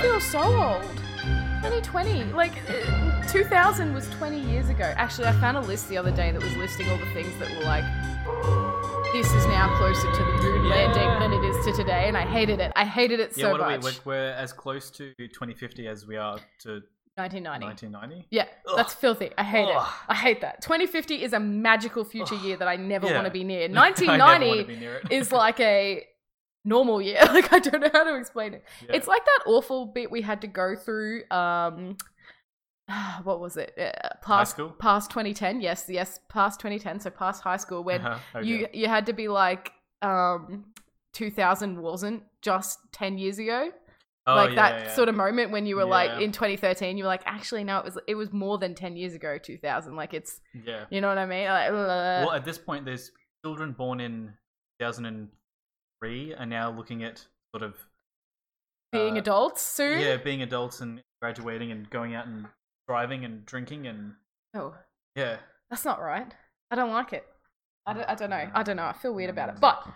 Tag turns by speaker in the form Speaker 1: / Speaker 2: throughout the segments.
Speaker 1: feel so old. 2020, like uh, 2000 was 20 years ago. Actually, I found a list the other day that was listing all the things that were like, this is now closer to the moon
Speaker 2: Yeah.
Speaker 1: landing than it is to today, and I hated it. I hated it
Speaker 2: yeah,
Speaker 1: so
Speaker 2: what are we?
Speaker 1: much.
Speaker 2: We're, we're as close to 2050 as we are to
Speaker 1: 1990.
Speaker 2: 1990.
Speaker 1: Yeah, that's filthy. I hate it.
Speaker 2: Ugh.
Speaker 1: I hate that. 2050 is a magical future year that I never
Speaker 2: Yeah.
Speaker 1: want to be near.
Speaker 2: I never want to
Speaker 1: 1990
Speaker 2: be near it.
Speaker 1: is like a normal year. Like I don't know how to explain it.
Speaker 2: Yeah.
Speaker 1: It's like that awful bit we had to go through. Um, what was it? Uh,
Speaker 2: high
Speaker 1: past
Speaker 2: school.
Speaker 1: past 2010. Yes, yes, past 2010. So past high school when
Speaker 2: Uh-huh. Oh,
Speaker 1: you
Speaker 2: dear.
Speaker 1: you had to be like um 2000 wasn't just 10 years ago
Speaker 2: Oh,
Speaker 1: like
Speaker 2: yeah,
Speaker 1: that
Speaker 2: yeah.
Speaker 1: sort of moment when you were
Speaker 2: Yeah.
Speaker 1: like in 2013 you were like actually no it was it was more than 10 years ago 2000 like it's
Speaker 2: Yeah.
Speaker 1: you know what i mean like,
Speaker 2: Well,
Speaker 1: uh,
Speaker 2: at this point, there's children born in 2003 are now looking at sort of
Speaker 1: being
Speaker 2: uh,
Speaker 1: adults soon
Speaker 2: yeah, being adults and graduating and going out and driving and drinking and
Speaker 1: oh
Speaker 2: yeah.
Speaker 1: that's not right i don't like it I don't, I don't know i don't know i feel weird about it
Speaker 2: Mm.
Speaker 1: but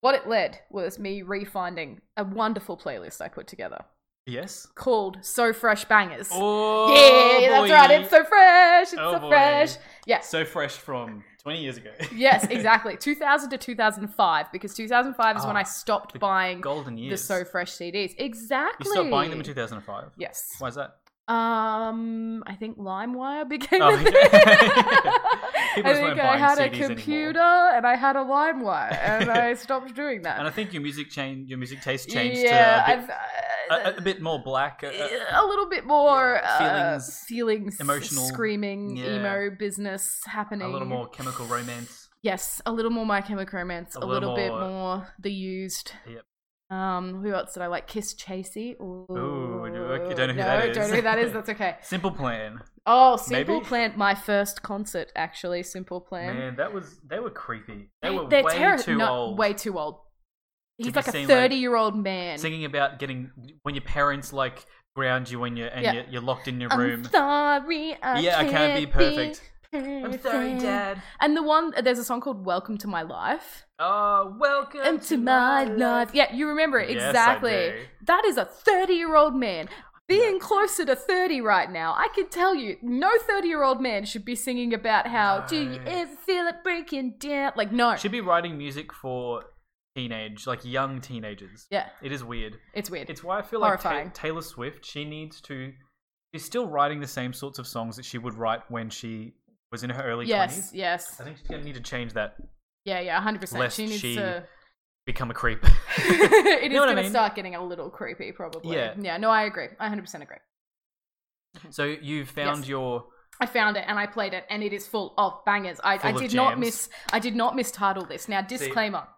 Speaker 1: what it led was me refinding a wonderful playlist i put together
Speaker 2: Yes.
Speaker 1: called so fresh bangers
Speaker 2: Oh,
Speaker 1: yeah that's
Speaker 2: boy.
Speaker 1: right it's so fresh it's
Speaker 2: Oh,
Speaker 1: so
Speaker 2: boy.
Speaker 1: fresh yes
Speaker 2: So fresh from 20 years ago.
Speaker 1: yes, exactly. 2000 to 2005, because 2005 is when
Speaker 2: Ah,
Speaker 1: I stopped
Speaker 2: the
Speaker 1: buying
Speaker 2: Golden
Speaker 1: the
Speaker 2: years.
Speaker 1: So Fresh CDs. Exactly.
Speaker 2: You stopped buying them in 2005.
Speaker 1: Yes.
Speaker 2: Why is that?
Speaker 1: Um, I think LimeWire became.
Speaker 2: Oh,
Speaker 1: a
Speaker 2: okay.
Speaker 1: thing.
Speaker 2: People
Speaker 1: I
Speaker 2: just
Speaker 1: think
Speaker 2: weren't
Speaker 1: I
Speaker 2: buying
Speaker 1: had a
Speaker 2: CDs anymore.
Speaker 1: computer and I had a LimeWire, and I stopped doing that.
Speaker 2: And I think your music change, your music taste changed
Speaker 1: yeah,
Speaker 2: to a bit,
Speaker 1: I've.
Speaker 2: a, a bit more black. uh, uh,
Speaker 1: a little bit more
Speaker 2: Yeah,
Speaker 1: feelings, uh, feelings
Speaker 2: emotional-
Speaker 1: screaming,
Speaker 2: yeah.
Speaker 1: emo business happening.
Speaker 2: a little more chemical romance.
Speaker 1: Yes, a little more My Chemical Romance, a,
Speaker 2: A
Speaker 1: little,
Speaker 2: little
Speaker 1: bit
Speaker 2: more-
Speaker 1: more The Used.
Speaker 2: Yep.
Speaker 1: Um, who else did I like? Kiss Chasey. Ooh,
Speaker 2: Ooh, you- you don't know who that
Speaker 1: No, don't
Speaker 2: is.
Speaker 1: know who that is. That's okay.
Speaker 2: Simple Plan.
Speaker 1: Oh, Simple
Speaker 2: Maybe.
Speaker 1: Plan, my first concert actually. Simple Plan.
Speaker 2: Man, that was they were creepy. They
Speaker 1: They-
Speaker 2: were
Speaker 1: they're
Speaker 2: way
Speaker 1: terri-
Speaker 2: too
Speaker 1: no,
Speaker 2: old.
Speaker 1: Way too old. He's
Speaker 2: be
Speaker 1: like a
Speaker 2: seen, like,
Speaker 1: thirty-year-old man.
Speaker 2: Singing about getting when your parents like ground you and you and
Speaker 1: Yeah.
Speaker 2: you're, you're locked in your
Speaker 1: I'm
Speaker 2: room.
Speaker 1: sorry, I
Speaker 2: yeah, I
Speaker 1: can't
Speaker 2: can't be perfect.
Speaker 1: I'm sorry, Dad. And the one, there's a song called "Welcome to My Life."
Speaker 2: Oh, welcome
Speaker 1: Welcome to my life. Yeah, you remember it
Speaker 2: Yes, I
Speaker 1: exactly.
Speaker 2: do.
Speaker 1: That is a 30 year old man. Being closer to 30 right now, I can tell you, no 30 year old man should be singing about how, do you
Speaker 2: No.
Speaker 1: ever feel it breaking down? Like, no.
Speaker 2: Should be writing music for teenage, like young teenagers.
Speaker 1: yeah,
Speaker 2: It is weird.
Speaker 1: it's weird.
Speaker 2: It's why I feel like Ta-
Speaker 1: Horrifying.
Speaker 2: Taylor Swift. She needs to. She's still writing the same sorts of songs that she would write when she was in her early
Speaker 1: yes,
Speaker 2: twenties.
Speaker 1: yes.
Speaker 2: I think she's gonna need to change that.
Speaker 1: Yeah, yeah, 100%.
Speaker 2: Lest
Speaker 1: she needs
Speaker 2: she-
Speaker 1: to.
Speaker 2: Become a creep.
Speaker 1: it is
Speaker 2: know what I
Speaker 1: going to
Speaker 2: mean?
Speaker 1: start getting a little creepy, probably.
Speaker 2: Yeah.
Speaker 1: no, I agree. I 100% agree.
Speaker 2: so you found
Speaker 1: Yes.
Speaker 2: your
Speaker 1: I found it and I played it, and it is full of bangers. I,
Speaker 2: Full
Speaker 1: I
Speaker 2: of
Speaker 1: did not
Speaker 2: jams.
Speaker 1: miss. I did not mistitle this. Now, disclaimer: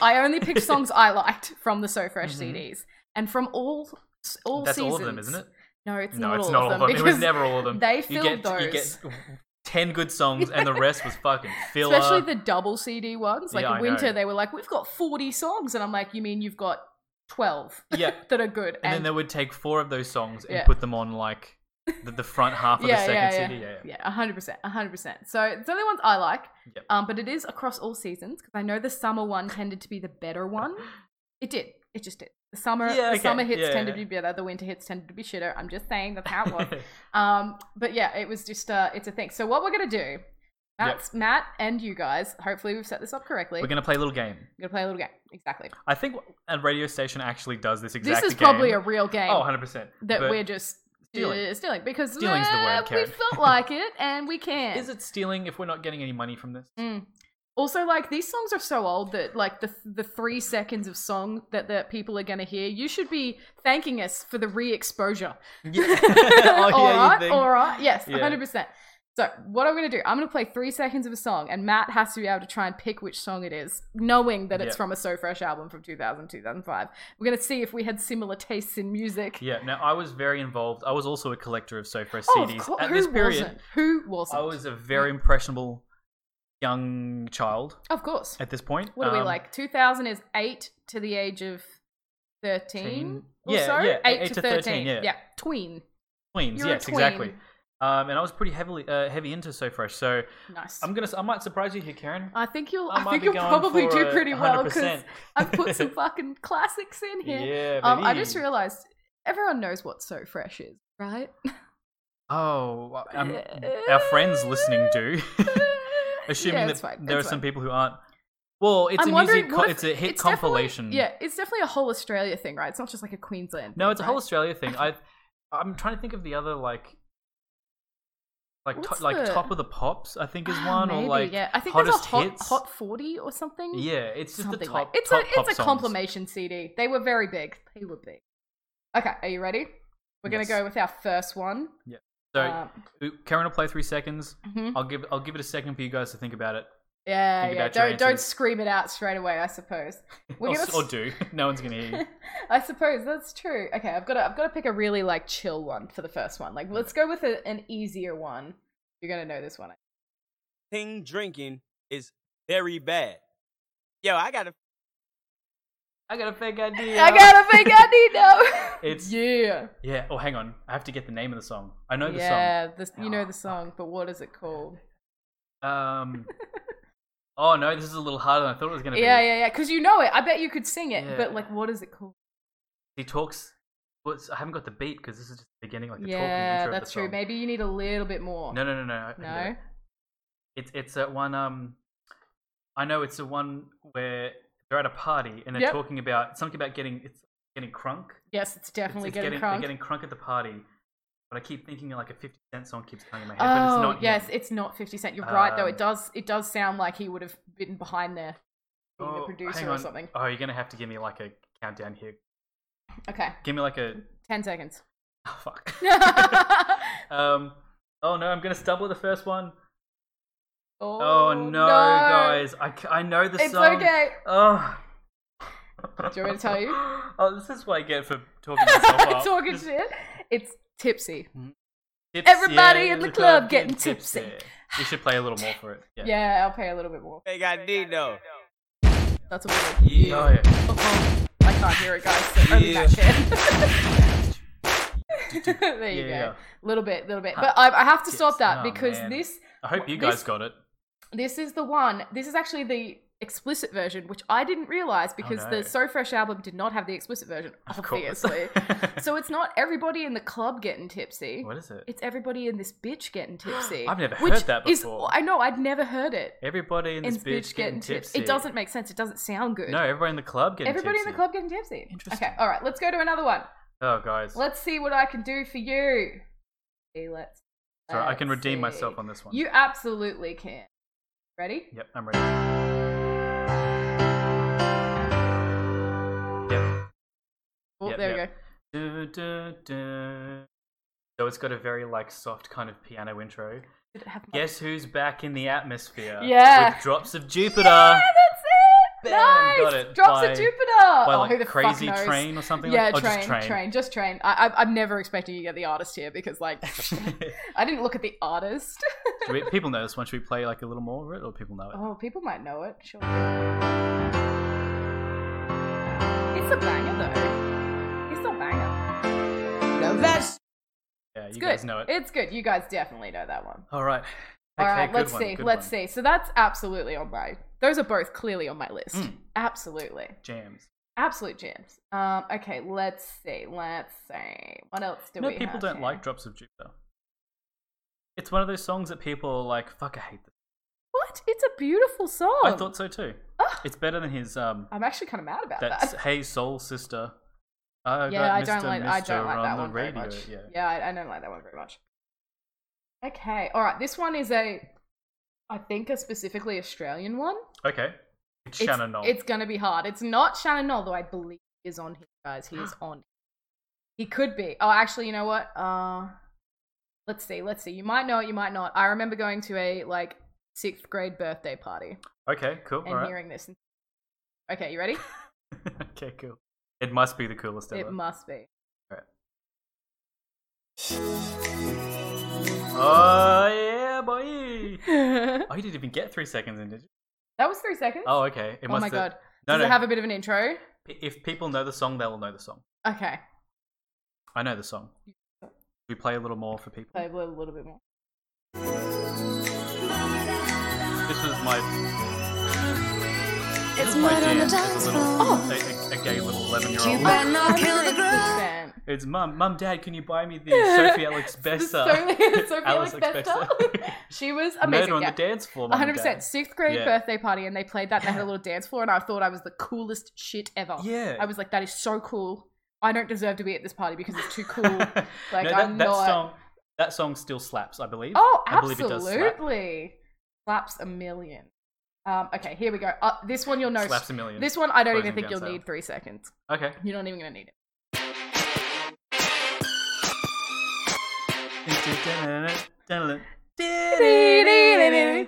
Speaker 1: I only picked songs I liked from the So Fresh
Speaker 2: Mhm.
Speaker 1: CDs, and from all all
Speaker 2: that's
Speaker 1: seasons.
Speaker 2: all of them, isn't it?
Speaker 1: No, it's
Speaker 2: no,
Speaker 1: not
Speaker 2: it's
Speaker 1: all
Speaker 2: not
Speaker 1: of them.
Speaker 2: all of them. It was
Speaker 1: because
Speaker 2: never all of them.
Speaker 1: They
Speaker 2: you
Speaker 1: filled
Speaker 2: get,
Speaker 1: those,
Speaker 2: You get ten good songs, and the rest was fucking filler.
Speaker 1: especially the double CD ones. Like
Speaker 2: Yeah, I
Speaker 1: winter,
Speaker 2: know.
Speaker 1: they were like, "We've got forty songs," and I'm like, "You mean you've got twelve
Speaker 2: yeah,
Speaker 1: that are good?"
Speaker 2: and, then they would take four of those songs and
Speaker 1: Yeah.
Speaker 2: put them on like the, the front half of the second
Speaker 1: yeah,
Speaker 2: CD. Yeah, yeah.
Speaker 1: yeah, hundred percent, hundred percent. So it's the only ones I like,
Speaker 2: Yep.
Speaker 1: um, but it is across all seasons because I know the summer one tended to be the better one. It did, it just did. The summer,
Speaker 2: Yeah,
Speaker 1: the
Speaker 2: okay,
Speaker 1: summer hits
Speaker 2: yeah,
Speaker 1: tended
Speaker 2: yeah.
Speaker 1: to be better. The winter hits tended to be shitter. I'm just saying that's how it was. um, but yeah, it was just uh, it's a thing. So what we're gonna do, Matt's, Matt and you guys, hopefully we've set this up correctly.
Speaker 2: We're gonna play a little game.
Speaker 1: We're gonna play a little game. Exactly.
Speaker 2: I think a radio station actually does this exact.
Speaker 1: this is
Speaker 2: game.
Speaker 1: probably a real game
Speaker 2: oh, 100 percent.
Speaker 1: that we're just.
Speaker 2: stealing.
Speaker 1: uh, stealing because
Speaker 2: Stealing's the
Speaker 1: uh,
Speaker 2: word,
Speaker 1: we
Speaker 2: Karen.
Speaker 1: felt like it and we can.
Speaker 2: Is it stealing if we're not getting any money from this?
Speaker 1: Mm. Also, like these songs are so old that like the the three seconds of song that that people are gonna hear, you should be thanking us for the re-exposure.
Speaker 2: Oh, Yeah.
Speaker 1: all
Speaker 2: you
Speaker 1: right,
Speaker 2: think?
Speaker 1: all right, yes,
Speaker 2: Yeah.
Speaker 1: hundred percent. So what I'm gonna do, I'm gonna play three seconds of a song, and Matt has to be able to try and pick which song it is, knowing that it's
Speaker 2: Yeah.
Speaker 1: from a So Fresh album from 2000, 2005. We're gonna see if we had similar tastes in music.
Speaker 2: Yeah. Now I was very involved. I was also a collector of Sofra
Speaker 1: Oh,
Speaker 2: CDs
Speaker 1: of course.
Speaker 2: at
Speaker 1: Who
Speaker 2: this period.
Speaker 1: wasn't? Who wasn't?
Speaker 2: I was a very impressionable young child
Speaker 1: of course.
Speaker 2: at this point.
Speaker 1: What are we
Speaker 2: Um,
Speaker 1: like? 2000 is 8 to the age of 13
Speaker 2: Teen?
Speaker 1: or
Speaker 2: Yeah,
Speaker 1: so?
Speaker 2: yeah,
Speaker 1: 8,
Speaker 2: eight
Speaker 1: to
Speaker 2: to
Speaker 1: 13.
Speaker 2: 13, yeah.
Speaker 1: tween.
Speaker 2: Queens,
Speaker 1: You're a
Speaker 2: yes,
Speaker 1: tween.
Speaker 2: exactly. Um, and I was pretty heavily uh, heavy into So Fresh, so
Speaker 1: Nice.
Speaker 2: I'm gonna I might surprise you here, Karen.
Speaker 1: i think you'll.
Speaker 2: I
Speaker 1: I,
Speaker 2: might
Speaker 1: think
Speaker 2: be
Speaker 1: you'll
Speaker 2: going
Speaker 1: probably
Speaker 2: for
Speaker 1: do
Speaker 2: a
Speaker 1: pretty well because
Speaker 2: 100%.
Speaker 1: I've put some fucking classics in here.
Speaker 2: yeah,
Speaker 1: um, I
Speaker 2: baby.
Speaker 1: just realized Everyone knows what So Fresh is, right?
Speaker 2: Oh, well, um, our friends listening do. Assuming
Speaker 1: Yeah,
Speaker 2: that
Speaker 1: it's fine,
Speaker 2: there are
Speaker 1: it's
Speaker 2: some
Speaker 1: fine.
Speaker 2: people who aren't. Well, it's
Speaker 1: I'm
Speaker 2: a
Speaker 1: wondering
Speaker 2: music. Co-
Speaker 1: what if-
Speaker 2: it's a hit
Speaker 1: it's definitely-
Speaker 2: compilation.
Speaker 1: Yeah, it's definitely a whole Australia thing, right? It's not just like a Queensland.
Speaker 2: No,
Speaker 1: thing,
Speaker 2: it's a
Speaker 1: right?
Speaker 2: whole Australia thing. I, I'm trying to think of the other like, like to,
Speaker 1: What's
Speaker 2: like
Speaker 1: the-
Speaker 2: top of the pops. I think is
Speaker 1: Ah,
Speaker 2: one
Speaker 1: maybe,
Speaker 2: or like
Speaker 1: yeah. I think there's a
Speaker 2: hottest
Speaker 1: hot,
Speaker 2: hits.
Speaker 1: hot forty or something.
Speaker 2: yeah, it's just
Speaker 1: something
Speaker 2: the
Speaker 1: like
Speaker 2: top.
Speaker 1: it's
Speaker 2: top
Speaker 1: a
Speaker 2: pop
Speaker 1: it's a
Speaker 2: songs.
Speaker 1: complimation CD. They were very big. They were big. Okay, are you ready? We're
Speaker 2: Yes.
Speaker 1: gonna go with our first one.
Speaker 2: So
Speaker 1: Um,
Speaker 2: Karen will play three seconds.
Speaker 1: mhm.
Speaker 2: I'll give I'll give it a second for you guys to think about it.
Speaker 1: Yeah,
Speaker 2: think
Speaker 1: yeah.
Speaker 2: about your
Speaker 1: Don't don't
Speaker 2: answers.
Speaker 1: scream it out straight away. I suppose. We're
Speaker 2: or,
Speaker 1: gonna
Speaker 2: s- or
Speaker 1: s-
Speaker 2: do. no one's gonna hear you.
Speaker 1: I suppose that's true. Okay, I've got to I've got to pick a really like chill one for the first one. Like let's go with a, an easier one. You're gonna know this one.
Speaker 3: thing drinking is very bad. Yo, I gotta
Speaker 2: I got a fake idea.
Speaker 1: I got a fake I need no.
Speaker 2: It's-
Speaker 1: yeah.
Speaker 2: Yeah. Oh, hang on. I have to get the name of the song. I know the
Speaker 1: yeah, this- you know
Speaker 2: Oh,
Speaker 1: the song, but what is it called?
Speaker 2: song. Um. oh no, this is a little harder than I thought it was gonna be.
Speaker 1: Yeah, yeah, yeah. Because you know it. I bet you could sing it, but
Speaker 2: Yeah.
Speaker 1: like, what is it called?
Speaker 2: He talks. Well, it's- I haven't got the beat because this is just the beginning, like the talking
Speaker 1: yeah,
Speaker 2: intro
Speaker 1: that's
Speaker 2: of the
Speaker 1: true.
Speaker 2: song.
Speaker 1: Maybe you need a little bit more.
Speaker 2: No, no, no, no. I- I can get
Speaker 1: no.
Speaker 2: it. It's it's that one. Um, I know it's the one where they're at a party and they're
Speaker 1: Yep.
Speaker 2: talking about something about getting it's getting crunk. It's-
Speaker 1: Yes, it's definitely
Speaker 2: it's
Speaker 1: getting,
Speaker 2: getting
Speaker 1: crunk.
Speaker 2: They're getting crunk at the party, but I keep thinking like a Fifty Cent song keeps coming in my head, but
Speaker 1: oh
Speaker 2: it's not. him.
Speaker 1: yes, it's not Fifty Cent. You're right though.
Speaker 2: Um,
Speaker 1: It does it does sound like he would have been behind there, being
Speaker 2: Oh,
Speaker 1: the
Speaker 2: hang
Speaker 1: producer
Speaker 2: on.
Speaker 1: or something.
Speaker 2: Oh, you're gonna have to give me like a countdown here.
Speaker 1: Okay,
Speaker 2: Give me like a
Speaker 1: ten seconds.
Speaker 2: oh, fuck.
Speaker 1: oh,
Speaker 2: um. Oh no, I'm gonna stumble at the first one. Oh, no,
Speaker 1: no.
Speaker 2: guys, I, c- I know the
Speaker 1: It's
Speaker 2: song.
Speaker 1: okay.
Speaker 2: Oh. Do
Speaker 1: you want me to tell you?
Speaker 2: Oh, this is what I get for talking myself up.
Speaker 1: Talking
Speaker 2: Oh, Just
Speaker 1: shit. It's tipsy.
Speaker 2: tipsy
Speaker 1: Everybody in the club getting tipsy.
Speaker 2: You should play a little more for it. Yeah.
Speaker 1: Yeah. I'll pay a little bit more.
Speaker 3: fake ID though.
Speaker 1: That's a little.
Speaker 2: Oh, yeah.
Speaker 1: Oh, I can't hear it, guys. So only that shit. there you
Speaker 2: Yeah.
Speaker 1: go. Little bit, little bit.
Speaker 2: Huh.
Speaker 1: But I, I have to
Speaker 2: Yes.
Speaker 1: stop that
Speaker 2: Oh,
Speaker 1: because
Speaker 2: man.
Speaker 1: this
Speaker 2: I hope you
Speaker 1: Well,
Speaker 2: guys
Speaker 1: this-
Speaker 2: got it.
Speaker 1: this is the one. This is actually the explicit version, which I didn't realize because
Speaker 2: Oh, no.
Speaker 1: the So Fresh album did not have the explicit version,
Speaker 2: Of course.
Speaker 1: obviously. so it's not everybody in the club getting tipsy.
Speaker 2: what is it?
Speaker 1: It's everybody in this bitch getting tipsy.
Speaker 2: I've never
Speaker 1: which
Speaker 2: heard that
Speaker 1: is-
Speaker 2: before.
Speaker 1: I know, I'd never heard it.
Speaker 2: Everybody in
Speaker 1: In
Speaker 2: this bitch getting tipsy.
Speaker 1: It doesn't make sense. It doesn't sound good.
Speaker 2: No, everybody in the club getting
Speaker 1: Everybody
Speaker 2: tipsy.
Speaker 1: in the club getting tipsy.
Speaker 2: Interesting.
Speaker 1: Okay, all right, let's go to another one.
Speaker 2: Oh, guys.
Speaker 1: Let's see what I can do for you. Okay, let's.
Speaker 2: Sorry, I can
Speaker 1: let's
Speaker 2: redeem
Speaker 1: see.
Speaker 2: myself on this one.
Speaker 1: You absolutely can. Ready?
Speaker 2: Yep, I'm ready. Yep.
Speaker 1: Oh,
Speaker 2: Yep,
Speaker 1: there
Speaker 2: yep.
Speaker 1: we go.
Speaker 2: Du, du, du. So it's got a very like soft kind of piano intro.
Speaker 1: Did it have my-
Speaker 2: Guess who's back in the atmosphere?
Speaker 1: Yeah.
Speaker 2: With drops of Jupiter
Speaker 1: Yeah, Ah, that's it.
Speaker 2: Bam,
Speaker 1: nice.
Speaker 2: got it.
Speaker 1: Drops
Speaker 2: By-
Speaker 1: of Jupiter.
Speaker 2: by
Speaker 1: oh,
Speaker 2: like
Speaker 1: who the
Speaker 2: crazy
Speaker 1: fuck knows?
Speaker 2: train or something.
Speaker 1: Yeah,
Speaker 2: like,
Speaker 1: train,
Speaker 2: oh, just train.
Speaker 1: just train. I, I, I'm never expecting you to get the artist here because, like, I didn't look at the artist.
Speaker 2: Should we- people know this one. Should we play like a little more of it, or people know it?
Speaker 1: Oh, people might know it. Sure. It's a banger though. It's a banger.
Speaker 3: Now that's
Speaker 2: yeah, you
Speaker 1: It's
Speaker 2: guys
Speaker 1: good.
Speaker 2: know it.
Speaker 1: It's good. You guys definitely know that one.
Speaker 2: All right. Okay,
Speaker 1: All right,
Speaker 2: good
Speaker 1: let's
Speaker 2: one,
Speaker 1: see.
Speaker 2: good
Speaker 1: Let's
Speaker 2: one.
Speaker 1: see. So that's absolutely on my. Those are both clearly on my list.
Speaker 2: Mm.
Speaker 1: Absolutely,
Speaker 2: Jams.
Speaker 1: absolute jams. Um, okay, let's see. Let's see. What else do
Speaker 2: no,
Speaker 1: we?
Speaker 2: people
Speaker 1: have
Speaker 2: don't
Speaker 1: here?
Speaker 2: like Drops of Jupiter. It's one of those songs that people are like, fuck, I hate this.
Speaker 1: What? It's a beautiful song.
Speaker 2: I thought so too.
Speaker 1: Oh.
Speaker 2: It's better than his um
Speaker 1: I'm actually kind of mad about
Speaker 2: that's
Speaker 1: that.
Speaker 2: Hey Soul Sister. I
Speaker 1: yeah,
Speaker 2: got
Speaker 1: I
Speaker 2: Mr.
Speaker 1: don't like. I don't
Speaker 2: Mister
Speaker 1: like
Speaker 2: on
Speaker 1: that
Speaker 2: the
Speaker 1: one
Speaker 2: radio.
Speaker 1: very much.
Speaker 2: Yeah.
Speaker 1: I, I don't like that one very much. Okay, all right. This one is a, I think a specifically Australian one.
Speaker 2: Okay. It's, Shannon Knoll.
Speaker 1: It's gonna be hard. It's not Shannon Knoll though. I believe he is on here, guys. He is on. He could be. Oh, actually, you know what? Uh, let's see. Let's see. You might know it. You might not. I remember going to a like sixth grade birthday party
Speaker 2: okay, cool.
Speaker 1: and
Speaker 2: All right.
Speaker 1: hearing this. Okay, you ready?
Speaker 2: okay, cool. It must be the coolest ever.
Speaker 1: It must be.
Speaker 2: oh yeah, boy.
Speaker 1: that
Speaker 2: Oh, you didn't even get three seconds in, did you?
Speaker 1: was three seconds.
Speaker 2: Oh, okay. It
Speaker 1: oh
Speaker 2: must
Speaker 1: my
Speaker 2: have-
Speaker 1: god.
Speaker 2: No,
Speaker 1: Does
Speaker 2: no.
Speaker 1: it have a bit of an intro?
Speaker 2: if people know the song, they will know the song.
Speaker 1: Okay.
Speaker 2: I know the song. We play a little more for people.
Speaker 1: Play a little, little bit more.
Speaker 2: This was my. This
Speaker 4: It's
Speaker 2: is my
Speaker 4: mud on
Speaker 2: jam
Speaker 4: the
Speaker 2: as a
Speaker 4: dance
Speaker 2: little,
Speaker 4: floor.
Speaker 2: a, a- a gay little eleven-year-old.
Speaker 4: You better not kill the
Speaker 1: Big
Speaker 4: girl.
Speaker 1: fan.
Speaker 2: It's mum, mum, dad. Can you buy me the Sophie Alex Bessa?
Speaker 1: Sophie, Sophie Alex Bessa. she was amazing.
Speaker 2: Murder on
Speaker 1: yeah.
Speaker 2: the dance floor. Mum and
Speaker 1: 100 percent
Speaker 2: Dad.
Speaker 1: sixth grade
Speaker 2: Yeah.
Speaker 1: birthday party and they played that and they had a
Speaker 2: Yeah.
Speaker 1: little dance floor and i thought i was the coolest shit ever
Speaker 2: Yeah.
Speaker 1: i was like that is so cool i don't deserve to be at this party because it's too cool like
Speaker 2: no, that,
Speaker 1: i'm
Speaker 2: that
Speaker 1: not
Speaker 2: song. That song still slaps, I believe.
Speaker 1: oh
Speaker 2: I believe it does slap.
Speaker 1: absolutely slaps a million um, okay here we go uh, this one you'll know
Speaker 2: slaps a million.
Speaker 1: this one i don't even
Speaker 2: Closing
Speaker 1: think you'll
Speaker 2: down sale.
Speaker 1: need three seconds
Speaker 2: okay.
Speaker 1: you're not even gonna need it
Speaker 2: Oh,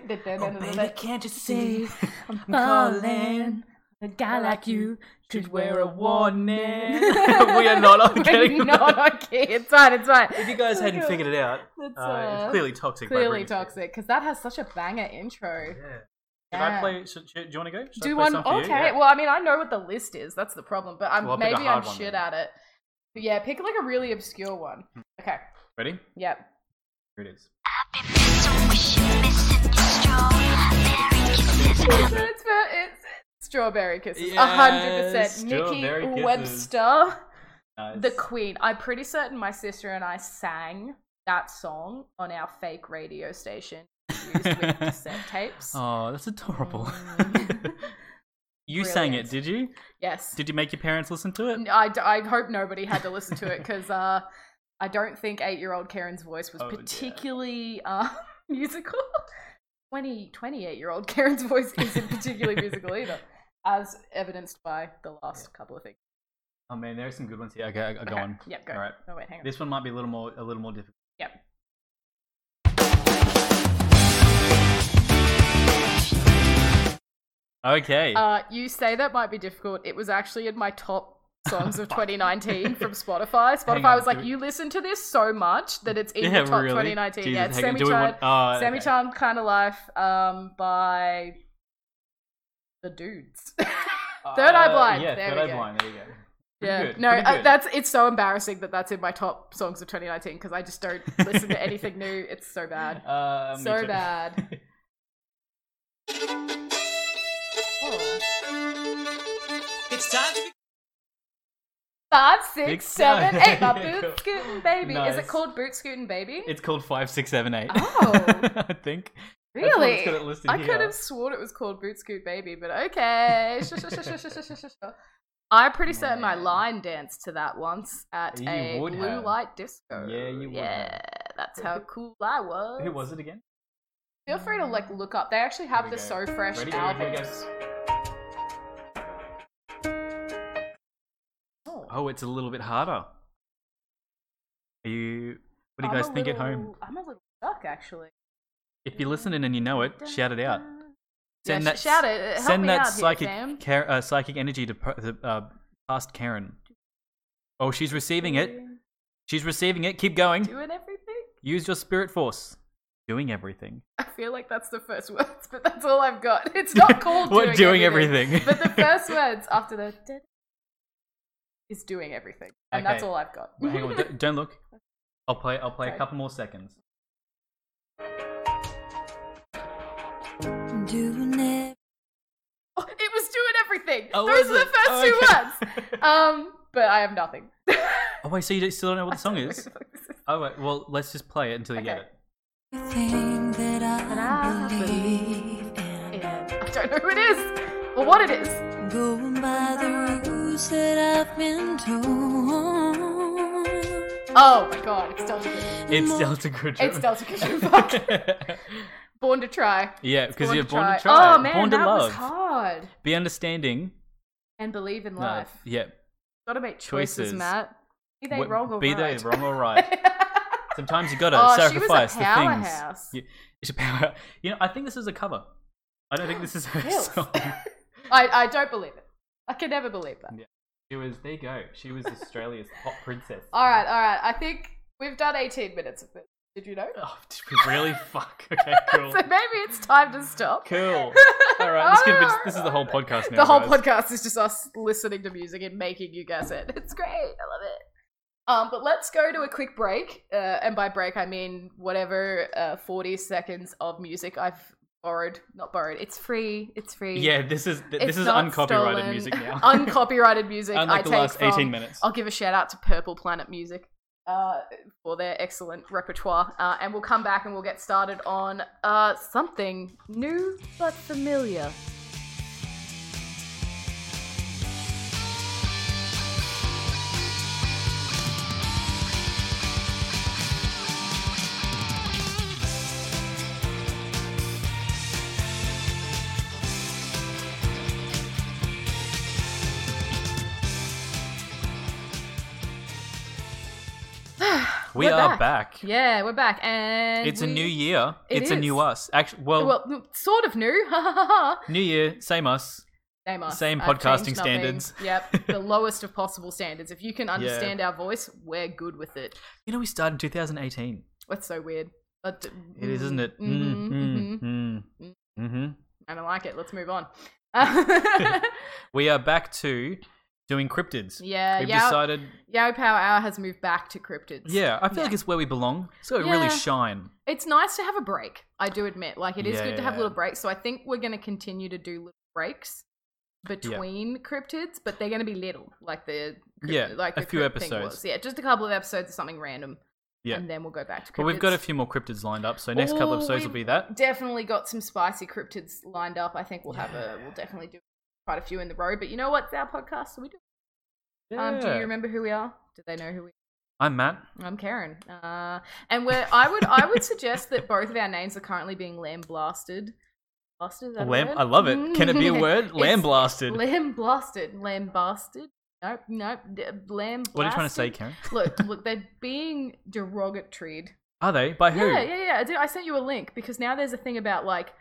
Speaker 2: baby, can't you see?
Speaker 1: I'm
Speaker 2: calling.
Speaker 1: A guy like you
Speaker 2: Should wear a warning. we are not on
Speaker 1: We're
Speaker 2: getting
Speaker 1: not
Speaker 2: back.
Speaker 1: okay. It's fine. It's fine.
Speaker 2: If you guys hadn't
Speaker 1: Okay.
Speaker 2: figured it out,
Speaker 1: That's,
Speaker 2: uh, it's
Speaker 1: uh,
Speaker 2: clearly toxic. by
Speaker 1: clearly
Speaker 2: Britney Spears.
Speaker 1: toxic because that has such a banger intro.
Speaker 2: Yeah. Should
Speaker 1: Yeah.
Speaker 2: I play? Should, should, do you want to go? Should I play
Speaker 1: Do one.
Speaker 2: some for you?
Speaker 1: Okay.
Speaker 2: Yeah.
Speaker 1: Well, I mean, I know what the list is. That's the problem. But I'm
Speaker 2: Well, I'll pick a
Speaker 1: maybe I'm
Speaker 2: hard one
Speaker 1: shit
Speaker 2: then. Hmm.
Speaker 1: at it. But yeah, pick like a really obscure one. Okay.
Speaker 2: Ready?
Speaker 1: Yep.
Speaker 2: Here it is.
Speaker 1: it's, it's strawberry kisses. A hundred
Speaker 2: Yes,
Speaker 1: percent.
Speaker 2: Strawberry
Speaker 1: Nikki
Speaker 2: Kisses.
Speaker 1: Webster.
Speaker 2: Nice.
Speaker 1: The Queen. I'm pretty certain my sister and I sang that song on our fake radio station used with cassette tapes.
Speaker 2: Oh, that's adorable.
Speaker 1: Mm.
Speaker 2: you sang
Speaker 1: Brilliant.
Speaker 2: it, did you?
Speaker 1: yes.
Speaker 2: Did you make your parents listen to it?
Speaker 1: N- I, d- I hope nobody had to listen to it because uh, I don't think eight year old Karen's voice was
Speaker 2: Oh, dear.
Speaker 1: particularly uh, musical. 20, 28 year old Karen's voice isn't particularly musical either, as evidenced by the last couple of things.
Speaker 2: Oh man, there are some good ones here. Okay, I, I go
Speaker 1: Okay.
Speaker 2: on.
Speaker 1: Yeah, go.
Speaker 2: All right.
Speaker 1: Oh, wait, hang on.
Speaker 2: This one might be a little more a little more difficult.
Speaker 1: Yep.
Speaker 2: Okay.
Speaker 1: Uh, you say that might be difficult. It was actually in my top songs of 2019 from Spotify. Spotify
Speaker 2: on,
Speaker 1: was like,
Speaker 2: do we-
Speaker 1: you listen to this so much that it's in your top 2019.
Speaker 2: Jesus,
Speaker 1: yeah, it's
Speaker 2: hang on,
Speaker 1: Sammy
Speaker 2: do we
Speaker 1: Chan,
Speaker 2: want- oh,
Speaker 1: Sammy
Speaker 2: okay.
Speaker 1: Chan Kind of Life um, by the dudes. Third Eye
Speaker 2: Uh,
Speaker 1: Blind,
Speaker 2: Yeah,
Speaker 1: there
Speaker 2: Third
Speaker 1: we
Speaker 2: Eye
Speaker 1: go.
Speaker 2: Blind. There you go. Pretty
Speaker 1: yeah,
Speaker 2: good,
Speaker 1: no,
Speaker 2: pretty
Speaker 1: uh,
Speaker 2: good.
Speaker 1: that's it's so embarrassing that that's in my top songs of 2019 because I just don't listen to anything new. It's so bad.
Speaker 2: Uh, me
Speaker 1: So
Speaker 2: too.
Speaker 1: bad. Oh.
Speaker 3: It's time to be.
Speaker 1: Five,
Speaker 2: Big
Speaker 1: six, seven, eight. My
Speaker 2: time.
Speaker 1: boot scootin' baby. Is it
Speaker 2: Nice.
Speaker 1: called boot scootin' baby?
Speaker 2: it's called five, six, seven, eight.
Speaker 1: Oh.
Speaker 2: I think. That's what it's
Speaker 1: really?
Speaker 2: got it listed
Speaker 1: I
Speaker 2: here.
Speaker 1: could have sworn it was called boot scoot baby, but okay. Sh- sh- sh- sh- sh- sh- sh- sh- I'm pretty certain I
Speaker 2: Man.
Speaker 1: line danced to that once at
Speaker 2: You
Speaker 1: a
Speaker 2: would
Speaker 1: blue
Speaker 2: have.
Speaker 1: light disco.
Speaker 2: Yeah, you would have.
Speaker 1: Yeah, that's how cool I was.
Speaker 2: Who was it again?
Speaker 1: Feel free to like look up. They actually have
Speaker 2: we
Speaker 1: the
Speaker 2: go.
Speaker 1: So Fresh
Speaker 2: Ready? Here we go,
Speaker 1: album.
Speaker 2: guys.
Speaker 1: Oh.
Speaker 2: Oh, it's a little bit harder. Are you? What do you
Speaker 1: I'm
Speaker 2: guys
Speaker 1: a
Speaker 2: think at home?
Speaker 1: little- I'm a little stuck actually.
Speaker 2: If you're listening and you know it, shout it out.
Speaker 1: Yeah,
Speaker 2: Send
Speaker 1: sh-
Speaker 2: that.
Speaker 1: shout it. Help
Speaker 2: send
Speaker 1: me
Speaker 2: that
Speaker 1: out
Speaker 2: psychic
Speaker 1: here, Sam.
Speaker 2: Car- uh, psychic energy to per- the, uh, past Karen. Oh, she's receiving it. She's receiving it. Keep going.
Speaker 1: Doing everything.
Speaker 2: Use your spirit force. Doing everything.
Speaker 1: I feel like that's the first words, but that's all I've got. It's not called
Speaker 2: what
Speaker 1: doing,
Speaker 2: doing
Speaker 1: everything.
Speaker 2: everything?
Speaker 1: but the first words after the da- is doing everything, and that's
Speaker 2: Okay.
Speaker 1: all I've got.
Speaker 2: Wait, hang on, don't, don't look. I'll play. I'll play
Speaker 1: Sorry.
Speaker 2: a couple more seconds.
Speaker 1: Oh, it was doing everything.
Speaker 2: Oh,
Speaker 1: Those
Speaker 2: was
Speaker 1: were the
Speaker 2: it?
Speaker 1: first
Speaker 2: Oh,
Speaker 1: two
Speaker 2: okay.
Speaker 1: words. Um, but I have nothing.
Speaker 2: Oh wait, so you don't- still don't know what the song is?
Speaker 1: But
Speaker 2: Oh wait, well let's just play it until you get
Speaker 1: Okay.
Speaker 2: it.
Speaker 4: Everything that
Speaker 1: I
Speaker 4: I believe
Speaker 1: believe
Speaker 4: in.
Speaker 1: in- I don't know who it is or what it is.
Speaker 4: Going by the rules that I've been told.
Speaker 1: Oh my god, it's Delta Cushion.
Speaker 2: It's Delta Good.
Speaker 1: It's Delta Cushion. Fuck. Born to try.
Speaker 2: yeah, because
Speaker 1: Born
Speaker 2: you're
Speaker 1: to
Speaker 2: born
Speaker 1: try.
Speaker 2: to try.
Speaker 1: Oh man,
Speaker 2: born to
Speaker 1: that
Speaker 2: love.
Speaker 1: was hard.
Speaker 2: Be understanding.
Speaker 1: And believe in
Speaker 2: No,
Speaker 1: life.
Speaker 2: yeah.
Speaker 1: Gotta make choices,
Speaker 2: Choices.
Speaker 1: Matt. Be they
Speaker 2: What-
Speaker 1: wrong or
Speaker 2: be
Speaker 1: right.
Speaker 2: they wrong or right. Sometimes you gotta
Speaker 1: Oh, she was a
Speaker 2: sacrifice the
Speaker 1: powerhouse.
Speaker 2: things. You, it's a power. You know, I think this is a cover. I don't think this is her
Speaker 1: Kills.
Speaker 2: song.
Speaker 1: I, I don't believe it. I can never believe that.
Speaker 2: She was. There you go. She was Australia's pop princess.
Speaker 1: All right, all right. I think we've done 18 minutes of this. Did you know?
Speaker 2: Oh, did we really? Fuck. Okay. Cool.
Speaker 1: So maybe it's time to stop.
Speaker 2: Um, Cool. All right. This, could be, this is the whole podcast now.
Speaker 1: The whole
Speaker 2: guys.
Speaker 1: podcast is just us listening to music and making you guess it. It's great. I love it. Um, but let's go to a quick break. Uh, and by break, I mean whatever uh, 40 seconds of music I've borrowed, not borrowed. It's free. It's free.
Speaker 2: Yeah, this is th-
Speaker 1: It's
Speaker 2: this is
Speaker 1: not
Speaker 2: uncopyrighted
Speaker 1: stolen.
Speaker 2: music now.
Speaker 1: uncopyrighted music. I
Speaker 2: Unlike the
Speaker 1: take
Speaker 2: last
Speaker 1: from, Oh,
Speaker 2: 18 minutes.
Speaker 1: I'll give a shout out to Purple Planet Music uh, for their excellent repertoire. Uh, and we'll come back and we'll get started on uh, something new but familiar.
Speaker 2: we
Speaker 1: we're
Speaker 2: are
Speaker 1: back.
Speaker 2: back.
Speaker 1: Yeah, we're back. And
Speaker 2: It's a
Speaker 1: we-
Speaker 2: new year.
Speaker 1: It
Speaker 2: it's a new
Speaker 1: is.
Speaker 2: us. Actually, well,
Speaker 1: Well, n- sort of new. Ha, ha, ha, ha.
Speaker 2: new year, same us.
Speaker 1: Same us.
Speaker 2: Same
Speaker 1: I've
Speaker 2: podcasting
Speaker 1: changed nothing.
Speaker 2: standards.
Speaker 1: Yep, the lowest of possible standards. If you can understand our voice, we're good with it.
Speaker 2: You know, we started in 2018.
Speaker 1: That's so weird. But
Speaker 2: It is, isn't it?
Speaker 1: Mm,
Speaker 2: Mm, mm,
Speaker 1: mhm.
Speaker 2: mm,
Speaker 1: mhm.
Speaker 2: mm-hmm.
Speaker 1: I don't like it. Let's move on.
Speaker 2: We are back to doing cryptids.
Speaker 1: yeah,
Speaker 2: We've
Speaker 1: yeah.
Speaker 2: decided.
Speaker 1: Yao Power Hour has moved back to cryptids.
Speaker 2: Yeah, I feel
Speaker 1: yeah.
Speaker 2: like it's where we belong. So it really
Speaker 1: Yeah.
Speaker 2: shine.
Speaker 1: It's nice to have a break. I do admit. Like, it is good to have
Speaker 2: Yeah.
Speaker 1: little breaks. So I think we're going to continue to do little breaks between cryptids, but they're going to be little. Like, the. crypt-
Speaker 2: Yeah,
Speaker 1: like
Speaker 2: a
Speaker 1: the
Speaker 2: few
Speaker 1: crypt thing
Speaker 2: episodes.
Speaker 1: was. Yeah, just a couple of episodes of something random.
Speaker 2: Yeah.
Speaker 1: And then we'll go back to cryptids.
Speaker 2: But we've got a few more cryptids lined up. So next couple
Speaker 1: Ooh,
Speaker 2: episodes will
Speaker 1: we've-
Speaker 2: be that.
Speaker 1: Definitely got some spicy cryptids lined up. I think we'll have a. We'll definitely do quite a few in the row. But you know what? It's our podcast, so we do. Um, do you
Speaker 2: Yeah.
Speaker 1: remember who we are? Do they know who we
Speaker 2: I'm Matt.
Speaker 1: I'm Karen, uh, and we're, I would I would suggest that both of our names are currently being lamb blasted. Blasted, is that a
Speaker 2: Lamb.
Speaker 1: word? Mm.
Speaker 2: I love it. Can it be a word? Lamb
Speaker 1: It's-
Speaker 2: blasted.
Speaker 1: lamb blasted, lamb bastard. Nope, nope. D- lamb. Blasted.
Speaker 2: what are you trying to say, Karen?
Speaker 1: look, look, they're being derogatoried.
Speaker 2: Are they? By who?
Speaker 1: Yeah, yeah, yeah. I, did, I sent you a link because now there's a thing about like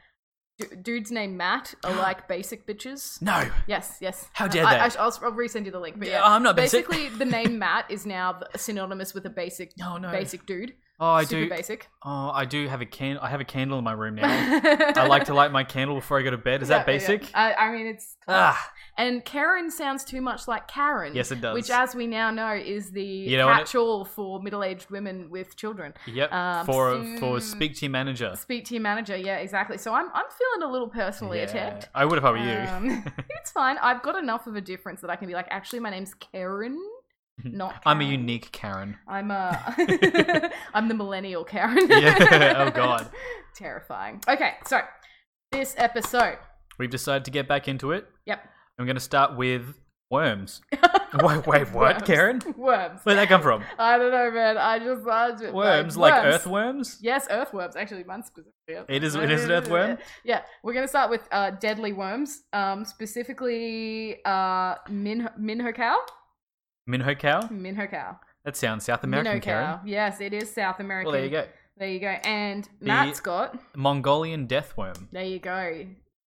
Speaker 1: d- dudes named Matt are like basic bitches.
Speaker 2: No.
Speaker 1: Yes, yes.
Speaker 2: How dare
Speaker 1: I,
Speaker 2: they?
Speaker 1: I, will I'll resend you the link. But yeah,
Speaker 2: I'm not basic.
Speaker 1: basically the name Matt is now synonymous with a basic,
Speaker 2: No, no.
Speaker 1: basic dude.
Speaker 2: Oh, I
Speaker 1: Super
Speaker 2: do.
Speaker 1: basic.
Speaker 2: Oh, I do have a can. I have a candle in my room now. I
Speaker 1: I
Speaker 2: like to light my candle before I go to bed. Is that basic?
Speaker 1: I, I mean, it's
Speaker 2: Ah,
Speaker 1: and Karen sounds too much like Karen.
Speaker 2: yes, it does.
Speaker 1: Which, as we now know, is the
Speaker 2: know what it-
Speaker 1: catch-all for middle-aged women with children.
Speaker 2: yep.
Speaker 1: um,
Speaker 2: for
Speaker 1: mm.
Speaker 2: for speak to your manager.
Speaker 1: Speak to your manager. Yeah, exactly. So I'm I'm feeling a little personally
Speaker 2: Yeah.
Speaker 1: attacked.
Speaker 2: I would if I were you.
Speaker 1: Um, it's fine. I've got enough of a difference that I can be like, actually, my name's Karen, not.
Speaker 2: I'm a
Speaker 1: Karen.
Speaker 2: unique Karen.
Speaker 1: I'm a I'm the millennial Karen.
Speaker 2: Yeah, oh God.
Speaker 1: Terrifying. Okay, so this episode.
Speaker 2: We've decided to get back into it.
Speaker 1: Yep.
Speaker 2: I'm going to start with worms. wait, wait, what,
Speaker 1: Worms.
Speaker 2: Karen?
Speaker 1: Worms.
Speaker 2: Where'd that come from?
Speaker 1: I don't know, man. I just loved it.
Speaker 2: Worms, like, earthworms?
Speaker 1: Yes, earthworms. Actually, mine specifically.
Speaker 2: It is- it is an earthworm?
Speaker 1: Yeah, we're gonna start with uh, deadly worms. Um, specifically, uh, min minho cow,
Speaker 2: Minho cow?
Speaker 1: minho cow,
Speaker 2: That sounds South American,
Speaker 1: minho
Speaker 2: Karen.
Speaker 1: cow. Yes, it is South American.
Speaker 2: Well, there you go.
Speaker 1: There you go. And Matt's got.
Speaker 2: Mongolian death worm.
Speaker 1: There you go.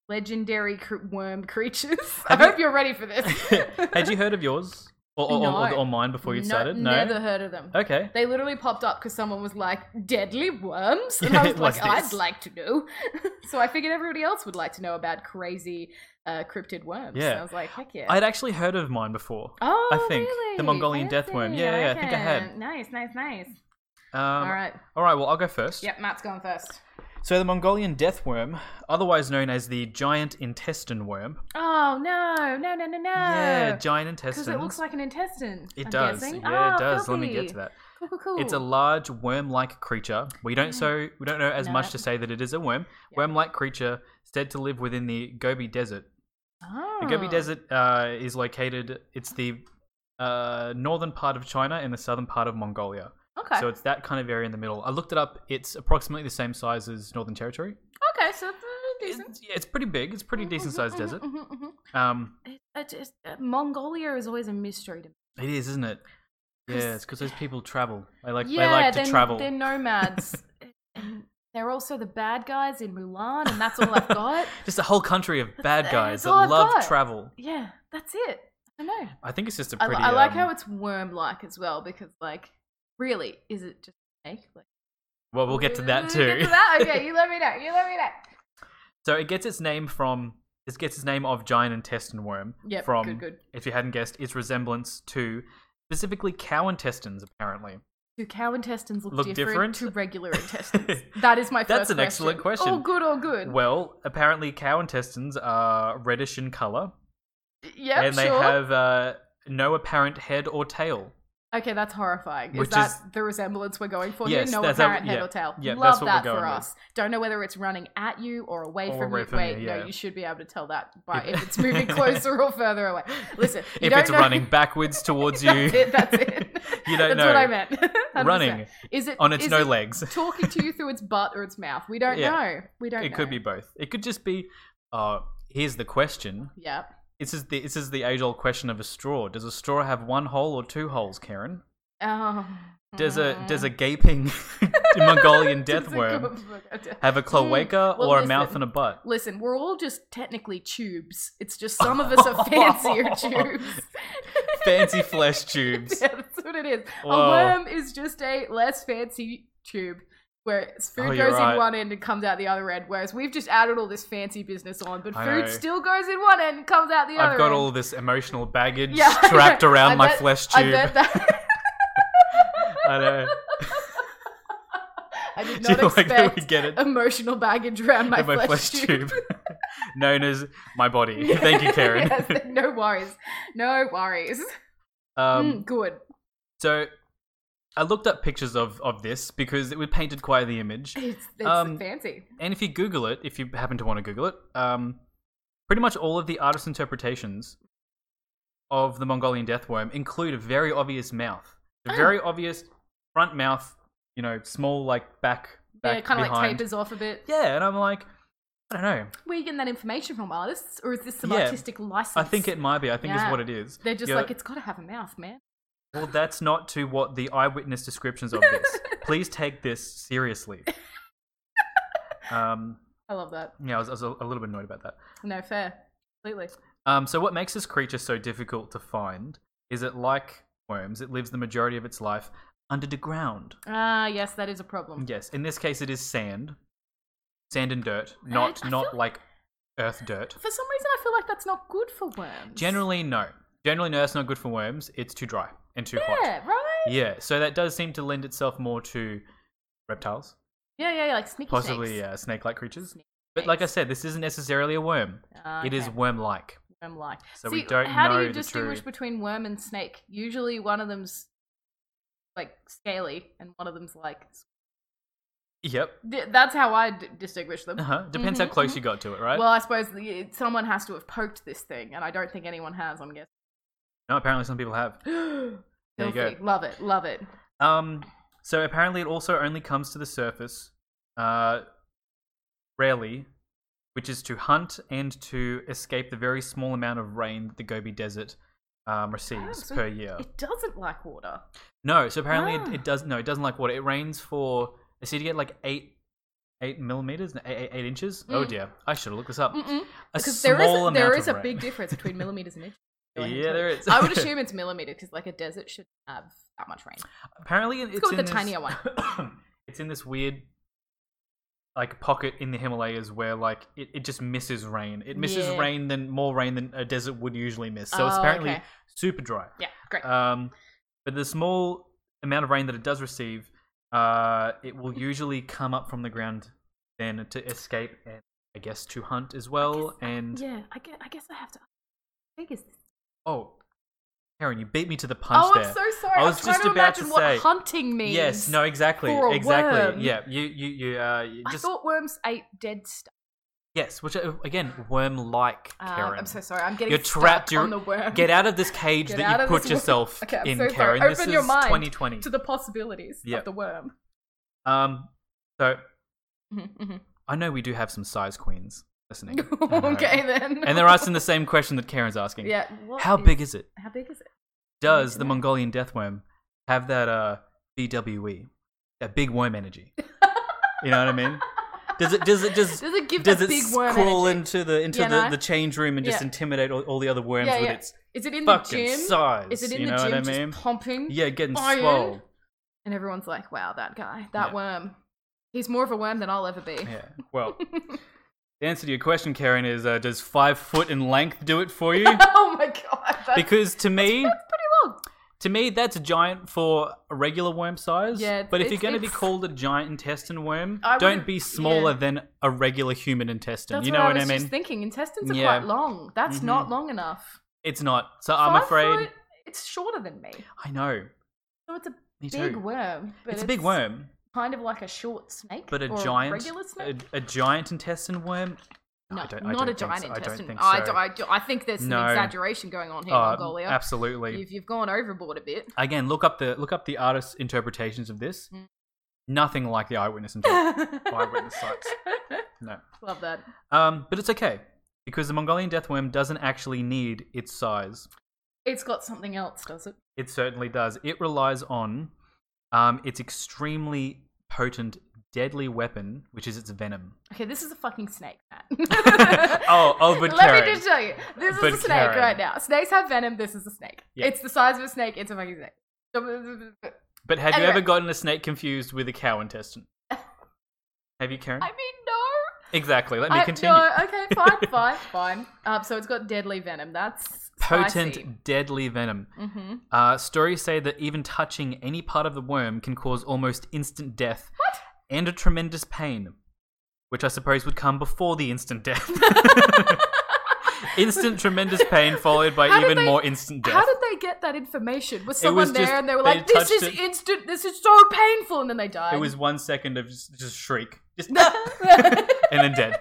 Speaker 1: Legendary cr- worm creatures.
Speaker 2: Have
Speaker 1: I
Speaker 2: you-
Speaker 1: hope you're ready for this.
Speaker 2: Had you heard of yours? Or, or, or,
Speaker 1: No.
Speaker 2: or mine before you
Speaker 1: No-
Speaker 2: started? No.
Speaker 1: never heard of them.
Speaker 2: Okay.
Speaker 1: They literally popped up because someone was like, deadly worms? And I was
Speaker 2: What's
Speaker 1: like, I'd
Speaker 2: this?
Speaker 1: like to know. so I figured everybody else would like to know about crazy uh, cryptid worms.
Speaker 2: Yeah.
Speaker 1: And I was like, heck yeah.
Speaker 2: I'd actually heard of mine before.
Speaker 1: oh,
Speaker 2: I think.
Speaker 1: really?
Speaker 2: The Mongolian
Speaker 1: I
Speaker 2: death worm.
Speaker 1: see.
Speaker 2: Yeah, yeah, I think I had.
Speaker 1: Okay. Nice, nice, nice.
Speaker 2: Um,
Speaker 1: All right.
Speaker 2: All right, well, I'll go first.
Speaker 1: Yep, Matt's going first.
Speaker 2: So, the Mongolian death worm, otherwise known as the giant intestine worm.
Speaker 1: Oh, no, no, no, no, no.
Speaker 2: Yeah, giant
Speaker 1: Oh. Because
Speaker 2: intestine.
Speaker 1: it looks like an intestine.
Speaker 2: It
Speaker 1: I'm
Speaker 2: does.
Speaker 1: guessing.
Speaker 2: Yeah,
Speaker 1: Oh,
Speaker 2: it does. Let me get
Speaker 1: filthy.
Speaker 2: to that.
Speaker 1: Cool, cool, cool. Mm.
Speaker 2: It's a large worm-like creature. We don't so we don't know as
Speaker 1: No.
Speaker 2: much to say that it is a worm.
Speaker 1: Yeah.
Speaker 2: Worm-like creature said to live within the Gobi Desert.
Speaker 1: oh.
Speaker 2: The Gobi Desert uh, is located. It's the uh, northern part of China and the southern part of Mongolia.
Speaker 1: Okay.
Speaker 2: So it's that kind of area in the middle. I looked it up. It's approximately the same size as Northern Territory.
Speaker 1: okay, so it's, uh, decent.
Speaker 2: It's, yeah, it's pretty big. It's a pretty decent sized
Speaker 1: Mhm,
Speaker 2: desert.
Speaker 1: mhm, mhm, mhm.
Speaker 2: Um,
Speaker 1: It- it just- uh, Mongolia is always a mystery to me.
Speaker 2: it is, isn't it? Yeah,
Speaker 1: Yes.
Speaker 2: it's because those people travel. They like
Speaker 1: yeah,
Speaker 2: they like to
Speaker 1: they're,
Speaker 2: travel.
Speaker 1: they're nomads. And they're also the bad guys in Mulan, and that's all I've got.
Speaker 2: Just a whole country of bad
Speaker 1: That's
Speaker 2: guys that
Speaker 1: all I've
Speaker 2: love
Speaker 1: got.
Speaker 2: travel.
Speaker 1: Yeah, that's it. I know.
Speaker 2: I think it's just a
Speaker 1: I, li-
Speaker 2: pretty.
Speaker 1: I like
Speaker 2: um,
Speaker 1: how it's worm-like as well, because like, really, is it just a snake? Like,
Speaker 2: Well, we'll get to that
Speaker 1: We'll
Speaker 2: too.
Speaker 1: get to that? Okay, you let me know. You let me know.
Speaker 2: so it gets its name from it gets its name of giant intestine worm
Speaker 1: Yep,
Speaker 2: from
Speaker 1: good, good.
Speaker 2: if you hadn't guessed its resemblance to specifically cow intestines apparently.
Speaker 1: Do cow intestines look,
Speaker 2: Look
Speaker 1: different,
Speaker 2: different?
Speaker 1: to regular intestines? that is my first
Speaker 2: That's an excellent question.
Speaker 1: All good, all good.
Speaker 2: Well, apparently cow intestines are reddish in color,
Speaker 1: yep,
Speaker 2: and they
Speaker 1: sure.
Speaker 2: have uh, no apparent head or tail.
Speaker 1: Okay, that's horrifying. Is
Speaker 2: Which
Speaker 1: that
Speaker 2: is-
Speaker 1: the resemblance we're going for
Speaker 2: Yes,
Speaker 1: here? No
Speaker 2: that's how-
Speaker 1: apparent head
Speaker 2: yeah,
Speaker 1: or tail.
Speaker 2: yeah,
Speaker 1: Love
Speaker 2: that's what we're
Speaker 1: that
Speaker 2: going
Speaker 1: for
Speaker 2: with.
Speaker 1: us. Don't know whether it's running at you or away
Speaker 2: Or
Speaker 1: from
Speaker 2: away
Speaker 1: you.
Speaker 2: from
Speaker 1: Wait,
Speaker 2: you,
Speaker 1: no,
Speaker 2: yeah.
Speaker 1: you should be able to tell that by
Speaker 2: Yeah.
Speaker 1: if it's moving closer or further away. Listen, you
Speaker 2: if
Speaker 1: don't
Speaker 2: it's
Speaker 1: know-
Speaker 2: running backwards towards you,
Speaker 1: That's it. That's it.
Speaker 2: you don't
Speaker 1: that's
Speaker 2: know.
Speaker 1: what I meant. 100%.
Speaker 2: Running
Speaker 1: Is it
Speaker 2: on its
Speaker 1: is
Speaker 2: no
Speaker 1: it
Speaker 2: legs.
Speaker 1: Talking to you through its butt or its mouth. We don't
Speaker 2: Yeah.
Speaker 1: know. We don't.
Speaker 2: It could be
Speaker 1: know.
Speaker 2: both. It could just be. Uh, here's the question.
Speaker 1: Yeah.
Speaker 2: This is the this is the age old question of a straw. Does a straw have one hole or two holes, Karen?
Speaker 1: Oh.
Speaker 2: Does a does a gaping Mongolian death
Speaker 1: Does a- Mm.
Speaker 2: worm have a cloaca
Speaker 1: well,
Speaker 2: or a
Speaker 1: listen.
Speaker 2: mouth and a butt?
Speaker 1: Listen, we're all just technically tubes. It's just some of us are fancier tubes.
Speaker 2: Fancy flesh tubes. Oh.
Speaker 1: Yeah, that's what it is.
Speaker 2: Whoa.
Speaker 1: A worm is just a less fancy tube where food
Speaker 2: Oh, you're
Speaker 1: goes
Speaker 2: right.
Speaker 1: in one end and comes out the other end, whereas we've just added all this fancy business on, but
Speaker 2: I
Speaker 1: food
Speaker 2: know.
Speaker 1: still goes in one end and comes out the other
Speaker 2: I've got
Speaker 1: end.
Speaker 2: all this emotional baggage
Speaker 1: Yeah, I know.
Speaker 2: trapped around
Speaker 1: I
Speaker 2: my
Speaker 1: bet-
Speaker 2: flesh
Speaker 1: I
Speaker 2: tube.
Speaker 1: bet that.
Speaker 2: I know.
Speaker 1: I did
Speaker 2: Do you
Speaker 1: not
Speaker 2: like that
Speaker 1: expect
Speaker 2: we get it?
Speaker 1: emotional baggage around my,
Speaker 2: in my flesh, tube, known as my body.
Speaker 1: Yeah.
Speaker 2: Thank you, Karen.
Speaker 1: Yes, no worries. No worries.
Speaker 2: Um,
Speaker 1: Mm, good.
Speaker 2: So I looked up pictures of, of this because it was painted quite the image.
Speaker 1: It's, it's
Speaker 2: um,
Speaker 1: fancy.
Speaker 2: And if you Google it, if you happen to want to Google it, um, pretty much all of the artist's interpretations of the Mongolian death worm include a very obvious mouth, a
Speaker 1: Oh.
Speaker 2: very obvious front mouth. You know, small like back, back
Speaker 1: Yeah, kind of like
Speaker 2: behind.
Speaker 1: tapers off a bit.
Speaker 2: Yeah, and I'm like, I don't know.
Speaker 1: Where are you getting that information from, artists? Or is this some
Speaker 2: Yeah.
Speaker 1: artistic license?
Speaker 2: I think it might be. I think it's
Speaker 1: Yeah.
Speaker 2: what it is.
Speaker 1: They're just
Speaker 2: You're-
Speaker 1: like, it's got to have a mouth, man.
Speaker 2: Well, that's not to what the eyewitness descriptions of this. Please take this seriously. Um,
Speaker 1: I love that.
Speaker 2: yeah, I was, I was a, a little bit annoyed about that.
Speaker 1: No, fair. Completely.
Speaker 2: Um, so, what makes this creature so difficult to find is it, like worms, it lives the majority of its life under the ground.
Speaker 1: Ah, yes, that is a problem.
Speaker 2: Yes, in this case, it is sand, sand and dirt, not
Speaker 1: I
Speaker 2: not
Speaker 1: feel-
Speaker 2: like earth dirt.
Speaker 1: For some reason, I feel like that's not good for worms.
Speaker 2: Generally, no. Generally, no. That's not good for worms. It's too dry and too hot.
Speaker 1: Yeah, right?
Speaker 2: Yeah, so that does seem to lend itself more to reptiles,
Speaker 1: Yeah, yeah, yeah like sneaky
Speaker 2: possibly
Speaker 1: snakes.
Speaker 2: uh, snake-like creatures.
Speaker 1: Snake
Speaker 2: But like I said, this isn't necessarily a worm.
Speaker 1: Ah,
Speaker 2: It is
Speaker 1: okay.
Speaker 2: worm-like.
Speaker 1: worm like.
Speaker 2: So
Speaker 1: See,
Speaker 2: we don't
Speaker 1: how
Speaker 2: know
Speaker 1: do you
Speaker 2: the true.
Speaker 1: distinguish between worm and snake? Usually one of them's like scaly and one of them's like.
Speaker 2: Yep.
Speaker 1: Th- That's how I d- distinguish them.
Speaker 2: Uh huh. Depends
Speaker 1: Mhm,
Speaker 2: how close
Speaker 1: mhm.
Speaker 2: you got to it, right?
Speaker 1: Well, I suppose the, it- someone has to have poked this thing, and I don't think anyone has, I'm guessing.
Speaker 2: no, apparently some people have. There you go.
Speaker 1: Filthy. Love it, love it.
Speaker 2: Um. So apparently, it also only comes to the surface, uh, rarely, which is to hunt and to escape the very small amount of rain that the Gobi Desert um, receives
Speaker 1: Oh, so
Speaker 2: per year.
Speaker 1: It doesn't like water.
Speaker 2: No, so apparently
Speaker 1: Ah.
Speaker 2: it, it does. No, it doesn't like water. It rains for. It said to get like eight, eight millimeters, no, eight, eight, eight inches. Oh
Speaker 1: Mm.
Speaker 2: dear, I should have looked this up.
Speaker 1: Mm-mm.
Speaker 2: A
Speaker 1: Because
Speaker 2: small
Speaker 1: there is
Speaker 2: amount
Speaker 1: there is
Speaker 2: of
Speaker 1: a
Speaker 2: rain.
Speaker 1: big difference between millimeters and inches. Go ahead and
Speaker 2: yeah,
Speaker 1: tell
Speaker 2: there
Speaker 1: me.
Speaker 2: is.
Speaker 1: I would assume it's millimeters because, like, a desert should have that much rain.
Speaker 2: apparently it's
Speaker 1: go with
Speaker 2: in
Speaker 1: the
Speaker 2: this,
Speaker 1: tinier one.
Speaker 2: it's in this weird, like pocket in the Himalayas where like it, it just misses rain. It misses
Speaker 1: Yeah.
Speaker 2: rain than more rain than a desert would usually miss. So it's
Speaker 1: Oh,
Speaker 2: apparently
Speaker 1: okay.
Speaker 2: super dry.
Speaker 1: Yeah, great.
Speaker 2: Um, but the small amount of rain that it does receive, uh, it will usually come up from the ground then to escape and I guess to hunt as well. and
Speaker 1: uh, yeah, I guess, I guess I have to. How big is this?
Speaker 2: oh, Karen, you beat me to the punch
Speaker 1: Oh,
Speaker 2: there.
Speaker 1: I'm so sorry.
Speaker 2: I
Speaker 1: I
Speaker 2: was
Speaker 1: was
Speaker 2: just
Speaker 1: trying to
Speaker 2: about to
Speaker 1: imagine what
Speaker 2: say-
Speaker 1: hunting means.
Speaker 2: Yes, no, exactly,
Speaker 1: for a
Speaker 2: exactly.
Speaker 1: worm.
Speaker 2: Yeah, you, you, you, uh, you
Speaker 1: I
Speaker 2: just
Speaker 1: thought worms ate dead stuff.
Speaker 2: yes, which uh, again, worm-like,
Speaker 1: Uh,
Speaker 2: Karen.
Speaker 1: I'm so sorry. I'm getting
Speaker 2: You're
Speaker 1: stuck
Speaker 2: trapped, you're-
Speaker 1: on the worm.
Speaker 2: Get out of this cage
Speaker 1: Get
Speaker 2: that
Speaker 1: out
Speaker 2: you
Speaker 1: of
Speaker 2: put
Speaker 1: this worm.
Speaker 2: yourself
Speaker 1: Okay, I'm
Speaker 2: in,
Speaker 1: so sorry.
Speaker 2: Karen. this
Speaker 1: Open
Speaker 2: is
Speaker 1: your mind
Speaker 2: 2020.
Speaker 1: to the possibilities
Speaker 2: Yeah.
Speaker 1: of the worm.
Speaker 2: Um, so
Speaker 1: Mhm, mhm.
Speaker 2: I know we do have some size queens listening. I know.
Speaker 1: okay then.
Speaker 2: Uh-huh, and they're asking the same question that Karen's asking.
Speaker 1: Yeah. what
Speaker 2: How big is it?
Speaker 1: How big is it?
Speaker 2: Does
Speaker 1: to
Speaker 2: the
Speaker 1: know.
Speaker 2: Mongolian death worm have that uh BWE, that big worm energy? you know what I mean? Does it? Does it? Does
Speaker 1: Does it give
Speaker 2: does
Speaker 1: that
Speaker 2: it
Speaker 1: big worm
Speaker 2: crawl
Speaker 1: energy?
Speaker 2: into the into
Speaker 1: Yeah,
Speaker 2: the,
Speaker 1: no?
Speaker 2: the change room and just
Speaker 1: Yeah.
Speaker 2: intimidate all, all the other worms
Speaker 1: Yeah,
Speaker 2: with
Speaker 1: yeah.
Speaker 2: its
Speaker 1: Is it in the
Speaker 2: fucking
Speaker 1: gym?
Speaker 2: size?
Speaker 1: Is it in
Speaker 2: you
Speaker 1: the
Speaker 2: know
Speaker 1: gym
Speaker 2: what I mean?
Speaker 1: just pumping?
Speaker 2: yeah, getting
Speaker 1: iron?
Speaker 2: swole.
Speaker 1: And everyone's like, "Wow, that guy, that
Speaker 2: Yeah.
Speaker 1: worm. He's more of a worm than I'll ever be."
Speaker 2: Yeah. Well, the answer to your question, Karen, is uh, does five foot in length do it for you?
Speaker 1: oh my god. That's,
Speaker 2: Because to me,
Speaker 1: that's pretty long.
Speaker 2: To me, that's giant for a regular worm size.
Speaker 1: Yeah, it's-
Speaker 2: but if you're
Speaker 1: it's-
Speaker 2: going to be
Speaker 1: it's-
Speaker 2: called a giant intestine worm,
Speaker 1: I
Speaker 2: don't
Speaker 1: wouldn't-
Speaker 2: be smaller
Speaker 1: yeah.
Speaker 2: than a regular human intestine.
Speaker 1: That's
Speaker 2: you
Speaker 1: what,
Speaker 2: know
Speaker 1: I
Speaker 2: what
Speaker 1: was
Speaker 2: I mean?
Speaker 1: just thinking. Intestines are
Speaker 2: Yeah.
Speaker 1: quite long. That's
Speaker 2: Mhm.
Speaker 1: not long enough.
Speaker 2: It's not. So i I'm
Speaker 1: Five
Speaker 2: afraid.
Speaker 1: foot, it's shorter than me.
Speaker 2: I know.
Speaker 1: So it's a
Speaker 2: Me too.
Speaker 1: big worm. But
Speaker 2: it's a big worm,
Speaker 1: Kind of like a short snake.
Speaker 2: but a
Speaker 1: or
Speaker 2: giant,
Speaker 1: regular snake.
Speaker 2: A, a giant intestine worm.
Speaker 1: no,
Speaker 2: I don't, I
Speaker 1: not
Speaker 2: don't
Speaker 1: a
Speaker 2: think
Speaker 1: giant
Speaker 2: so.
Speaker 1: intestine.
Speaker 2: I don't think so.
Speaker 1: I, do- I think there's some
Speaker 2: No.
Speaker 1: exaggeration going on here,
Speaker 2: Uh,
Speaker 1: Mongolia.
Speaker 2: absolutely.
Speaker 1: You've, you've gone overboard a bit.
Speaker 2: Again, look up the look up the artist's interpretations of this.
Speaker 1: Mm.
Speaker 2: Nothing like the eyewitness interpretation.
Speaker 1: Vibrant
Speaker 2: witness sites. no.
Speaker 1: Love that.
Speaker 2: Um, but it's okay because the Mongolian death worm doesn't actually need its size.
Speaker 1: It's got something else, does it?
Speaker 2: It certainly does. It relies on um, its extremely potent, deadly weapon, which is its venom.
Speaker 1: Okay, this is a fucking snake, Matt.
Speaker 2: Oh, oh, but
Speaker 1: Let
Speaker 2: Karen.
Speaker 1: me just tell you, this
Speaker 2: But
Speaker 1: is a snake
Speaker 2: Karen.
Speaker 1: right now. Snakes have venom. This is a snake.
Speaker 2: Yeah.
Speaker 1: It's the size of a snake. It's a fucking snake.
Speaker 2: But have you
Speaker 1: Anyway.
Speaker 2: ever gotten a snake confused with a cow intestine? Have you, Karen?
Speaker 1: I mean, no.
Speaker 2: exactly. Let me
Speaker 1: I-
Speaker 2: continue.
Speaker 1: No, okay, fine, fine, fine. Um, so it's got deadly venom. That's
Speaker 2: Potent, deadly venom.
Speaker 1: hmm
Speaker 2: Uh, stories say that even touching any part of the worm can cause almost instant death and a tremendous pain, which I suppose would come before the instant death. instant tremendous pain followed by
Speaker 1: How did
Speaker 2: even
Speaker 1: they-
Speaker 2: more instant death.
Speaker 1: How did they get that information? Was someone
Speaker 2: was
Speaker 1: there
Speaker 2: just-
Speaker 1: and they were
Speaker 2: they
Speaker 1: like, "This
Speaker 2: touched
Speaker 1: is
Speaker 2: it."
Speaker 1: instant. This is so painful," and then they died.
Speaker 2: It was one second of just, just shriek, just
Speaker 1: yeah,
Speaker 2: and then dead.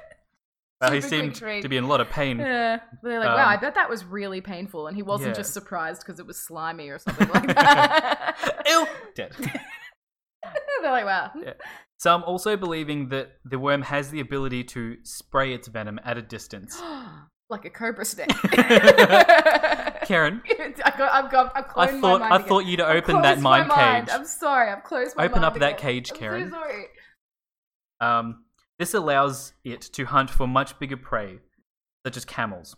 Speaker 2: Well, he
Speaker 1: Super quick
Speaker 2: seemed
Speaker 1: shriek.
Speaker 2: to be in a lot of pain.
Speaker 1: they're like, "Wow, I
Speaker 2: Um,
Speaker 1: bet that was really painful," and he wasn't
Speaker 2: yeah.
Speaker 1: just surprised because it was slimy or something like that.
Speaker 2: Ew, dead.
Speaker 1: they're like, "Wow."
Speaker 2: Some also believing that the worm has the ability to spray its venom at a distance.
Speaker 1: like a cobra snake. I
Speaker 2: Karen,
Speaker 1: got, I've got, I've
Speaker 2: I
Speaker 1: cloned
Speaker 2: thought
Speaker 1: my mind
Speaker 2: I
Speaker 1: again.
Speaker 2: thought you to
Speaker 1: I've
Speaker 2: open that
Speaker 1: closed my
Speaker 2: mind
Speaker 1: mind.
Speaker 2: cage.
Speaker 1: I'm sorry, I've closed my
Speaker 2: Open
Speaker 1: mind
Speaker 2: up that
Speaker 1: again.
Speaker 2: cage,
Speaker 1: I'm so
Speaker 2: Karen.
Speaker 1: sorry.
Speaker 2: Um, this allows it to hunt for much bigger prey, such as camels.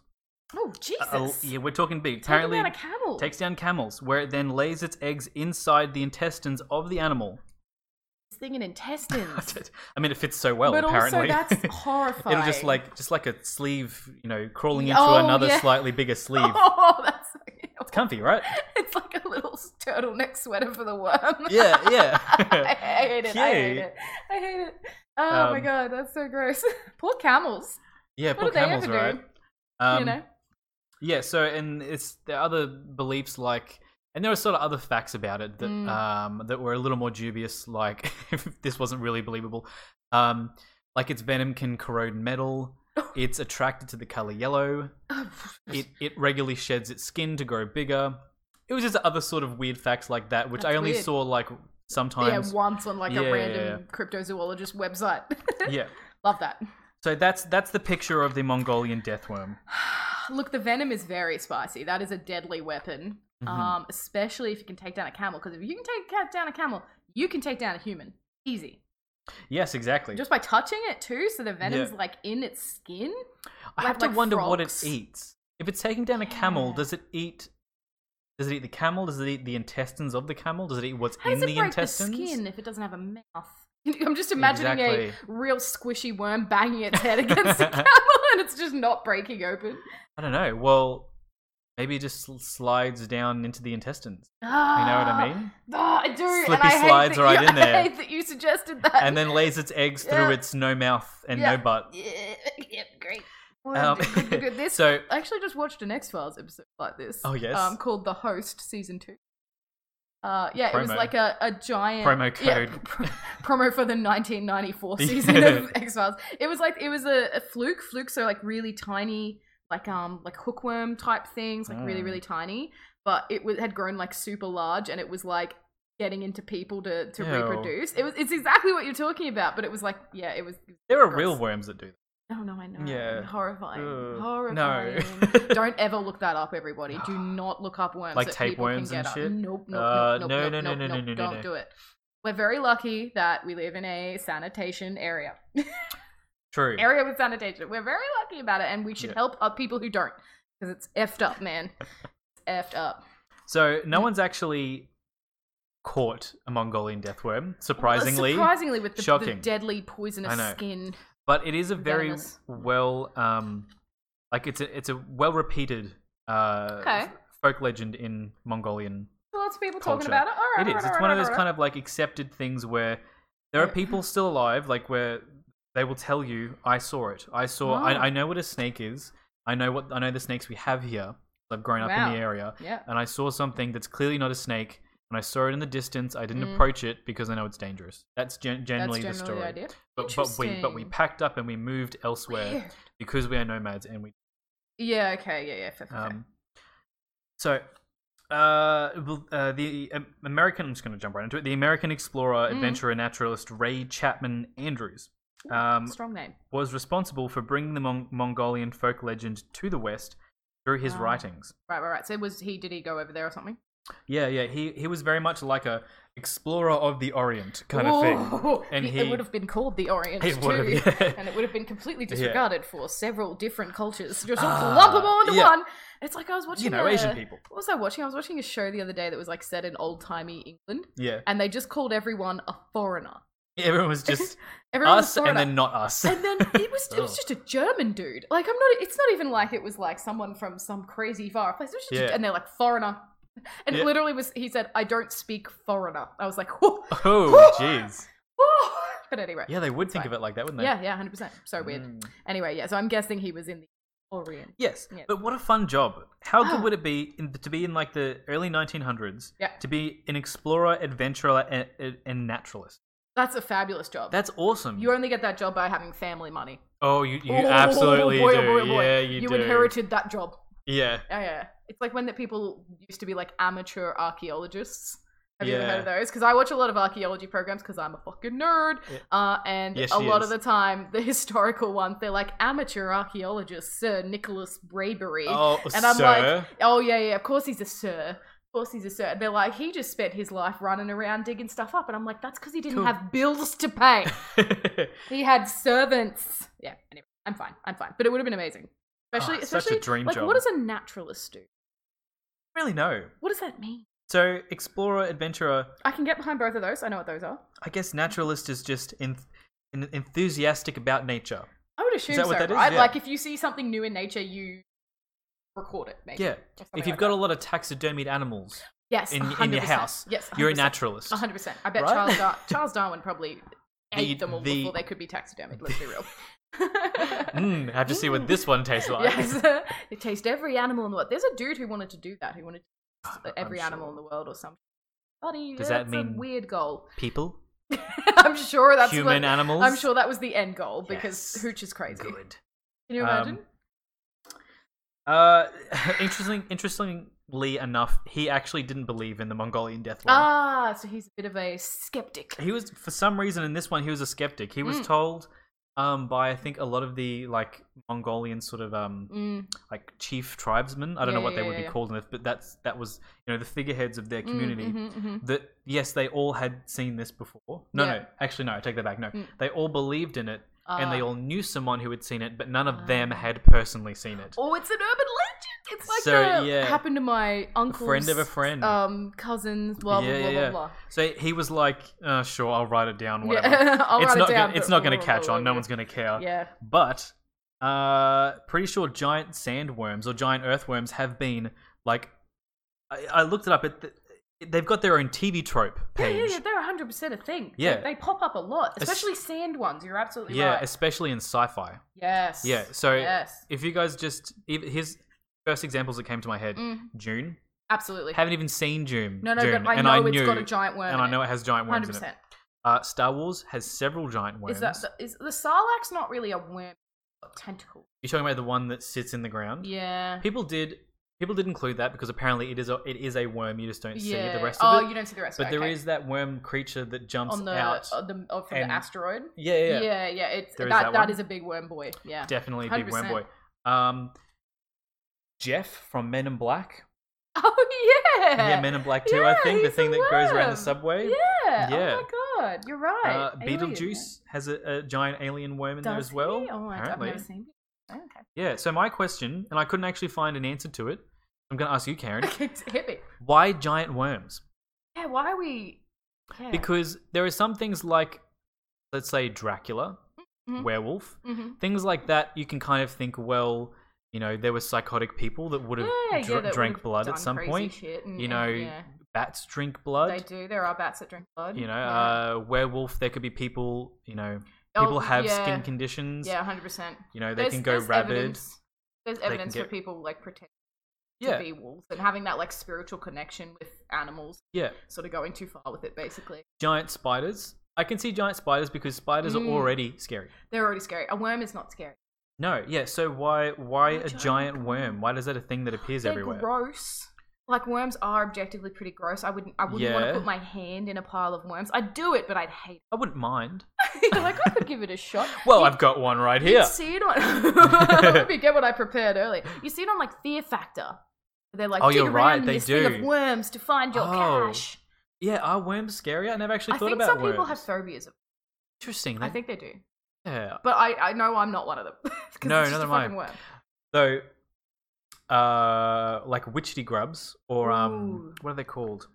Speaker 1: Oh Jesus!
Speaker 2: Uh, yeah, we're talking big.
Speaker 1: Taking
Speaker 2: Apparently,
Speaker 1: down a camel.
Speaker 2: takes down camels, where it then lays its eggs inside the intestines of the animal.
Speaker 1: this thing in intestines.
Speaker 2: I mean, it fits so well.
Speaker 1: but
Speaker 2: apparently,
Speaker 1: also that's horrifying.
Speaker 2: it'll just like just like a sleeve, you know, crawling into
Speaker 1: Oh,
Speaker 2: another
Speaker 1: yeah.
Speaker 2: slightly bigger sleeve.
Speaker 1: Oh, that's
Speaker 2: It's comfy, right?
Speaker 1: it's like a little turtleneck sweater for the worm.
Speaker 2: Yeah,
Speaker 1: I
Speaker 2: yeah.
Speaker 1: hate it. I hate
Speaker 2: Cute.
Speaker 1: it. I hate it. Oh my
Speaker 2: Um,
Speaker 1: god, that's so gross. Poor camels.
Speaker 2: yeah,
Speaker 1: What
Speaker 2: poor
Speaker 1: do they
Speaker 2: camels,
Speaker 1: ever do?
Speaker 2: right? Um,
Speaker 1: you know.
Speaker 2: Yeah, so and it's the other beliefs like and there are sort of other facts about it that
Speaker 1: Mm.
Speaker 2: um that were a little more dubious, like if this wasn't really believable. Um like its venom can corrode metal, it's attracted to the colour yellow, it it regularly sheds its skin to grow bigger. It was just other sort of weird facts like that, which I
Speaker 1: That's
Speaker 2: only
Speaker 1: weird.
Speaker 2: saw like
Speaker 1: yeah,
Speaker 2: sometimes.
Speaker 1: once on like
Speaker 2: Yeah,
Speaker 1: a
Speaker 2: yeah,
Speaker 1: random cryptozoologist website.
Speaker 2: yeah.
Speaker 1: Love that.
Speaker 2: So that's that's the picture of the Mongolian death worm.
Speaker 1: Look, the venom is very spicy. That is a deadly weapon,
Speaker 2: Mhm.
Speaker 1: um, especially if you can take down a camel. Because if you can take ca- down a camel, you can take down a human. Easy.
Speaker 2: Yes, exactly.
Speaker 1: Just by touching it too, so the venom's like in its skin.
Speaker 2: I
Speaker 1: Like-
Speaker 2: have to
Speaker 1: like
Speaker 2: wonder what it
Speaker 1: frogs.
Speaker 2: eats. If it's taking down a camel,
Speaker 1: Yeah.
Speaker 2: does it eat? Does it eat the camel? Does it eat the intestines of the camel? Does it eat what's
Speaker 1: How
Speaker 2: in
Speaker 1: does
Speaker 2: the
Speaker 1: it break
Speaker 2: intestines?
Speaker 1: the skin if it doesn't have a mouth? I'm just imagining a
Speaker 2: Exactly.
Speaker 1: real squishy worm banging its head against a camel and it's just not breaking open.
Speaker 2: I don't know. Well, maybe it just sl- slides down into the intestines. You know what I mean?
Speaker 1: Ah, I do. and
Speaker 2: Slippy
Speaker 1: I hate
Speaker 2: slides
Speaker 1: that
Speaker 2: right
Speaker 1: you,
Speaker 2: in there.
Speaker 1: I hate that you suggested that.
Speaker 2: And then lays its eggs through
Speaker 1: uh, Yeah.
Speaker 2: its no mouth and
Speaker 1: Yeah.
Speaker 2: no butt.
Speaker 1: Yeah, yep, great.
Speaker 2: Um,
Speaker 1: Good, good, good, good. This,
Speaker 2: so
Speaker 1: I actually just watched an X Files episode like this.
Speaker 2: Oh, yes?
Speaker 1: um, called The Host season two. Uh, yeah, it was
Speaker 2: Promo.
Speaker 1: like a, a giant
Speaker 2: Promo
Speaker 1: yeah,
Speaker 2: code.
Speaker 1: pro- promo for the 1994 season
Speaker 2: Yeah.
Speaker 1: of X Files. It was like it was a, a fluke, fluke, so like really tiny, like um, like hookworm type things, like really
Speaker 2: Mm.
Speaker 1: really tiny. But it was, had grown like super large, and it was like getting into people to to
Speaker 2: Ew.
Speaker 1: reproduce. It was it's exactly what you're talking about, but it was like yeah, it was
Speaker 2: there are
Speaker 1: gross.
Speaker 2: real worms that do that.
Speaker 1: Oh no, I know.
Speaker 2: Yeah.
Speaker 1: Horrifying.
Speaker 2: Ugh.
Speaker 1: Horrifying.
Speaker 2: No.
Speaker 1: Don't ever look that up, everybody. Do not look up worms.
Speaker 2: Like
Speaker 1: that people
Speaker 2: tapeworms
Speaker 1: can
Speaker 2: and
Speaker 1: get
Speaker 2: shit?
Speaker 1: Up. Nope, nope,
Speaker 2: Uh,
Speaker 1: nope,
Speaker 2: no,
Speaker 1: nope,
Speaker 2: no, no,
Speaker 1: nope,
Speaker 2: no, no,
Speaker 1: nope,
Speaker 2: no, no,
Speaker 1: Don't
Speaker 2: no.
Speaker 1: do it. We're very lucky that we live in a sanitation area.
Speaker 2: True.
Speaker 1: area with sanitation. We're very lucky about it, and we should
Speaker 2: Yeah.
Speaker 1: help other people who don't. Because it's effed up, man. it's effed up.
Speaker 2: So no one's actually caught a Mongolian death worm, surprisingly.
Speaker 1: Surprisingly, with the, the
Speaker 2: shocking.
Speaker 1: deadly
Speaker 2: I
Speaker 1: poisonous
Speaker 2: know.
Speaker 1: skin.
Speaker 2: but it is a very
Speaker 1: Venomous.
Speaker 2: well um like it's a it's a well repeated uh
Speaker 1: Okay.
Speaker 2: folk legend in mongolian
Speaker 1: Lots of people
Speaker 2: Culture.
Speaker 1: talking about it. All right,
Speaker 2: It is. It's one of those kind of like accepted things where there are
Speaker 1: Yeah.
Speaker 2: people still alive, like where they will tell you, "I saw it. I saw.
Speaker 1: Wow.
Speaker 2: I, I know what a snake is. I know what. I know the snakes we have here. I've grown up in
Speaker 1: Wow.
Speaker 2: the area,
Speaker 1: Yeah.
Speaker 2: and I saw something that's clearly not a snake." And I saw it in the distance. I didn't
Speaker 1: Mm.
Speaker 2: approach it because I know it's dangerous. That's gen- generally,
Speaker 1: That's
Speaker 2: the story.
Speaker 1: generally the idea.
Speaker 2: But, but we but we
Speaker 1: Interesting.
Speaker 2: packed up and we moved elsewhere
Speaker 1: Weird.
Speaker 2: because we are nomads and we
Speaker 1: Yeah. Okay. Yeah. Yeah. fair, fair, fair.
Speaker 2: um, so, uh, well, uh, the um, American, I'm just going to jump right into it. The American explorer,
Speaker 1: Mm.
Speaker 2: adventurer, naturalist Ray Chapman Andrews um,
Speaker 1: Strong name.
Speaker 2: was responsible for bringing the Mon- Mongolian folk legend to the West through his
Speaker 1: Ah.
Speaker 2: writings.
Speaker 1: Right. Right. Right. So was he? Did he go over there or something?
Speaker 2: Yeah, yeah, he he was very much like a explorer of the Orient kind of thing.
Speaker 1: Ooh,
Speaker 2: And
Speaker 1: he-
Speaker 2: he-
Speaker 1: it would have been called the Orient
Speaker 2: It
Speaker 1: too,
Speaker 2: would've, yeah.
Speaker 1: and it would have been completely
Speaker 2: Yeah.
Speaker 1: disregarded for several different cultures. Just "Oh, all
Speaker 2: Ah,
Speaker 1: club them all into
Speaker 2: yeah.
Speaker 1: one. It's like I was watching,
Speaker 2: You know,
Speaker 1: a-
Speaker 2: Asian people.
Speaker 1: What was I watching? I was watching a show the other day that was like set in old timey England,
Speaker 2: Yeah,
Speaker 1: and they just called everyone a foreigner.
Speaker 2: everyone was just
Speaker 1: Everyone was
Speaker 2: us
Speaker 1: a
Speaker 2: and
Speaker 1: foreigner.
Speaker 2: then not us.
Speaker 1: And then it was it was
Speaker 2: Ugh.
Speaker 1: just a German dude. Like I'm not. It's not even like it was like someone from some crazy far place. It was just a-
Speaker 2: Yeah.
Speaker 1: and they're like foreigner. And
Speaker 2: Yeah.
Speaker 1: it literally was. He said, "I don't speak foreigner." I was like, "Whoa,
Speaker 2: oh, jeez.
Speaker 1: whoa." But anyway,
Speaker 2: Yeah, they would think
Speaker 1: fine.
Speaker 2: of it like that, wouldn't they?
Speaker 1: yeah, yeah, hundred percent. So weird.
Speaker 2: Mm.
Speaker 1: Anyway, yeah. So I'm guessing he was in the Orient.
Speaker 2: Yes,
Speaker 1: Yeah.
Speaker 2: but what a fun job! How
Speaker 1: Ah.
Speaker 2: good would it be in, to be in like the early 1900s?
Speaker 1: Yeah.
Speaker 2: To be an explorer, adventurer, and, and- and naturalist.
Speaker 1: That's a fabulous job.
Speaker 2: That's awesome.
Speaker 1: you only get that job by having family money.
Speaker 2: oh, you, you
Speaker 1: Oh,
Speaker 2: absolutely
Speaker 1: boy,
Speaker 2: do.
Speaker 1: oh, boy, oh, boy.
Speaker 2: Yeah, you, do.
Speaker 1: inherited that job.
Speaker 2: Yeah.
Speaker 1: Yeah, Oh, yeah. It's like when the people used to be like amateur archaeologists. Have you ever
Speaker 2: Yeah.
Speaker 1: heard of those? Because I watch a lot of archaeology programs because I'm a fucking nerd.
Speaker 2: Yeah.
Speaker 1: Uh, and
Speaker 2: Yes,
Speaker 1: a
Speaker 2: she
Speaker 1: lot
Speaker 2: is.
Speaker 1: of the time, the historical ones, they're like amateur archaeologist Sir Nicholas Brabery. Oh.
Speaker 2: Oh,
Speaker 1: And I'm
Speaker 2: sir.
Speaker 1: like- yeah, yeah. Of course he's a sir. Of course he's a sir. And they're like, he just spent his life running around digging stuff up, and I'm like, that's because he didn't
Speaker 2: Cool.
Speaker 1: have bills to pay. he had servants. Yeah. Anyway, I'm fine. I'm fine. But it would have been amazing, especially
Speaker 2: Ah, such a
Speaker 1: especially
Speaker 2: dream
Speaker 1: like
Speaker 2: job.
Speaker 1: what does a naturalist do?
Speaker 2: really no.
Speaker 1: What does that mean?
Speaker 2: So explorer, adventurer.
Speaker 1: I can get behind both of those. I know what those are.
Speaker 2: I guess naturalist is just en- en- enthusiastic about nature.
Speaker 1: I would assume
Speaker 2: that
Speaker 1: so,
Speaker 2: what that is?
Speaker 1: right?
Speaker 2: Yeah.
Speaker 1: Like if you see something new in nature, you record it. Maybe.
Speaker 2: Yeah.
Speaker 1: Or something
Speaker 2: If you've
Speaker 1: like
Speaker 2: got
Speaker 1: that.
Speaker 2: a lot of taxidermied animals
Speaker 1: yes
Speaker 2: in, in
Speaker 1: 100%.
Speaker 2: your house,
Speaker 1: yes,
Speaker 2: you're a
Speaker 1: 100%.
Speaker 2: naturalist.
Speaker 1: 100%. I bet
Speaker 2: Right?
Speaker 1: Charles, Dar- Charles Darwin probably ate
Speaker 2: The-
Speaker 1: them all
Speaker 2: the-
Speaker 1: before they could be taxidermied. Let's be real.
Speaker 2: Mm, have to see
Speaker 1: Mm.
Speaker 2: what this one tastes like.
Speaker 1: yes, they taste every animal in the world. There's a dude who wanted to do that. Who wanted to taste
Speaker 2: I'm
Speaker 1: every
Speaker 2: sure.
Speaker 1: animal in the world or something. Buddy,
Speaker 2: Does that
Speaker 1: that's
Speaker 2: mean-
Speaker 1: a weird goal.
Speaker 2: People,
Speaker 1: I'm sure that's
Speaker 2: human
Speaker 1: what,
Speaker 2: animals.
Speaker 1: I'm sure that was the end goal because
Speaker 2: Yes.
Speaker 1: Hooch is crazy.
Speaker 2: Good.
Speaker 1: Can you
Speaker 2: Um,
Speaker 1: imagine?
Speaker 2: Uh, interesting, interestingly enough, he actually didn't believe in the Mongolian death one.
Speaker 1: ah, so he's a bit of a skeptic.
Speaker 2: he was, for some reason, in this one, he was a skeptic. He was
Speaker 1: Mm.
Speaker 2: told, um, by I think a lot of the like Mongolian sort of um
Speaker 1: Mm,
Speaker 2: like chief tribesmen. I don't
Speaker 1: Yeah,
Speaker 2: know what
Speaker 1: yeah,
Speaker 2: they
Speaker 1: yeah,
Speaker 2: would
Speaker 1: yeah.
Speaker 2: be called in this, but that's that was you know the figureheads of their community.
Speaker 1: Mm, mhm, mhm.
Speaker 2: that yes, they all had seen this before. No,
Speaker 1: Yeah.
Speaker 2: no, actually, no, I take that back. No,
Speaker 1: Mm.
Speaker 2: they all believed in it, and they
Speaker 1: Ah.
Speaker 2: all knew someone who had seen it, but none of them
Speaker 1: Ah.
Speaker 2: had personally seen it.
Speaker 1: Oh, it's an urban legend. It's like
Speaker 2: So,
Speaker 1: the-
Speaker 2: yeah.
Speaker 1: happened to my uncle,
Speaker 2: friend of a friend.
Speaker 1: um, cousins. Blah blah
Speaker 2: Yeah,
Speaker 1: blah
Speaker 2: yeah,
Speaker 1: blah
Speaker 2: so he was like, uh, "Sure, I'll write it down.
Speaker 1: blah.
Speaker 2: Whatever.
Speaker 1: Yeah, I'll
Speaker 2: it's
Speaker 1: write
Speaker 2: not.
Speaker 1: it down.
Speaker 2: gonna, it's
Speaker 1: but
Speaker 2: not going
Speaker 1: blah,
Speaker 2: to
Speaker 1: blah,
Speaker 2: catch
Speaker 1: blah,
Speaker 2: on. No
Speaker 1: blah.
Speaker 2: one's going to care.
Speaker 1: Yeah.
Speaker 2: But uh, pretty sure giant sandworms or giant earthworms have been like. I, I looked it up. It, they've got their own TV trope
Speaker 1: Yeah,
Speaker 2: page.
Speaker 1: yeah, yeah, they're 100% a thing. They-
Speaker 2: Yeah.
Speaker 1: They, pop up a lot,
Speaker 2: Es-
Speaker 1: especially sand ones. You're absolutely
Speaker 2: Yeah,
Speaker 1: right.
Speaker 2: especially in sci-fi.
Speaker 1: yes.
Speaker 2: Yeah, so
Speaker 1: yes.
Speaker 2: If you guys just ev- here's first examples that came to my head.
Speaker 1: Mm,
Speaker 2: June.
Speaker 1: absolutely.
Speaker 2: Haven't even seen June.
Speaker 1: No, no,
Speaker 2: June,
Speaker 1: but I
Speaker 2: and
Speaker 1: know
Speaker 2: I
Speaker 1: it's
Speaker 2: knew,
Speaker 1: got a giant worm.
Speaker 2: and I know it has giant worms in
Speaker 1: Hundred
Speaker 2: it.
Speaker 1: percent.
Speaker 2: Uh, Star Wars has several giant worms.
Speaker 1: Is that the, is the Sarlacc's not really a worm? it's a Tentacle.
Speaker 2: You're talking about the one that sits in the ground.
Speaker 1: Yeah.
Speaker 2: People did people did include that because apparently it is a, it is a worm. You just don't
Speaker 1: yeah.
Speaker 2: see the rest
Speaker 1: oh,
Speaker 2: of it.
Speaker 1: you don't see the rest.
Speaker 2: but
Speaker 1: of it.
Speaker 2: there
Speaker 1: okay.
Speaker 2: is that worm creature that jumps
Speaker 1: on the,
Speaker 2: out.
Speaker 1: uh, the oh, from
Speaker 2: and-
Speaker 1: the asteroid.
Speaker 2: yeah, yeah, yeah.
Speaker 1: yeah. it's
Speaker 2: There is
Speaker 1: that
Speaker 2: that
Speaker 1: that
Speaker 2: one.
Speaker 1: is a big worm boy. Yeah.
Speaker 2: definitely a big worm
Speaker 1: 100%.
Speaker 2: boy. Um, Jeff from Men in Black.
Speaker 1: Oh yeah.
Speaker 2: Yeah, Men in Black 2, I
Speaker 1: Yeah,
Speaker 2: think. The
Speaker 1: he's a
Speaker 2: thing that goes around
Speaker 1: worm.
Speaker 2: the subway.
Speaker 1: yeah.
Speaker 2: Yeah.
Speaker 1: Oh my god, you're right.
Speaker 2: Uh,
Speaker 1: Alien,
Speaker 2: Beetlejuice has a, a giant alien worm in
Speaker 1: yeah.
Speaker 2: there
Speaker 1: Does
Speaker 2: as well.
Speaker 1: he? Oh, I- I've
Speaker 2: apparently.
Speaker 1: never seen. it. Okay.
Speaker 2: Yeah. So my question, and I couldn't actually find an answer to it. I'm going to ask you, Karen.
Speaker 1: Okay, hit me.
Speaker 2: why giant worms?
Speaker 1: Yeah. Why are we? Yeah.
Speaker 2: Because there are some things like, let's say Dracula,
Speaker 1: Mhm.
Speaker 2: werewolf,
Speaker 1: hmm
Speaker 2: things like that. You can kind of think, well, you know, there were psychotic people that would have
Speaker 1: yeah, yeah,
Speaker 2: dr-
Speaker 1: that
Speaker 2: drank
Speaker 1: would've
Speaker 2: blood
Speaker 1: done
Speaker 2: at some
Speaker 1: crazy
Speaker 2: point.
Speaker 1: shit and-
Speaker 2: You
Speaker 1: and-
Speaker 2: know,
Speaker 1: yeah.
Speaker 2: bats drink blood.
Speaker 1: They do. There are bats that drink blood.
Speaker 2: You know,
Speaker 1: yeah.
Speaker 2: uh, werewolf. There could be people. You know,
Speaker 1: Oh,
Speaker 2: people have
Speaker 1: yeah.
Speaker 2: skin conditions.
Speaker 1: Yeah, hundred percent.
Speaker 2: You know, they can go rabid.
Speaker 1: Evidence, there's
Speaker 2: can
Speaker 1: evidence for
Speaker 2: get-
Speaker 1: people like pretending
Speaker 2: Yeah,
Speaker 1: to be wolves and having that like spiritual connection with animals,
Speaker 2: yeah.
Speaker 1: sort of going too far with it. Basically,
Speaker 2: Giant spiders. I can see giant spiders because spiders
Speaker 1: Mm.
Speaker 2: are already scary.
Speaker 1: they're already scary. A worm is not scary.
Speaker 2: No, yeah. So why why
Speaker 1: Oh,
Speaker 2: a
Speaker 1: giant
Speaker 2: giant worm? Why is that a thing that appears
Speaker 1: They're
Speaker 2: everywhere?
Speaker 1: gross. Like worms are objectively pretty gross. I wouldn't. I wouldn't want to
Speaker 2: Yeah.
Speaker 1: put my hand in a pile of worms. I'd do it, but I'd hate.
Speaker 2: I wouldn't mind.
Speaker 1: it. You're like I could give it a shot.
Speaker 2: Well,
Speaker 1: You-
Speaker 2: I've got one right
Speaker 1: You
Speaker 2: here.
Speaker 1: see it on. Let me get what I prepared earlier. You see it on like Fear Factor. They're like,
Speaker 2: Oh,
Speaker 1: dig
Speaker 2: you're
Speaker 1: around
Speaker 2: right,
Speaker 1: in
Speaker 2: they
Speaker 1: this thing of
Speaker 2: do.
Speaker 1: worms to find your
Speaker 2: Oh,
Speaker 1: cash.
Speaker 2: Yeah, are worms scary? I never actually
Speaker 1: I
Speaker 2: thought
Speaker 1: think
Speaker 2: about
Speaker 1: some
Speaker 2: worms.
Speaker 1: people have phobias of.
Speaker 2: Interesting.
Speaker 1: I
Speaker 2: that-
Speaker 1: think they do,
Speaker 2: yeah.
Speaker 1: but I, I know I'm not one of them. 'Cause
Speaker 2: No,
Speaker 1: it's just
Speaker 2: neither
Speaker 1: a
Speaker 2: am I.
Speaker 1: fucking worm.
Speaker 2: So, uh, like witchetty grubs, or um,
Speaker 1: Ooh.
Speaker 2: what are they called?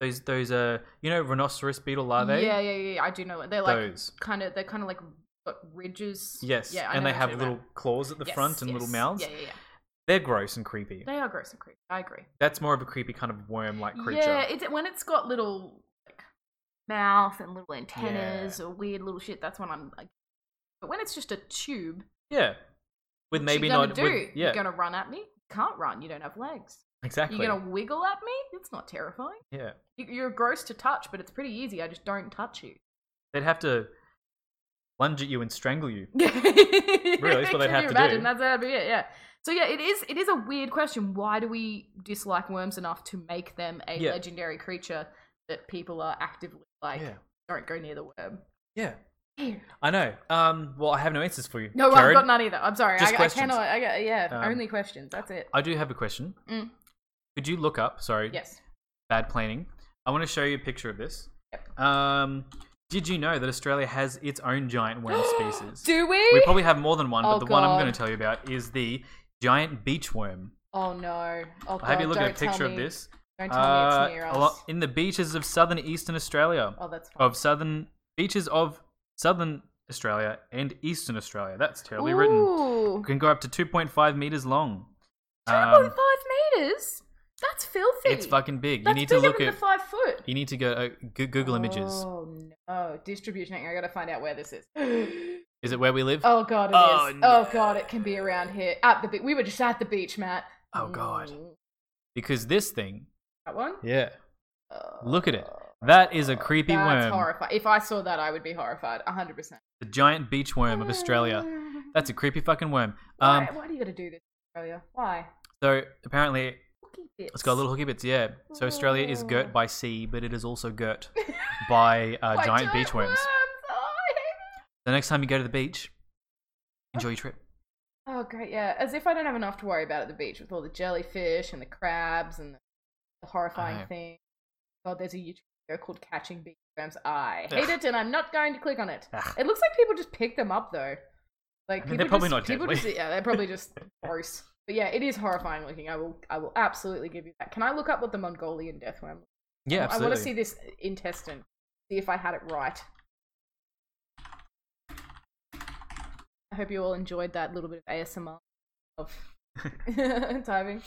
Speaker 2: Those those uh, you know, rhinoceros beetle are they?
Speaker 1: Yeah, yeah, yeah. yeah, I do know. it. They're like
Speaker 2: those.
Speaker 1: kind of. They're kind of like got ridges.
Speaker 2: Yes.
Speaker 1: Yeah, I
Speaker 2: and
Speaker 1: know
Speaker 2: they
Speaker 1: what you're
Speaker 2: have
Speaker 1: talking
Speaker 2: little claws at the
Speaker 1: Yes,
Speaker 2: front and little
Speaker 1: yes.
Speaker 2: mouths.
Speaker 1: Yeah, yeah, yeah.
Speaker 2: They're gross and creepy.
Speaker 1: They are gross and creepy. I agree.
Speaker 2: That's more of a creepy kind of worm-like creature.
Speaker 1: Yeah, it's when it's got little like mouth and little antennas or weird little shit. That's when I'm like. But when it's just a tube,
Speaker 2: Yeah. With
Speaker 1: what you
Speaker 2: maybe
Speaker 1: gonna
Speaker 2: not.
Speaker 1: Do?
Speaker 2: With, yeah.
Speaker 1: You're gonna run at me. Can't run. You don't have legs.
Speaker 2: exactly.
Speaker 1: You're gonna wiggle at me. It's not terrifying.
Speaker 2: Yeah.
Speaker 1: You- You're gross to touch, but it's pretty easy. I just don't touch you.
Speaker 2: They'd have to lunge at you and strangle you.
Speaker 1: really,
Speaker 2: that's what they'd have to do.
Speaker 1: imagine? That's that'd be it. Yeah. So yeah, it is. It is a weird question. Why do we dislike worms enough to make them a
Speaker 2: Yeah.
Speaker 1: legendary creature that people are actively like?
Speaker 2: Yeah.
Speaker 1: Don't go near the worm.
Speaker 2: Yeah. I know. Um. Well, I have no answers for you.
Speaker 1: No, I've
Speaker 2: Karen.
Speaker 1: got none either. I'm sorry.
Speaker 2: Just
Speaker 1: I, I
Speaker 2: questions.
Speaker 1: cannot. I got yeah.
Speaker 2: Um,
Speaker 1: only questions. That's it.
Speaker 2: I do have a question.
Speaker 1: Mm.
Speaker 2: Could you look up? Sorry.
Speaker 1: yes.
Speaker 2: bad planning. I want to show you a picture of this. Um, did you know that Australia has its own giant worm species?
Speaker 1: Do we?
Speaker 2: we probably have more than one,
Speaker 1: Oh,
Speaker 2: but the one I'm going
Speaker 1: God.
Speaker 2: to tell you about is the giant beach worm.
Speaker 1: oh no. Oh god.
Speaker 2: I'll have you look at a
Speaker 1: don't tell
Speaker 2: picture of
Speaker 1: me-
Speaker 2: this.
Speaker 1: Don't tell
Speaker 2: Uh,
Speaker 1: me it's near
Speaker 2: a
Speaker 1: us.
Speaker 2: lot- in the beaches of southern eastern Australia,
Speaker 1: oh, that's fine.
Speaker 2: of southern beaches of southern Australia and eastern Australia. That's terribly written.
Speaker 1: Ooh.
Speaker 2: Can go up to 2.5 meters long. Um,
Speaker 1: 2.5 meters? That's filthy.
Speaker 2: it's fucking big.
Speaker 1: That's
Speaker 2: you need to
Speaker 1: bigger
Speaker 2: look
Speaker 1: than
Speaker 2: at.
Speaker 1: the five foot.
Speaker 2: You need to go uh, Goo- Google images.
Speaker 1: Oh no, distribution. Hang on, I gotta find out where this is.
Speaker 2: Is it where we live?
Speaker 1: oh god, it is.
Speaker 3: Oh,
Speaker 1: Oh
Speaker 3: no.
Speaker 1: god, it can be around here at the. Be- we were just at the beach, Matt.
Speaker 2: Oh, God.
Speaker 1: Mm,
Speaker 2: Because this thing,
Speaker 1: That one.
Speaker 2: yeah,
Speaker 1: Oh,
Speaker 2: Look at it. that is a creepy
Speaker 1: That's
Speaker 2: worm,
Speaker 1: horrifying. If I saw that, I would be horrified. hundred percent.
Speaker 2: the giant beach worm of Australia. That's a creepy fucking worm. Um,
Speaker 1: why, why do you gotta do this, Australia? Why?
Speaker 2: so apparently it's got
Speaker 1: a
Speaker 2: little hooky bits. Yeah. So Australia
Speaker 1: Oh.
Speaker 2: is girt by sea, but it is also girt
Speaker 1: by
Speaker 2: by uh, giant, beach worms.
Speaker 1: Oh, I hate
Speaker 2: The next time you go to the beach, enjoy your trip.
Speaker 1: Oh, great, yeah. As if I don't have enough to worry about at the beach with all the jellyfish and the crabs and the horrifying
Speaker 2: know.
Speaker 1: thing. God, there's a YouTube video called Catching Beach Worms. I hate it and I'm not going to click on it.
Speaker 2: Ugh.
Speaker 1: It looks like people just pick them up, though. Like,
Speaker 2: I mean,
Speaker 1: people
Speaker 2: they're probably
Speaker 1: just,
Speaker 2: not
Speaker 1: people
Speaker 2: deadly.
Speaker 1: just, Yeah, they're probably just gross. But yeah, it is horrifying looking. I will, I will absolutely give you that. Can I look up what the Mongolian death worm?
Speaker 2: Yeah,
Speaker 1: I want
Speaker 2: absolutely.
Speaker 1: to see this intestine. See if I had it right. I hope you all enjoyed that little bit of ASMR of diving.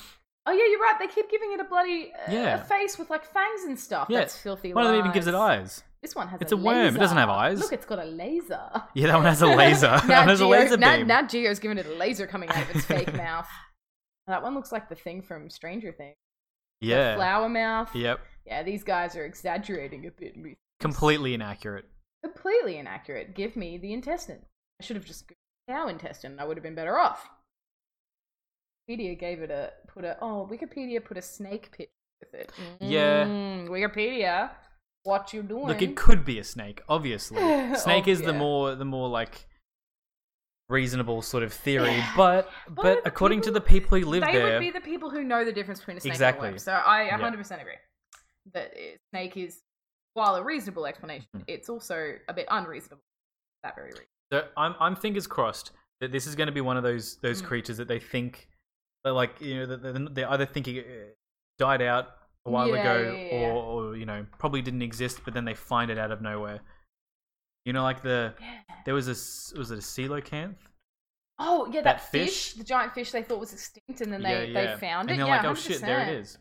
Speaker 1: Oh yeah, you're right. They keep giving it a bloody uh,
Speaker 2: Yeah.
Speaker 1: a face with like fangs and stuff.
Speaker 2: Yeah.
Speaker 1: That's filthy.
Speaker 2: One of them even gives it
Speaker 1: lies.
Speaker 2: eyes.
Speaker 1: This one has.
Speaker 2: It's
Speaker 1: a,
Speaker 2: a worm. It doesn't have
Speaker 1: laser.
Speaker 2: eyes.
Speaker 1: Look, it's got a laser.
Speaker 2: Yeah, that one has a laser. that
Speaker 1: Nat
Speaker 2: one has a
Speaker 1: Geo-
Speaker 2: laser
Speaker 1: Nat,
Speaker 2: beam.
Speaker 1: Nat Geo's giving it a laser coming out of its fake mouth. That one looks like the thing from Stranger Things. The
Speaker 2: yeah.
Speaker 1: flower mouth.
Speaker 2: Yep.
Speaker 1: Yeah, these guys are exaggerating a bit. with
Speaker 2: Completely inaccurate.
Speaker 1: completely inaccurate. Give me the intestine. I should have just Googled cow intestine. and I would have been better off. Wikipedia gave it a put a oh Wikipedia put a snake pit with it.
Speaker 2: Yeah.
Speaker 1: Mm, Wikipedia, what you doing?
Speaker 2: Look, it could be a snake, obviously. Snake is the
Speaker 1: Oh, Yeah.
Speaker 2: more the more like reasonable sort of theory, but
Speaker 1: But
Speaker 2: but,
Speaker 1: the
Speaker 2: according
Speaker 1: people-
Speaker 2: to the people who live
Speaker 1: they
Speaker 2: there,
Speaker 1: would be the people who know the difference between a snake
Speaker 2: Exactly.
Speaker 1: and a worm. So I
Speaker 2: Yeah.
Speaker 1: 100 percent agree that uh, snake is, while a reasonable explanation,
Speaker 2: Mhm.
Speaker 1: it's also a bit unreasonable. for That very reason.
Speaker 2: so I'm I'm fingers crossed that this is going to be one of those those
Speaker 1: Mm.
Speaker 2: creatures that they think that like you know that they're, they're either thinking it died out a while
Speaker 1: Yeah,
Speaker 2: ago
Speaker 1: yeah, yeah.
Speaker 2: or or you know probably didn't exist, but then they find it out of nowhere. You know, like the
Speaker 1: Yeah.
Speaker 2: there was a s- was it a coelacanth?
Speaker 1: Oh yeah, that,
Speaker 2: That
Speaker 1: fish,
Speaker 2: fish?
Speaker 1: the giant fish they thought was extinct, and then they,
Speaker 2: yeah, yeah.
Speaker 1: they found
Speaker 2: and "Oh,
Speaker 1: it.
Speaker 2: they're
Speaker 1: yeah,
Speaker 2: like, oh shit, there
Speaker 1: 100%.
Speaker 2: it is.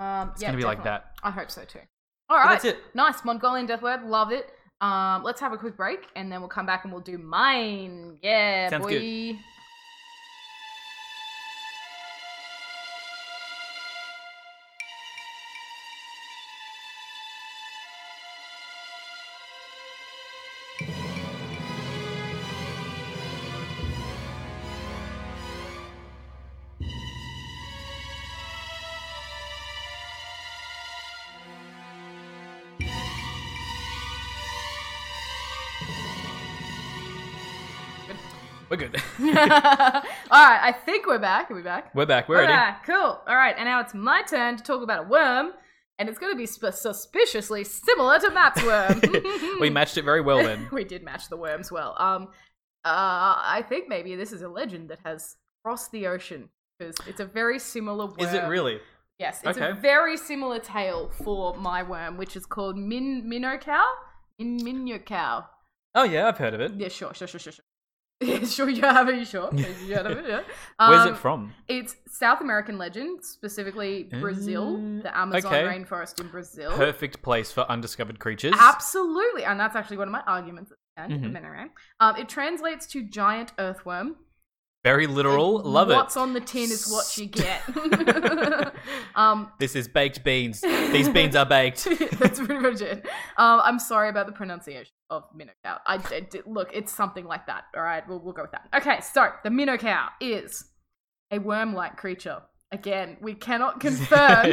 Speaker 1: Um,
Speaker 2: It's
Speaker 1: yeah,
Speaker 2: gonna be like
Speaker 1: definitely.
Speaker 2: that.
Speaker 1: I hope so too.
Speaker 2: But
Speaker 1: All right.
Speaker 2: That's it.
Speaker 1: Nice Mongolian death word. Love it. Um, let's have a quick break and then we'll come back and we'll do mine. Yeah,
Speaker 2: Sounds
Speaker 1: boy.
Speaker 2: good. We're good.
Speaker 1: All right, I think we're back. Are we back?
Speaker 2: We're back. We're
Speaker 1: All
Speaker 2: ready.
Speaker 1: right, cool. All right, and now it's my turn to talk about a worm, and it's going to be sp- suspiciously similar to Matt's worm.
Speaker 2: we matched it very well then.
Speaker 1: we did match the worms well. Um, uh, I think maybe this is a legend that has crossed the ocean because it's a very similar worm.
Speaker 2: Is it really?
Speaker 1: Yes, it's a
Speaker 2: Okay.
Speaker 1: very similar tale for my worm, which is called Min Minnow Cow. Min Minnow Cow.
Speaker 2: Oh yeah, I've heard of it.
Speaker 1: Yeah, sure, sure, sure, sure, sure. Yeah, sure, you have it. You sure? You have it, yeah.
Speaker 2: Where's
Speaker 1: Um,
Speaker 2: it from?
Speaker 1: It's South American legend, specifically Brazil,
Speaker 2: Mm,
Speaker 1: the Amazon
Speaker 2: okay.
Speaker 1: rainforest in Brazil.
Speaker 2: Perfect place for undiscovered creatures.
Speaker 1: Absolutely, and that's actually one of my arguments at the end.
Speaker 2: Mhm.
Speaker 1: but anyway. Um, it translates to giant earthworm.
Speaker 2: Very literal. Love
Speaker 1: What's
Speaker 2: it.
Speaker 1: on the tin is what you get. um,
Speaker 2: This is baked beans. These beans are baked.
Speaker 1: that's pretty much it. Um, I'm sorry about the pronunciation of minnow cow. I, I did- look, it's something like that. All right, we'll we'll go with that. Okay, so the minnow cow is a worm-like creature. Again, we cannot confirm.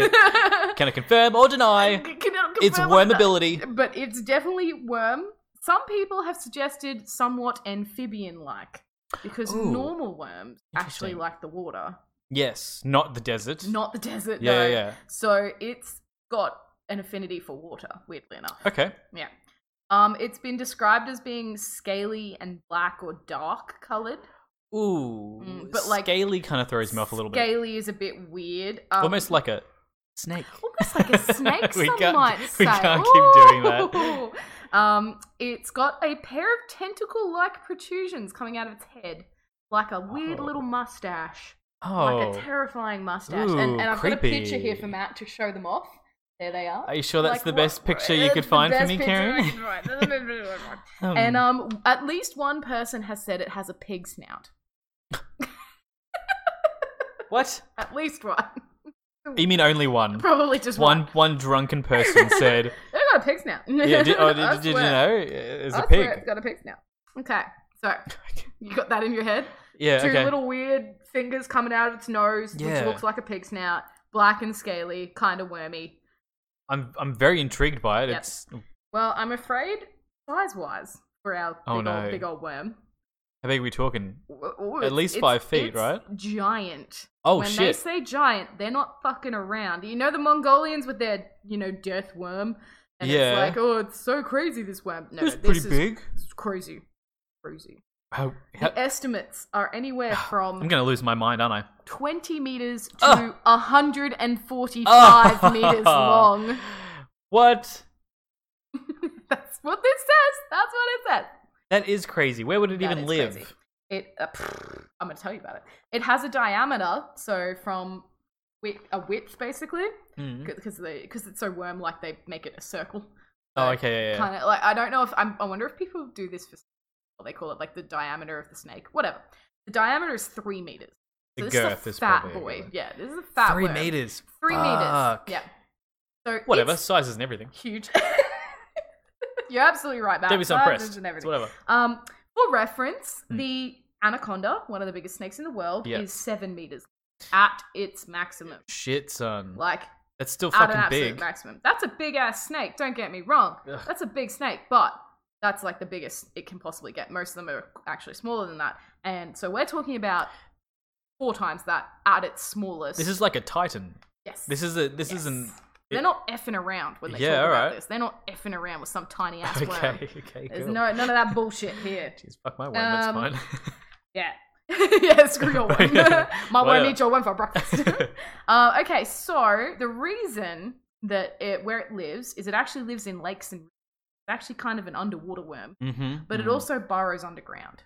Speaker 2: Can I confirm or
Speaker 1: I
Speaker 2: deny?
Speaker 1: c- cannot
Speaker 2: It's
Speaker 1: confirm
Speaker 2: worm
Speaker 1: that.
Speaker 2: ability.
Speaker 1: But it's definitely worm. Some people have suggested somewhat amphibian like because
Speaker 2: Ooh.
Speaker 1: normal worms actually
Speaker 2: Interesting.
Speaker 1: like the water,
Speaker 2: Yes, not the desert.
Speaker 1: not the desert.
Speaker 2: yeah,
Speaker 1: though.
Speaker 2: yeah, yeah.
Speaker 1: So it's got an affinity for water, weirdly enough.
Speaker 2: Okay.
Speaker 1: Yeah. Um, it's been described as being scaly and black or dark colored.
Speaker 2: Ooh,
Speaker 1: Mm, but, like,
Speaker 2: scaly kind of throws me off a little bit.
Speaker 1: Scaly is a bit weird. Um,
Speaker 2: Almost like a snake.
Speaker 1: almost like a snake.
Speaker 2: We
Speaker 1: some
Speaker 2: can't-
Speaker 1: might
Speaker 2: we
Speaker 1: say.
Speaker 2: can't keep doing that.
Speaker 1: Ooh. Um, it's got a pair of tentacle-like protrusions coming out of its head, like a weird
Speaker 2: Oh.
Speaker 1: little mustache,
Speaker 2: Oh,
Speaker 1: like a terrifying mustache.
Speaker 2: Ooh,
Speaker 1: and and I've got a picture here
Speaker 2: creepy.
Speaker 1: for Matt to show them off. There they are.
Speaker 2: are you sure that's
Speaker 1: Like,
Speaker 2: the
Speaker 1: what-
Speaker 2: best picture you
Speaker 1: that's
Speaker 2: could
Speaker 1: the
Speaker 2: find for
Speaker 1: best
Speaker 2: me,
Speaker 1: picture I
Speaker 2: Karen?
Speaker 1: can find. That's the best picture I can find.
Speaker 2: Um,
Speaker 1: And um, at least one person has said it has a pig snout.
Speaker 2: what?
Speaker 1: At least one.
Speaker 2: You mean only one?
Speaker 1: Probably just one.
Speaker 2: One one drunken person said,
Speaker 1: They've got a pig snout.
Speaker 2: "Yeah, did, oh,
Speaker 1: I
Speaker 2: did, did you
Speaker 1: swear.
Speaker 2: know? It's
Speaker 1: I
Speaker 2: a
Speaker 1: swear Oh, It's
Speaker 2: pig."
Speaker 1: got a pig snout. Okay, so you got that in your head.
Speaker 2: Yeah.
Speaker 1: Two
Speaker 2: okay.
Speaker 1: little weird fingers coming out of its nose,
Speaker 2: Yeah.
Speaker 1: which looks like a pig snout. Black and scaly, kind of wormy.
Speaker 2: I'm I'm very intrigued by it.
Speaker 1: Yep.
Speaker 2: It's
Speaker 1: Well, I'm afraid size wise for our big,
Speaker 2: Oh,
Speaker 1: old,
Speaker 2: no.
Speaker 1: big old worm.
Speaker 2: how big are we talking?
Speaker 1: w- w-
Speaker 2: At
Speaker 1: it's-
Speaker 2: least
Speaker 1: it's-
Speaker 2: five feet,
Speaker 1: it's
Speaker 2: right?
Speaker 1: Giant.
Speaker 2: Oh
Speaker 1: when they
Speaker 2: shit!
Speaker 1: say giant, they're not fucking around. You know the Mongolians with their, you know, death worm, and
Speaker 2: Yeah.
Speaker 1: it's like, oh, it's so crazy this worm. No,
Speaker 2: it's
Speaker 1: no,
Speaker 2: pretty
Speaker 1: this is
Speaker 2: big.
Speaker 1: it's crazy, crazy.
Speaker 2: How- how-
Speaker 1: The estimates are anywhere
Speaker 2: I'm
Speaker 1: from
Speaker 2: gonna lose my mind, aren't I?
Speaker 1: 20 meters to
Speaker 2: Oh.
Speaker 1: 145 meters long.
Speaker 2: What?
Speaker 1: That's what this says. That's what it says.
Speaker 2: That is crazy. Where would it
Speaker 1: That
Speaker 2: even
Speaker 1: is
Speaker 2: live?
Speaker 1: crazy. It. Uh, pfft, I'm gonna tell you about it. It has a diameter, so from width, a width basically,
Speaker 2: Mm.
Speaker 1: because they because it's so worm like they make it a circle.
Speaker 2: Oh, okay. Yeah, yeah.
Speaker 1: Kind of like I don't know if I'm, I wonder if people do this for what they call it like the diameter of the snake, whatever. The diameter is three meters. So
Speaker 2: The
Speaker 1: this
Speaker 2: girth
Speaker 1: is
Speaker 2: is
Speaker 1: a fat
Speaker 2: probably a
Speaker 1: boy.
Speaker 2: good one.
Speaker 1: Yeah, this is a fat
Speaker 2: Three
Speaker 1: worm.
Speaker 2: meters.
Speaker 1: Three
Speaker 2: Fuck.
Speaker 1: meters. Yeah. So
Speaker 2: Whatever.
Speaker 1: it's
Speaker 2: Sizes and everything.
Speaker 1: huge. You're absolutely right, Matt.
Speaker 2: Don't be so impressed.
Speaker 1: Sizes and
Speaker 2: It's
Speaker 1: everything.
Speaker 2: whatever.
Speaker 1: Um, for reference,
Speaker 2: Hmm.
Speaker 1: the anaconda, one of the biggest snakes in the world,
Speaker 2: Yeah.
Speaker 1: is seven meters at its maximum.
Speaker 2: Shit, son.
Speaker 1: Like
Speaker 2: That's still
Speaker 1: at an
Speaker 2: fucking
Speaker 1: absolute
Speaker 2: big.
Speaker 1: maximum. That's a big ass snake. Don't get me wrong.
Speaker 2: Ugh.
Speaker 1: That's a big snake, but that's like the biggest it can possibly get. Most of them are actually smaller than that, and so we're talking about four times that at its smallest.
Speaker 2: This is like a titan.
Speaker 1: yes.
Speaker 2: This is a. This
Speaker 1: Yes.
Speaker 2: isn't.
Speaker 1: They're not effing around when they
Speaker 2: Yeah,
Speaker 1: talk about
Speaker 2: alright.
Speaker 1: this. They're not effing around with some tiny ass
Speaker 2: Okay.
Speaker 1: worm.
Speaker 2: Okay.
Speaker 1: There's
Speaker 2: cool.
Speaker 1: no none of that bullshit here.
Speaker 2: Jeez, fuck my worm. That's
Speaker 1: Um,
Speaker 2: fine.
Speaker 1: Yeah. yeah, screw your one. My one
Speaker 2: Whatever.
Speaker 1: needs your one for breakfast. uh, okay, so the reason that it where it lives is it actually lives in lakes and it's actually kind of an underwater worm,
Speaker 2: mm-hmm.
Speaker 1: but it also burrows underground.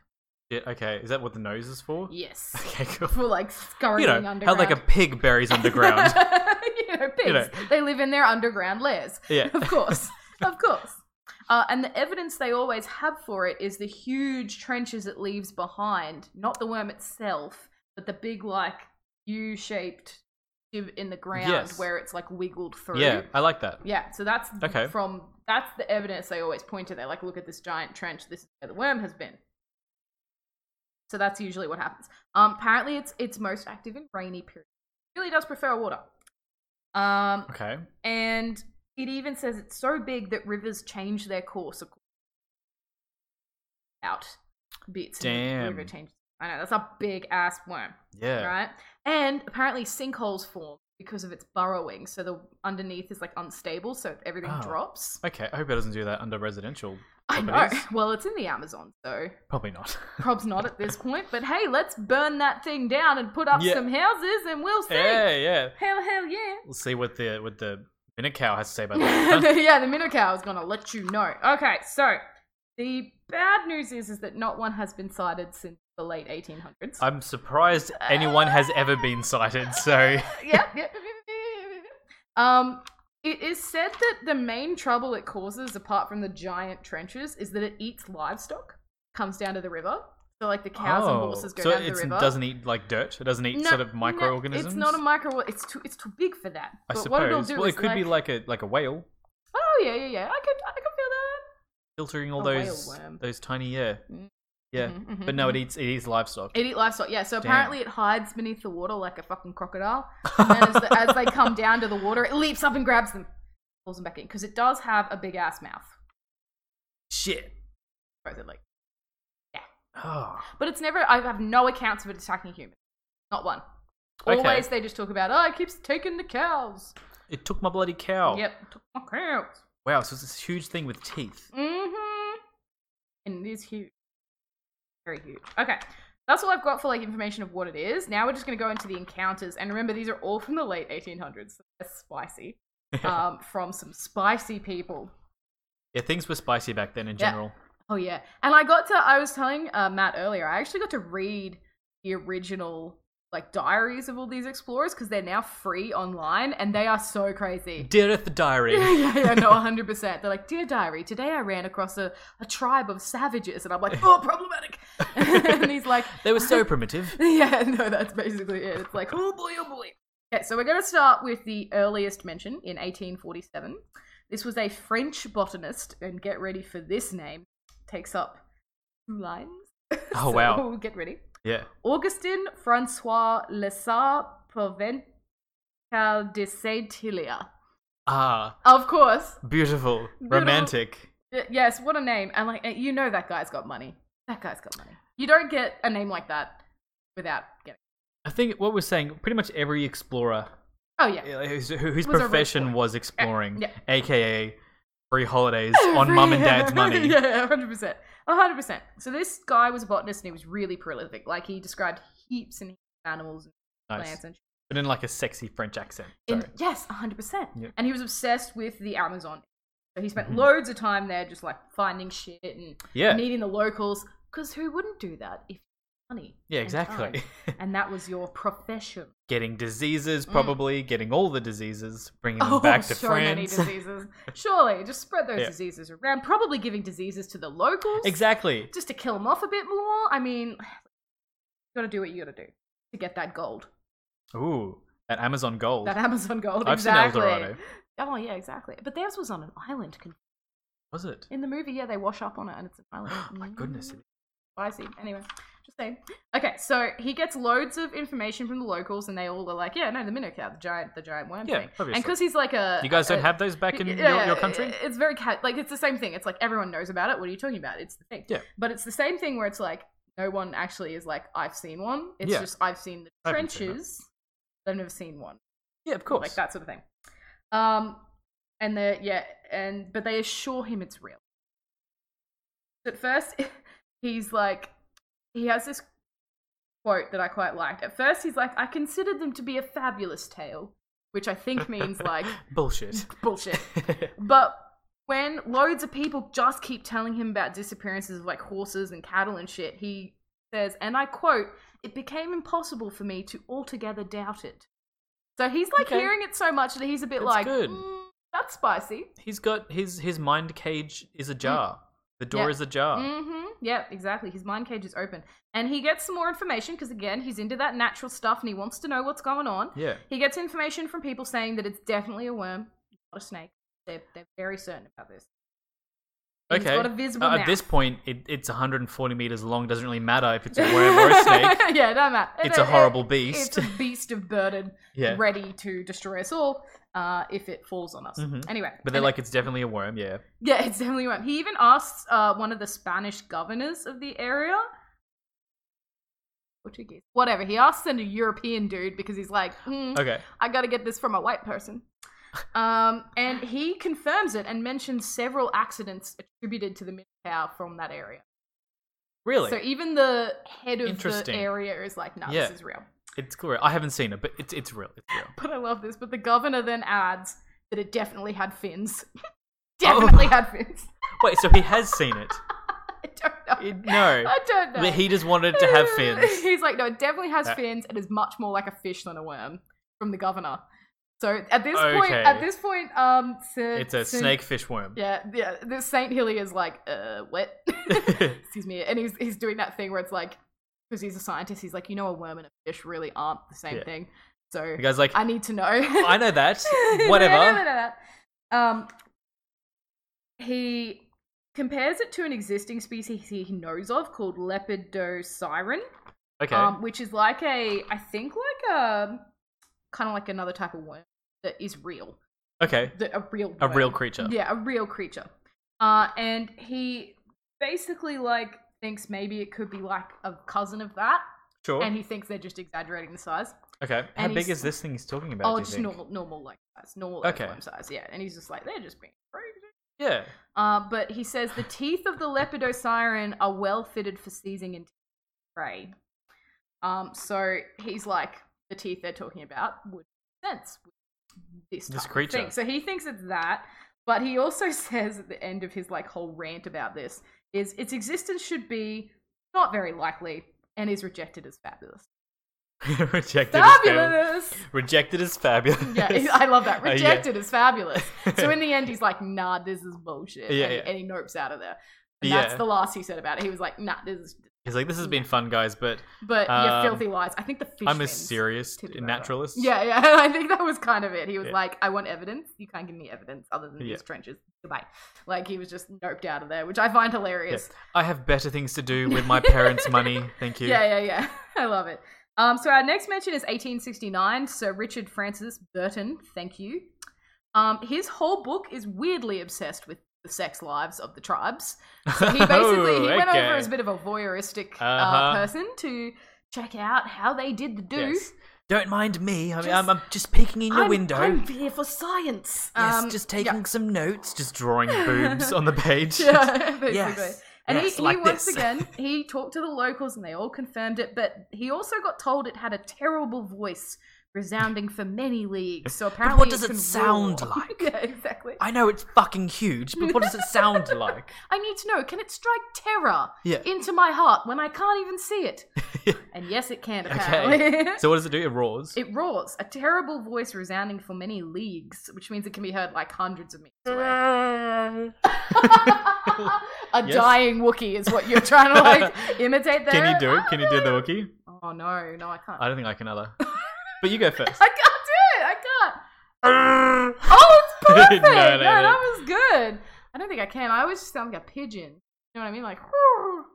Speaker 2: okay. Is that what the nose is for?
Speaker 1: Yes,
Speaker 2: Okay. Cool.
Speaker 1: for like scurrying
Speaker 2: You know how
Speaker 1: underground.
Speaker 2: like a pig buries underground.
Speaker 1: you know, pigs.
Speaker 2: know.
Speaker 1: They live in their underground lairs.
Speaker 2: Yeah.
Speaker 1: Of course. of course. Uh, and the evidence they always have for it is the huge trenches it leaves behind, not the worm itself, but the big, like, U shaped shiv in the ground
Speaker 2: Yes.
Speaker 1: where it's, like, wiggled through.
Speaker 2: Yeah, I like that.
Speaker 1: Yeah, so that's
Speaker 2: Okay.
Speaker 1: from that's the evidence they always point to. They're like, look at this giant trench. This is where the worm has been. So that's usually what happens. Um, apparently, it's it's most active in rainy periods. It really does prefer water. Um,
Speaker 2: Okay.
Speaker 1: and it even says it's so big that rivers change their course according out bits. and the River
Speaker 2: Damn.
Speaker 1: changes. I know that's a big ass worm
Speaker 2: Yeah.
Speaker 1: right? And apparently sinkholes form because of its burrowing. So the underneath is like unstable, so everything
Speaker 2: Oh.
Speaker 1: drops.
Speaker 2: Okay. I hope it doesn't do that under residential.
Speaker 1: I
Speaker 2: Hope it
Speaker 1: know.
Speaker 2: is.
Speaker 1: Well, it's in the Amazon, so
Speaker 2: Probably not.
Speaker 1: prob's not at this point. But hey, let's burn that thing down and put up
Speaker 2: Yeah.
Speaker 1: some houses, and we'll see.
Speaker 2: yeah, yeah.
Speaker 1: Hell, hell yeah!
Speaker 2: We'll see what the what the minute cow has to say about that.
Speaker 1: yeah, the Minocow is gonna let you know. Okay, so the bad news is is that not one has been sighted since the late 1800s.
Speaker 2: I'm surprised anyone has ever been cited. So
Speaker 1: yep, yep. Um, it is said that the main trouble it causes, apart from the giant trenches, is that it eats livestock, comes down to the river. So, like the cows and horses
Speaker 2: Oh,
Speaker 1: go
Speaker 2: so
Speaker 1: down to
Speaker 2: it
Speaker 1: the river.
Speaker 2: doesn't eat like dirt. It doesn't eat
Speaker 1: No,
Speaker 2: sort of
Speaker 1: no,
Speaker 2: microorganisms.
Speaker 1: it's not a micro. It's too. It's too big for that.
Speaker 2: I
Speaker 1: but
Speaker 2: suppose.
Speaker 1: what it'll do
Speaker 2: well,
Speaker 1: is
Speaker 2: it could be like a like a whale
Speaker 1: Oh yeah, yeah, yeah. I could. I could feel that.
Speaker 2: filtering all
Speaker 1: A whale
Speaker 2: those
Speaker 1: worm.
Speaker 2: those tiny yeah
Speaker 1: Mm.
Speaker 2: yeah.
Speaker 1: Mhm, mhm,
Speaker 2: But no, it
Speaker 1: mhm.
Speaker 2: eats it eats livestock.
Speaker 1: It eat livestock, yeah. So
Speaker 2: Damn.
Speaker 1: apparently it hides beneath the water like a fucking crocodile. And then as, the, as they come down to the water, it leaps up and grabs them, pulls them back in because it does have a big ass mouth,
Speaker 2: Shit.
Speaker 1: supposedly.
Speaker 2: Oh.
Speaker 1: But it's never. I have no accounts of it attacking humans. Not one.
Speaker 2: Okay.
Speaker 1: Always they just talk about. Oh, it keeps taking the cows.
Speaker 2: It took my bloody cow.
Speaker 1: Yep, took my cows.
Speaker 2: Wow, so it's this huge thing with teeth.
Speaker 1: Mm-hmm. And it is huge. Very huge. Okay. That's all I've got for like information of what it is. Now we're just gonna go into the encounters, and remember these are all from the late 1800s. So they're spicy, um, from some spicy people.
Speaker 2: Yeah, things were spicy back then in
Speaker 1: Yeah.
Speaker 2: general.
Speaker 1: Oh yeah, and I got to. I was telling uh, Matt earlier. I actually got to read the original like diaries of all these explorers because they're now free online, and they are so crazy.
Speaker 2: Deareth
Speaker 1: Yeah,
Speaker 2: diary.
Speaker 1: yeah, yeah, no, 100%. They're like, Dear Diary, today I ran across a, a tribe of savages. And I'm like, Oh, problematic. and he's like,
Speaker 2: they were so primitive.
Speaker 1: Yeah, no, that's basically it. It's like, Oh boy, oh boy. Okay, so we're going to start with the earliest mention in 1847. This was a French botanist, and get ready for this name. Takes up two lines.
Speaker 2: Oh
Speaker 1: So
Speaker 2: wow.
Speaker 1: Get ready.
Speaker 2: Yeah.
Speaker 1: Augustin Francois Lessard Provencal de Saint Hilaire.
Speaker 2: Ah,
Speaker 1: Of course.
Speaker 2: beautiful, romantic.
Speaker 1: Y- Yes, what a name. And like you know that guy's got money. That guy's got money. You don't get a name like that without getting
Speaker 2: I think what we're saying, pretty much every explorer
Speaker 1: Oh yeah.
Speaker 2: uh, whose, who- whose
Speaker 1: Was a rich
Speaker 2: profession
Speaker 1: boy.
Speaker 2: was exploring,
Speaker 1: Yeah.
Speaker 2: aka free holidays on mum and dad's money.
Speaker 1: yeah, hundred percent. hundred percent. So this guy was a botanist and he was really prolific. Like he described heaps and heaps of animals and
Speaker 2: Nice.
Speaker 1: plants and
Speaker 2: But in like a sexy French accent.
Speaker 1: In,
Speaker 2: Sorry.
Speaker 1: yes, 100%.
Speaker 2: Yeah.
Speaker 1: And he was obsessed with the Amazon. So he spent
Speaker 2: Mhm.
Speaker 1: loads of time there just like finding shit and
Speaker 2: Yeah.
Speaker 1: meeting the locals. Because who wouldn't do that if you had money?
Speaker 2: yeah,
Speaker 1: and
Speaker 2: exactly.
Speaker 1: time? and that was your profession.
Speaker 2: getting diseases,
Speaker 1: Mm.
Speaker 2: probably getting all the diseases, bringing them back to
Speaker 1: so Oh, many
Speaker 2: France.
Speaker 1: diseases. Surely, just spread those
Speaker 2: Yeah.
Speaker 1: diseases around. Probably giving diseases to the locals.
Speaker 2: exactly.
Speaker 1: Just to kill them off a bit more. I mean, you gotta do what you gotta do to get that gold.
Speaker 2: Ooh, that Amazon gold.
Speaker 1: That Amazon gold.
Speaker 2: I've seen El
Speaker 1: exactly.
Speaker 2: Dorado.
Speaker 1: Oh, yeah, exactly. But theirs was on an island. Can
Speaker 2: was it?
Speaker 1: In the movie, yeah, they wash up on it and it's an island.
Speaker 2: Oh My goodness.
Speaker 1: Mm, Spicy. Anyway, just saying. Okay, so he gets loads of information from the locals and they all are like, yeah, no, the minnow cow, the giant, the giant worm
Speaker 2: Yeah,
Speaker 1: thing.
Speaker 2: obviously.
Speaker 1: And because he's like a.
Speaker 2: You guys
Speaker 1: a-
Speaker 2: don't have those back in
Speaker 1: uh, yeah, uh,
Speaker 2: your, your country?
Speaker 1: It's very, ca- like, it's the same thing. It's like everyone knows about it. What are you talking about? It's the thing.
Speaker 2: Yeah.
Speaker 1: But it's the same thing where it's like, no one actually is like, I've seen one. It's
Speaker 2: Yeah.
Speaker 1: just, I've seen the
Speaker 2: I haven't seen it.
Speaker 1: trenches, but I've never seen one
Speaker 2: Yeah, of course.
Speaker 1: like that sort of thing. Um, and the yeah, and but they assure him it's real. At first, he's like, he has this quote that I quite liked. At first, he's like, I considered them to be a fabulous tale, which I think means like
Speaker 2: Bullshit.
Speaker 1: bullshit. But when loads of people just keep telling him about disappearances of like horses and cattle and shit, he says, and I quote, it became impossible for me to altogether doubt it. So he's like
Speaker 2: Okay.
Speaker 1: hearing it so much that he's a bit
Speaker 2: That's
Speaker 1: like,
Speaker 2: good.
Speaker 1: "Mm, that's spicy.
Speaker 2: He's got his his mind cage is ajar. The door
Speaker 1: Mm. Yeah.
Speaker 2: is ajar.
Speaker 1: Mm-hmm. Yep, exactly. His mind cage is open. And he gets some more information because, again, he's into that natural stuff and he wants to know what's going on.
Speaker 2: Yeah.
Speaker 1: He gets information from people saying that it's definitely a worm, not a snake. They're, they're very certain about this. And
Speaker 2: Okay.
Speaker 1: He's got a visible
Speaker 2: Uh,
Speaker 1: mouth.
Speaker 2: at this point, it, it's 140 meters long. Doesn't really matter if it's a worm or a snake.
Speaker 1: yeah, don't matter.
Speaker 2: It's
Speaker 1: It-
Speaker 2: a
Speaker 1: it-
Speaker 2: horrible
Speaker 1: It's
Speaker 2: beast.
Speaker 1: a beast of burden
Speaker 2: yeah.
Speaker 1: ready to destroy us all uh, if it falls on us.
Speaker 2: Mhm.
Speaker 1: Anyway.
Speaker 2: But they're
Speaker 1: and-
Speaker 2: like, it's definitely a worm. Yeah.
Speaker 1: Yeah, it's definitely a worm. He even asks uh, one of the Spanish governors of the area. Portuguese. Whatever. He asks a European dude because he's like, "Hmm,
Speaker 2: Okay.
Speaker 1: I gotta get this from a white person. Um, and he confirms it and mentions several accidents attributed to the Minotaur from that area.
Speaker 2: Really?
Speaker 1: So even the head of the
Speaker 2: Interesting.
Speaker 1: area is like, no,
Speaker 2: Yeah.
Speaker 1: this is real.
Speaker 2: it's cool. I haven't seen it, but it's it's real. It's real.
Speaker 1: But I love this. But the governor then adds that it definitely had fins.
Speaker 2: Oh.
Speaker 1: definitely had fins.
Speaker 2: Wait, so he has seen it?
Speaker 1: I don't know.
Speaker 2: It- no.
Speaker 1: I don't know.
Speaker 2: But he just wanted to have fins.
Speaker 1: He's like, no, it definitely has
Speaker 2: That-
Speaker 1: fins and is much more like a fish than a worm from the governor. So at this point,
Speaker 2: Okay.
Speaker 1: at this point, um, Sir,
Speaker 2: It's a
Speaker 1: Sir-
Speaker 2: snake fish worm.
Speaker 1: Yeah, yeah. This Saint Hilly is like, uh, what? Excuse me. And he's he's doing that thing where it's like, because he's a scientist, he's like, you know, a worm and a fish really aren't the same
Speaker 2: Yeah.
Speaker 1: thing. So
Speaker 2: The guy's like, "Oh,
Speaker 1: I need to know.
Speaker 2: I know that.
Speaker 1: Like, I know
Speaker 2: Whatever.
Speaker 1: that, I know that. Um, he compares it to an existing species he knows of called Lepidosiren,
Speaker 2: Okay.
Speaker 1: um, which is like a, I think like a, kind of like another type of worm that is real,
Speaker 2: okay.
Speaker 1: that a real,
Speaker 2: A
Speaker 1: worm.
Speaker 2: real creature.
Speaker 1: yeah, a real creature. Uh, and he basically like thinks maybe it could be like a cousin of that,
Speaker 2: Sure.
Speaker 1: and he thinks they're just exaggerating the size.
Speaker 2: okay. How
Speaker 1: and
Speaker 2: big
Speaker 1: he's-
Speaker 2: is this thing he's talking about? do
Speaker 1: Oh,
Speaker 2: you
Speaker 1: just
Speaker 2: think?
Speaker 1: normal, normal like size, normal
Speaker 2: Okay.
Speaker 1: earthworm size. Yeah, and he's just like they're just being crazy.
Speaker 2: Yeah.
Speaker 1: Uh, but he says the teeth of the lepidosiren are well fitted for seizing and prey. Um, so he's like the teeth they're talking about would make sense. with This,
Speaker 2: This
Speaker 1: type of
Speaker 2: creature.
Speaker 1: thing. So he thinks it's that, but he also says at the end of his like whole rant about this is its existence should be not very likely and is rejected as fabulous.
Speaker 2: Rejected as fabulous.
Speaker 1: Fabulous.
Speaker 2: Rejected as fabulous.
Speaker 1: Yeah, I love that.
Speaker 2: Uh, yeah.
Speaker 1: Rejected is fabulous. So in the end, he's like, "Nah, this is bullshit,"
Speaker 2: Yeah,
Speaker 1: and,
Speaker 2: yeah.
Speaker 1: and he nopes out of there. And that's
Speaker 2: Yeah.
Speaker 1: the last he said about it. He was like, "Nah, this is,"
Speaker 2: He's like, this has been fun, guys, but
Speaker 1: but
Speaker 2: Um,
Speaker 1: you filthy lies. I think the fish.
Speaker 2: I'm a
Speaker 1: fins
Speaker 2: serious
Speaker 1: tipped him over.
Speaker 2: naturalist.
Speaker 1: Yeah, yeah. I think that was kind of it. He was
Speaker 2: Yeah.
Speaker 1: like, "I want evidence. You can't give me evidence other than
Speaker 2: Yeah.
Speaker 1: these trenches. Goodbye." Like he was just noped out of there, which I find hilarious.
Speaker 2: I have better things to do with my parents' money. Thank you.
Speaker 1: Yeah, yeah, yeah. I love it. Um, so our next mention is 1869, Sir Richard Francis Burton. Thank you. Um, his whole book is weirdly obsessed with the sex lives of the tribes. So
Speaker 2: Oh,
Speaker 1: he basically he went over as a bit of a voyeuristic uh
Speaker 2: Uh-huh.
Speaker 1: person to check out how they did the do.
Speaker 2: Yes. Don't mind me. I mean, I'm,
Speaker 1: Just-
Speaker 2: I'm just peeking in your
Speaker 1: I'm,
Speaker 2: window.
Speaker 1: I'm here for science.
Speaker 2: yes,
Speaker 1: Um,
Speaker 2: just
Speaker 1: yeah.
Speaker 2: taking some notes. Just drawing boobs on the page.
Speaker 1: Yeah, basically.
Speaker 2: Yes.
Speaker 1: And
Speaker 2: Yes,
Speaker 1: he,
Speaker 2: like
Speaker 1: he once
Speaker 2: this.
Speaker 1: again he talked to the locals and they all confirmed it, but he also got told it had a terrible voice resounding for many leagues. So apparently,
Speaker 2: does it
Speaker 1: can
Speaker 2: sound
Speaker 1: roar.
Speaker 2: like?
Speaker 1: yeah, exactly. I,
Speaker 2: I know it's fucking huge, but what does it sound like?
Speaker 1: need to know. Can it strike terror
Speaker 2: Yeah.
Speaker 1: into my heart when I can't even see it? and yes, it can. Apparently.
Speaker 2: Okay. So what does it do? It roars.
Speaker 1: It roars, a terrible voice resounding for many leagues, which means it can be heard like hundreds of meters away. a
Speaker 2: Yes.
Speaker 1: dying Wookiee is what you're trying to like imitate there.
Speaker 2: Can you do it? Can you do the Wookiee?
Speaker 1: Oh no, no, I can't.
Speaker 2: I
Speaker 1: I,
Speaker 2: don't think I can either. But you go first.
Speaker 1: can't do it. I can't. Oh, it's perfect.
Speaker 2: No,
Speaker 1: no,
Speaker 2: no, no.
Speaker 1: that was good. I don't think I can. I always just sound like a pigeon. You know what I mean? Like Oh,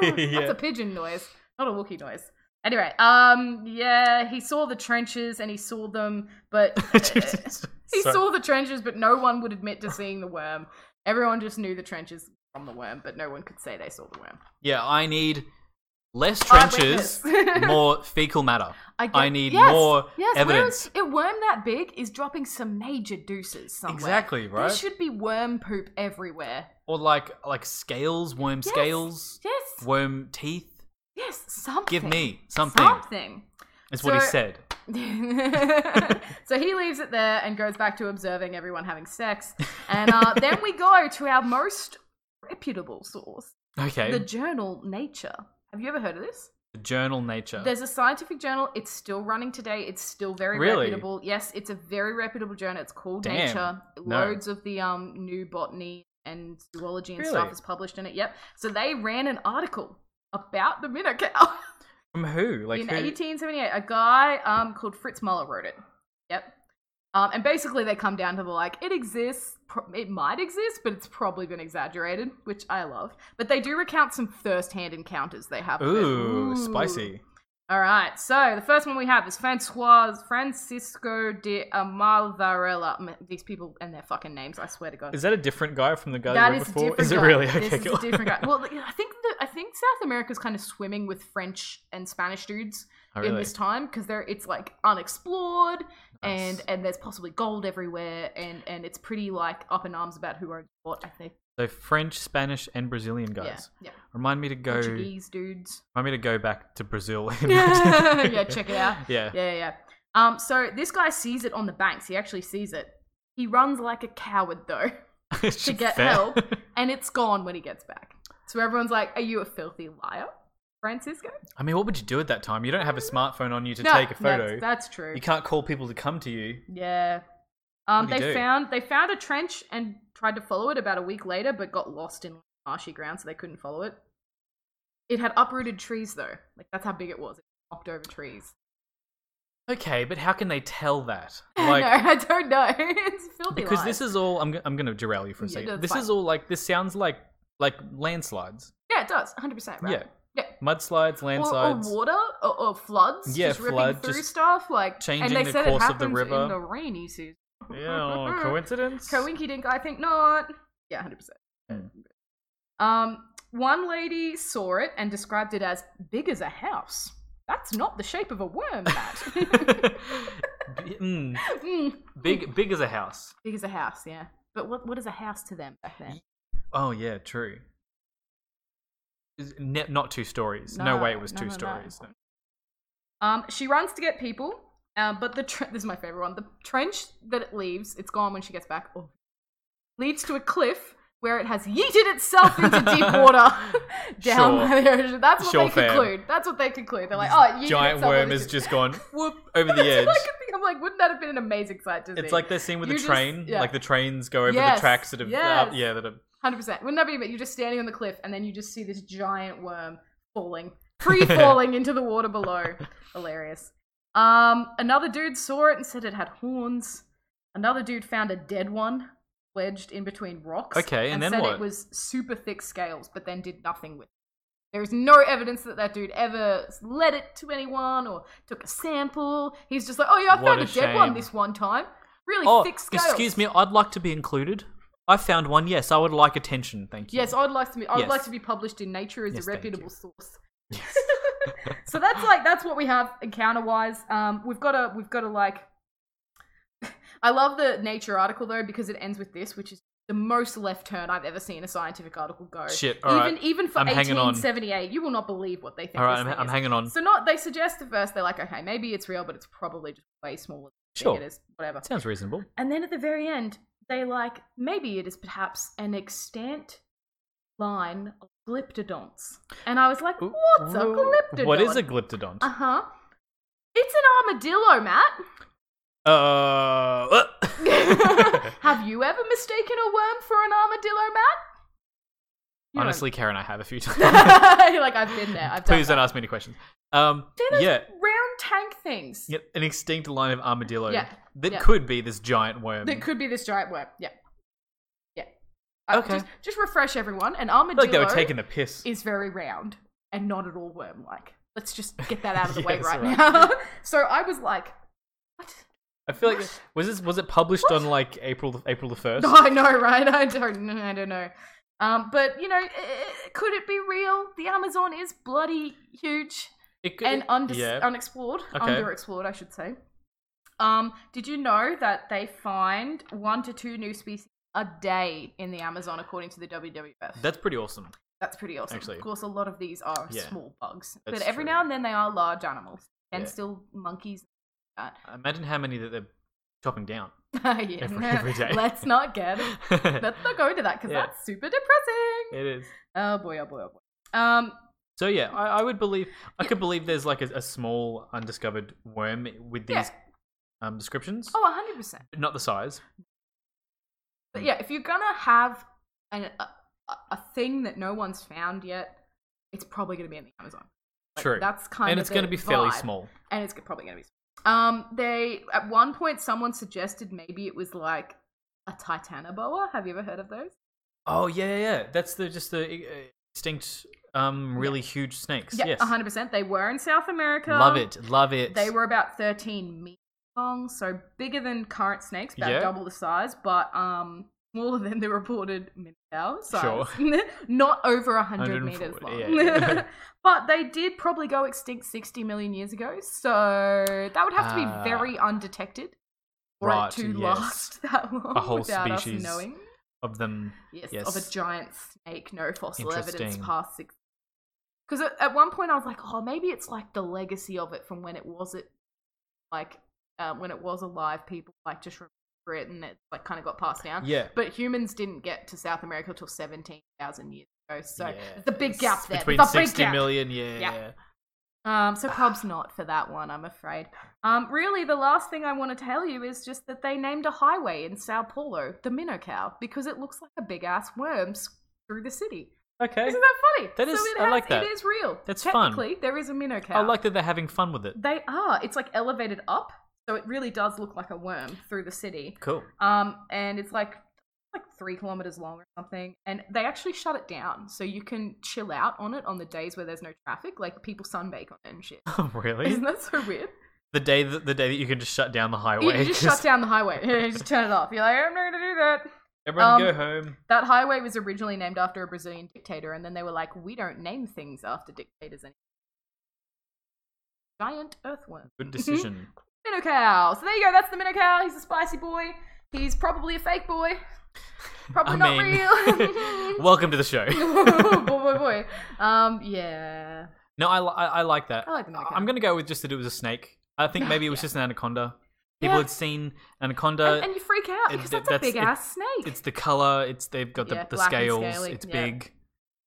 Speaker 1: that's
Speaker 2: Yeah.
Speaker 1: a pigeon noise, not a Wookiee noise. Anyway, um, yeah, he saw the trenches and he saw them, but he
Speaker 2: Sorry.
Speaker 1: saw the trenches, but no one would admit to seeing the worm. Everyone just knew the trenches from the worm, but no one could say they saw the worm.
Speaker 2: Yeah, I need less
Speaker 1: Eyewitness.
Speaker 2: trenches, more fecal matter.
Speaker 1: get-
Speaker 2: I need
Speaker 1: yes,
Speaker 2: more
Speaker 1: yes,
Speaker 2: evidence.
Speaker 1: Whereas a worm that big is dropping some major deuces somewhere.
Speaker 2: Exactly, right?
Speaker 1: There should be worm poop everywhere.
Speaker 2: Or like like scales, worm
Speaker 1: Yes.
Speaker 2: scales,
Speaker 1: Yes,
Speaker 2: worm teeth.
Speaker 1: yes, something.
Speaker 2: Give me something.
Speaker 1: Something.
Speaker 2: That's what he
Speaker 1: So-
Speaker 2: said.
Speaker 1: so he leaves it there and goes back to observing everyone having sex. And uh, then we go to our most reputable source,
Speaker 2: Okay.
Speaker 1: the journal Nature. Have you ever heard of this?
Speaker 2: The journal Nature.
Speaker 1: There's a scientific journal. It's still running today. It's still very
Speaker 2: Really?
Speaker 1: reputable. Yes, it's a very reputable journal. It's called
Speaker 2: Damn.
Speaker 1: Nature.
Speaker 2: No.
Speaker 1: Loads of the um new botany and zoology and stuff
Speaker 2: Really?
Speaker 1: is published in it. Yep. So they ran an article about the Minotaur
Speaker 2: From who? Like
Speaker 1: in
Speaker 2: who?
Speaker 1: 1878. A guy um called Fritz Muller wrote it. Yep. Um, and basically they come down to the like it exists. Pro- it might exist, but it's probably been exaggerated, which I love. But they do recount some first-hand encounters they have. with it.
Speaker 2: Ooh, spicy.
Speaker 1: All right, so the first one we have is Francois Francisco de Amal Varela. M- These people and their fucking names, I swear to God.
Speaker 2: Is that a different guy from the guy
Speaker 1: That
Speaker 2: we read
Speaker 1: is a
Speaker 2: before?
Speaker 1: different
Speaker 2: Is
Speaker 1: guy.
Speaker 2: it really?
Speaker 1: This
Speaker 2: Okay,
Speaker 1: is
Speaker 2: cool.
Speaker 1: a different guy. Well, I think the, I think South America's kind of swimming with French and Spanish dudes
Speaker 2: Oh,
Speaker 1: in
Speaker 2: really?
Speaker 1: this time because they're it's like unexplored and
Speaker 2: Nice.
Speaker 1: and there's possibly gold everywhere and and it's pretty like up in arms about who owns what. I think.
Speaker 2: So French, Spanish, and Brazilian guys.
Speaker 1: Yeah. yeah.
Speaker 2: Remind me to go. Remind
Speaker 1: Portuguese dudes.
Speaker 2: me to go back to Brazil. in my-
Speaker 1: yeah, check it out.
Speaker 2: Yeah.
Speaker 1: Yeah, yeah. yeah. Um, so this guy sees it on the banks. He actually sees it. He runs like a coward though, to get help, and it's gone when he gets back. So everyone's like, "Are you a filthy liar, Francisco?"
Speaker 2: I mean, what would you do at that time? You don't have a smartphone on you to
Speaker 1: No,
Speaker 2: take a photo.
Speaker 1: That's, that's true.
Speaker 2: You can't call people to come to you.
Speaker 1: Yeah. Um,
Speaker 2: What do
Speaker 1: they
Speaker 2: you do?
Speaker 1: found they found a trench and tried to follow it about a week later, but got lost in marshy ground, so they couldn't follow it. It had uprooted trees though. Like that's how big it was. It knocked over trees.
Speaker 2: Okay, but how can they tell that?
Speaker 1: no, I don't know. it's filthy.
Speaker 2: because this
Speaker 1: lies.
Speaker 2: is all. I'm, g- I'm going to derail you for a
Speaker 1: Yeah,
Speaker 2: second.
Speaker 1: that's
Speaker 2: this
Speaker 1: fine.
Speaker 2: is all like. This sounds like like landslides,
Speaker 1: yeah, it does, hundred percent right.
Speaker 2: Yeah.
Speaker 1: yeah.
Speaker 2: mudslides,
Speaker 1: or,
Speaker 2: landslides.
Speaker 1: or water or, or floods
Speaker 2: Yeah,
Speaker 1: just ripping
Speaker 2: flood,
Speaker 1: through
Speaker 2: just
Speaker 1: stuff like and
Speaker 2: changing
Speaker 1: they
Speaker 2: the
Speaker 1: said
Speaker 2: course
Speaker 1: it
Speaker 2: of the
Speaker 1: happens
Speaker 2: river.
Speaker 1: in the rainy season Hmm.
Speaker 2: yeah, oh, coincidence.
Speaker 1: coinky dink i think not yeah 100%
Speaker 2: Hmm.
Speaker 1: um one lady saw it and described it as big as a house that's not the shape of a worm that
Speaker 2: B- mm,
Speaker 1: Mm,
Speaker 2: big, big as a house.
Speaker 1: big as a house yeah but what, what is a house to them back then
Speaker 2: Oh yeah, true. Is- Ne- not two stories. No,
Speaker 1: No,
Speaker 2: way, it was
Speaker 1: no,
Speaker 2: two
Speaker 1: no, no.
Speaker 2: stories. No.
Speaker 1: Um, she runs to get people, uh, but the tre- this is my favorite one. The trench that it leaves, it's gone when she gets back. Oh. Leads to a cliff where it has yeeted itself into deep water down
Speaker 2: Sure.
Speaker 1: by the ocean. That's what
Speaker 2: Sure,
Speaker 1: they
Speaker 2: fam.
Speaker 1: conclude. That's what they conclude. They're like, oh, it yeeted
Speaker 2: Giant
Speaker 1: itself
Speaker 2: worm
Speaker 1: into-
Speaker 2: has just gone
Speaker 1: whoop.
Speaker 2: over the
Speaker 1: That's
Speaker 2: edge.
Speaker 1: all I could think. I'm like, wouldn't that have been an amazing sight to see?
Speaker 2: It's like the scene with
Speaker 1: You
Speaker 2: the
Speaker 1: just-
Speaker 2: train.
Speaker 1: yeah.
Speaker 2: Like the trains go over
Speaker 1: Yes,
Speaker 2: the tracks that have.
Speaker 1: yes.
Speaker 2: Uh, yeah, that have.
Speaker 1: hundred percent. Wouldn't that be? But you're just standing on the cliff, and then you just see this giant worm falling, free falling into the water below. Hilarious. Um, another dude saw it and said it had horns. Another dude found a dead one wedged in between rocks.
Speaker 2: Okay, and then
Speaker 1: said
Speaker 2: what?
Speaker 1: it was super thick scales, but then did nothing with. it. There is no evidence that that dude ever led it to anyone or took a sample. He's just like, oh yeah, I
Speaker 2: What
Speaker 1: found
Speaker 2: a
Speaker 1: a, dead one
Speaker 2: shame.
Speaker 1: this one time. Really
Speaker 2: Oh,
Speaker 1: thick scales.
Speaker 2: excuse me. I'd like to be included. I found one. Yes, I would like attention. Thank you.
Speaker 1: Yes, I'd like to be. I'd
Speaker 2: Yes.
Speaker 1: like to be published in Nature as
Speaker 2: Yes,
Speaker 1: a
Speaker 2: thank you.
Speaker 1: reputable source. so that's like that's what we have encounter wise. Um, we've got to we've got to like. I love the Nature article though because it ends with this, which is the most left turn I've ever seen a scientific article go.
Speaker 2: Shit. All
Speaker 1: even
Speaker 2: right.
Speaker 1: even for
Speaker 2: I'm hanging on.
Speaker 1: 1878, you will not believe what they think.
Speaker 2: All right.
Speaker 1: this
Speaker 2: I'm,
Speaker 1: thing
Speaker 2: I'm
Speaker 1: is.
Speaker 2: hanging on.
Speaker 1: So not they suggest at first they're like okay maybe it's real but it's probably just way smaller. Than
Speaker 2: Sure.
Speaker 1: It is whatever.
Speaker 2: Sounds reasonable.
Speaker 1: And then at the very end, they like maybe it is perhaps an extant line of glyptodonts. And I was like,
Speaker 2: Ooh.
Speaker 1: what's a glyptodont?
Speaker 2: What is a glyptodont?
Speaker 1: Uh huh. It's an armadillo, Matt.
Speaker 2: Uh,
Speaker 1: have you ever mistaken a worm for an armadillo, Matt? You
Speaker 2: honestly, Karen, I have a few
Speaker 1: don't.
Speaker 2: times.
Speaker 1: You're like I've been there. I've done
Speaker 2: Please
Speaker 1: that.
Speaker 2: don't ask me any questions. Um,
Speaker 1: They're those
Speaker 2: yeah,
Speaker 1: round tank things.
Speaker 2: yeah, an extinct line of armadillo
Speaker 1: Yeah,
Speaker 2: that
Speaker 1: yeah.
Speaker 2: could be this giant worm.
Speaker 1: That could be this giant worm. Yeah. Yeah. Uh,
Speaker 2: Okay.
Speaker 1: Just, just refresh everyone. An
Speaker 2: I
Speaker 1: armadillo.
Speaker 2: feel like they were taking the piss.
Speaker 1: is very round and not at all worm like. Let's just get that out of the way
Speaker 2: Yes,
Speaker 1: right,
Speaker 2: right.
Speaker 1: now. so I was like, what?
Speaker 2: I feel like was this was it published on like April April the first?
Speaker 1: No, I know, right? I don't, know, I don't know. Um, but you know, eh, could it be real? The Amazon is bloody huge
Speaker 2: It could,
Speaker 1: and undis-
Speaker 2: yeah.
Speaker 1: unexplored,
Speaker 2: Okay.
Speaker 1: underexplored, I should say. Um, did you know that they find one to two new species a day in the Amazon, according to the WWF?
Speaker 2: That's pretty awesome.
Speaker 1: That's pretty awesome.
Speaker 2: Actually.
Speaker 1: of course, a lot of these are
Speaker 2: Yeah.
Speaker 1: small bugs,
Speaker 2: That's
Speaker 1: but every
Speaker 2: true.
Speaker 1: now and then they are large animals and
Speaker 2: Yeah.
Speaker 1: still monkeys.
Speaker 2: Imagine how many that they're chopping down.
Speaker 1: yeah.
Speaker 2: Every- every day.
Speaker 1: Let's not get. Let's not go into that because
Speaker 2: Yeah.
Speaker 1: that's super depressing.
Speaker 2: It is.
Speaker 1: Oh boy, oh boy, oh boy. Um,
Speaker 2: So yeah, I, I would believe I could believe there's like a, a small undiscovered worm with
Speaker 1: Yeah.
Speaker 2: these um, descriptions.
Speaker 1: Oh, hundred percent.
Speaker 2: Not the size. Hmm.
Speaker 1: But yeah, if you're gonna have an, a a- a thing that no one's found yet, it's probably gonna be in the Amazon. Like,
Speaker 2: True.
Speaker 1: That's kind
Speaker 2: And
Speaker 1: of
Speaker 2: it's going to be
Speaker 1: the
Speaker 2: fairly
Speaker 1: vibe.
Speaker 2: small.
Speaker 1: and it's probably going to be. Um, they at one point someone suggested maybe it was like a titanoboa. Have you ever heard of those?
Speaker 2: Oh yeah, yeah, yeah. That's the just the uh, extinct, um, really huge snakes.
Speaker 1: Yeah,
Speaker 2: yes.
Speaker 1: hundred percent. They were in South America.
Speaker 2: Love it, love it.
Speaker 1: They were about thirteen meters long, so bigger than current snakes, about
Speaker 2: Yeah.
Speaker 1: double the size, but um, smaller than the reported minotaur size.
Speaker 2: Sure.
Speaker 1: Not over hundred meters
Speaker 2: 140,
Speaker 1: long.
Speaker 2: yeah.
Speaker 1: but they did probably go extinct sixty million years ago, so that would have to be
Speaker 2: Ah.
Speaker 1: very undetected. For
Speaker 2: Right,
Speaker 1: it to
Speaker 2: yes.
Speaker 1: last that long
Speaker 2: whole
Speaker 1: without
Speaker 2: species.
Speaker 1: us knowing.
Speaker 2: of them.
Speaker 1: Yes, of
Speaker 2: Yes.
Speaker 1: a giant snake, no fossil evidence
Speaker 2: Interesting.
Speaker 1: past six. Because at, at one point I was like, oh, maybe it's like the legacy of it from when it was it, like uh, when it was alive. People like just remember it, and it like kind of got passed down.
Speaker 2: Yeah.
Speaker 1: But humans didn't get to South America till seventeen thousand years ago, so
Speaker 2: yeah.
Speaker 1: there's a big gap
Speaker 2: It's
Speaker 1: there.
Speaker 2: Between
Speaker 1: there's a big
Speaker 2: sixty
Speaker 1: gap.
Speaker 2: million, yeah.
Speaker 1: Yeah. Um, so Cobb's not for that one, I'm afraid. Um, really, the last thing I want to tell you is just that they named a highway in Sao Paulo the Minnow Cow because it looks like a big ass worm s- through the city.
Speaker 2: Okay.
Speaker 1: Isn't that funny?
Speaker 2: That is-
Speaker 1: so it
Speaker 2: I
Speaker 1: has-
Speaker 2: like that.
Speaker 1: It is real.
Speaker 2: That's fun.
Speaker 1: Technically, there is a Minnow Cow.
Speaker 2: I like that they're having fun with it.
Speaker 1: They are. It's like elevated up, so it really does look like a worm through the city.
Speaker 2: Cool.
Speaker 1: Um, and it's like like three kilometers long or something. And they actually shut it down, so you can chill out on it on the days where there's no traffic. Like people sunbake on it and shit.
Speaker 2: really?
Speaker 1: Isn't that so weird?
Speaker 2: The day that the day that you can just shut down the
Speaker 1: You,
Speaker 2: highway.
Speaker 1: you just shut down the highway. you just turn it off. You're like, I'm not gonna do that.
Speaker 2: Everyone
Speaker 1: um,
Speaker 2: go home.
Speaker 1: That highway was originally named after a Brazilian dictator, and then they were like, we don't name things after dictators anymore. Giant earthworm.
Speaker 2: Good decision.
Speaker 1: Minnow cow. So there you go. That's the minnow cow. He's a spicy boy. He's probably a fake boy. Probably
Speaker 2: I
Speaker 1: not
Speaker 2: mean-
Speaker 1: real.
Speaker 2: Welcome to the show.
Speaker 1: boy, boy, boy. Um, yeah.
Speaker 2: No, I, li- I, I like that.
Speaker 1: I like the minnow cow.
Speaker 2: I'm going to go with just that it was a snake. I think maybe it was just an anaconda. People
Speaker 1: Yeah.
Speaker 2: had seen anaconda.
Speaker 1: and, and you freak out
Speaker 2: uh, it-
Speaker 1: because
Speaker 2: that-
Speaker 1: that's,
Speaker 2: that's-
Speaker 1: a big ass snake.
Speaker 2: it's the color. It's they've got the,
Speaker 1: Yeah,
Speaker 2: the
Speaker 1: black and
Speaker 2: scales.
Speaker 1: scaly,
Speaker 2: It's
Speaker 1: yeah.
Speaker 2: big.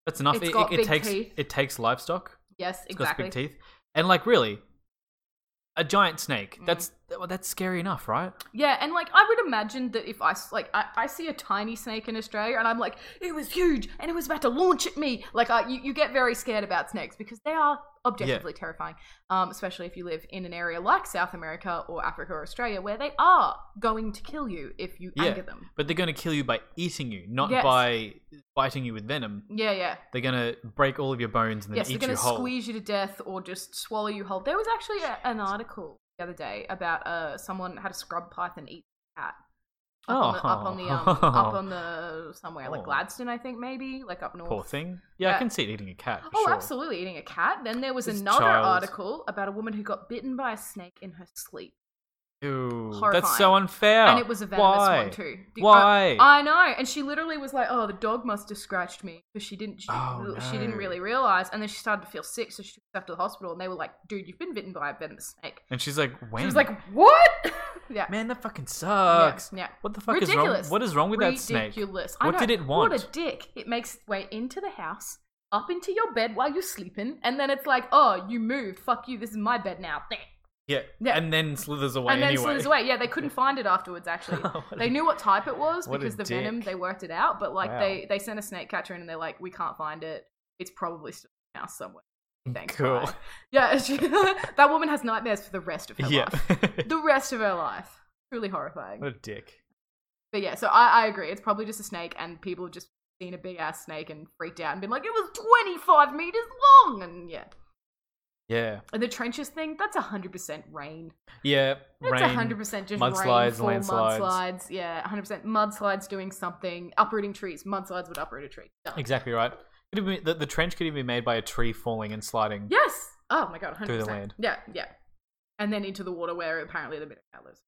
Speaker 2: That's enough.
Speaker 1: It's
Speaker 2: it,
Speaker 1: got
Speaker 2: it, it
Speaker 1: big
Speaker 2: takes
Speaker 1: teeth.
Speaker 2: it takes livestock.
Speaker 1: yes,
Speaker 2: It's
Speaker 1: exactly.
Speaker 2: got big teeth, and like really, a giant snake.
Speaker 1: Mm.
Speaker 2: That's well, that's scary enough, right?
Speaker 1: Yeah, and like I would imagine that if I s- like I, I see a tiny snake in Australia and I'm like it was huge and it was about to launch at me, like I, you you get very scared about snakes because they are objectively terrifying, um, especially if you live in an area like South America or Africa or Australia where they are going to kill you if you
Speaker 2: Yeah.
Speaker 1: anger them.
Speaker 2: But they're going to kill you by eating you, not
Speaker 1: Yes.
Speaker 2: by biting you with venom.
Speaker 1: Yeah, yeah.
Speaker 2: They're going to break all of your bones and then
Speaker 1: Yes,
Speaker 2: eat
Speaker 1: they're going
Speaker 2: you
Speaker 1: to
Speaker 2: whole.
Speaker 1: squeeze you to death or just swallow you whole. There was actually a, an article the other day about uh, someone had a scrub python eat a cat. Up on the, up on the um, up
Speaker 2: Oh.
Speaker 1: on the somewhere like
Speaker 2: Oh.
Speaker 1: Gladstone, I think maybe like up north.
Speaker 2: Poor thing. Yeah, I
Speaker 1: Yeah.
Speaker 2: can see it eating a cat. For
Speaker 1: Oh,
Speaker 2: sure.
Speaker 1: absolutely, eating a cat. Then there was
Speaker 2: This
Speaker 1: another
Speaker 2: child.
Speaker 1: article about a woman who got bitten by a snake in her sleep,
Speaker 2: Ew, that's
Speaker 1: Horrifying.
Speaker 2: so unfair.
Speaker 1: and it was a venomous
Speaker 2: Oh, Why?
Speaker 1: one too. The-
Speaker 2: Why?
Speaker 1: I, I know, and she literally was like, "Oh, the dog must have scratched me," because she didn't. She,
Speaker 2: Oh,
Speaker 1: she
Speaker 2: no.
Speaker 1: didn't really realize, and then she started to feel sick, so she took herself to the hospital, and they were like, "Dude, you've been bitten by a venomous snake."
Speaker 2: and she's like, when?
Speaker 1: She was like, "What?" yeah.
Speaker 2: man, that fucking
Speaker 1: Yeah,
Speaker 2: sucks.
Speaker 1: yeah.
Speaker 2: What the fuck is
Speaker 1: Ridiculous.
Speaker 2: wrong? What is wrong with that snake?
Speaker 1: Ridiculous. I
Speaker 2: What
Speaker 1: know.
Speaker 2: did it want?
Speaker 1: What a dick. It makes its way into the house, up into your bed while you're sleeping, and then it's like, oh, you moved. Fuck you. This is my bed now. Bleh.
Speaker 2: Yeah.
Speaker 1: Yeah.
Speaker 2: and then slithers away
Speaker 1: And then
Speaker 2: anyway.
Speaker 1: slithers away. Yeah, they couldn't find it afterwards, actually.
Speaker 2: What
Speaker 1: they
Speaker 2: a-
Speaker 1: knew what type it was
Speaker 2: what a
Speaker 1: because the venom,
Speaker 2: dick.
Speaker 1: they worked it out, but like
Speaker 2: Wow.
Speaker 1: they, they sent a snake catcher in and they're like, we can't find it. It's probably still in the house somewhere. Thanks.
Speaker 2: Cool.
Speaker 1: bye. Yeah, she- that woman has nightmares for the rest of her
Speaker 2: Yeah.
Speaker 1: life. The rest of her life. Truly horrifying.
Speaker 2: what a dick.
Speaker 1: But yeah, so I, I agree. It's probably just a snake, and people have just seen a big ass snake and freaked out and been like, it was 25 meters long! And yeah.
Speaker 2: Yeah.
Speaker 1: And the trenches thing, that's 100% rain.
Speaker 2: Yeah.
Speaker 1: That's
Speaker 2: rain.
Speaker 1: 100% just rain,
Speaker 2: mudslides,
Speaker 1: fall,
Speaker 2: landslides.
Speaker 1: mudslides. Yeah, 100%. Mudslides doing something, uprooting trees. Mudslides would uproot a tree. Done.
Speaker 2: Exactly right. Could have been- the, the trench could even be made by a tree falling and sliding.
Speaker 1: Yes! Oh my god, 100%.
Speaker 2: Through the land.
Speaker 1: Yeah, yeah. And then into the water where apparently the middle cow lives.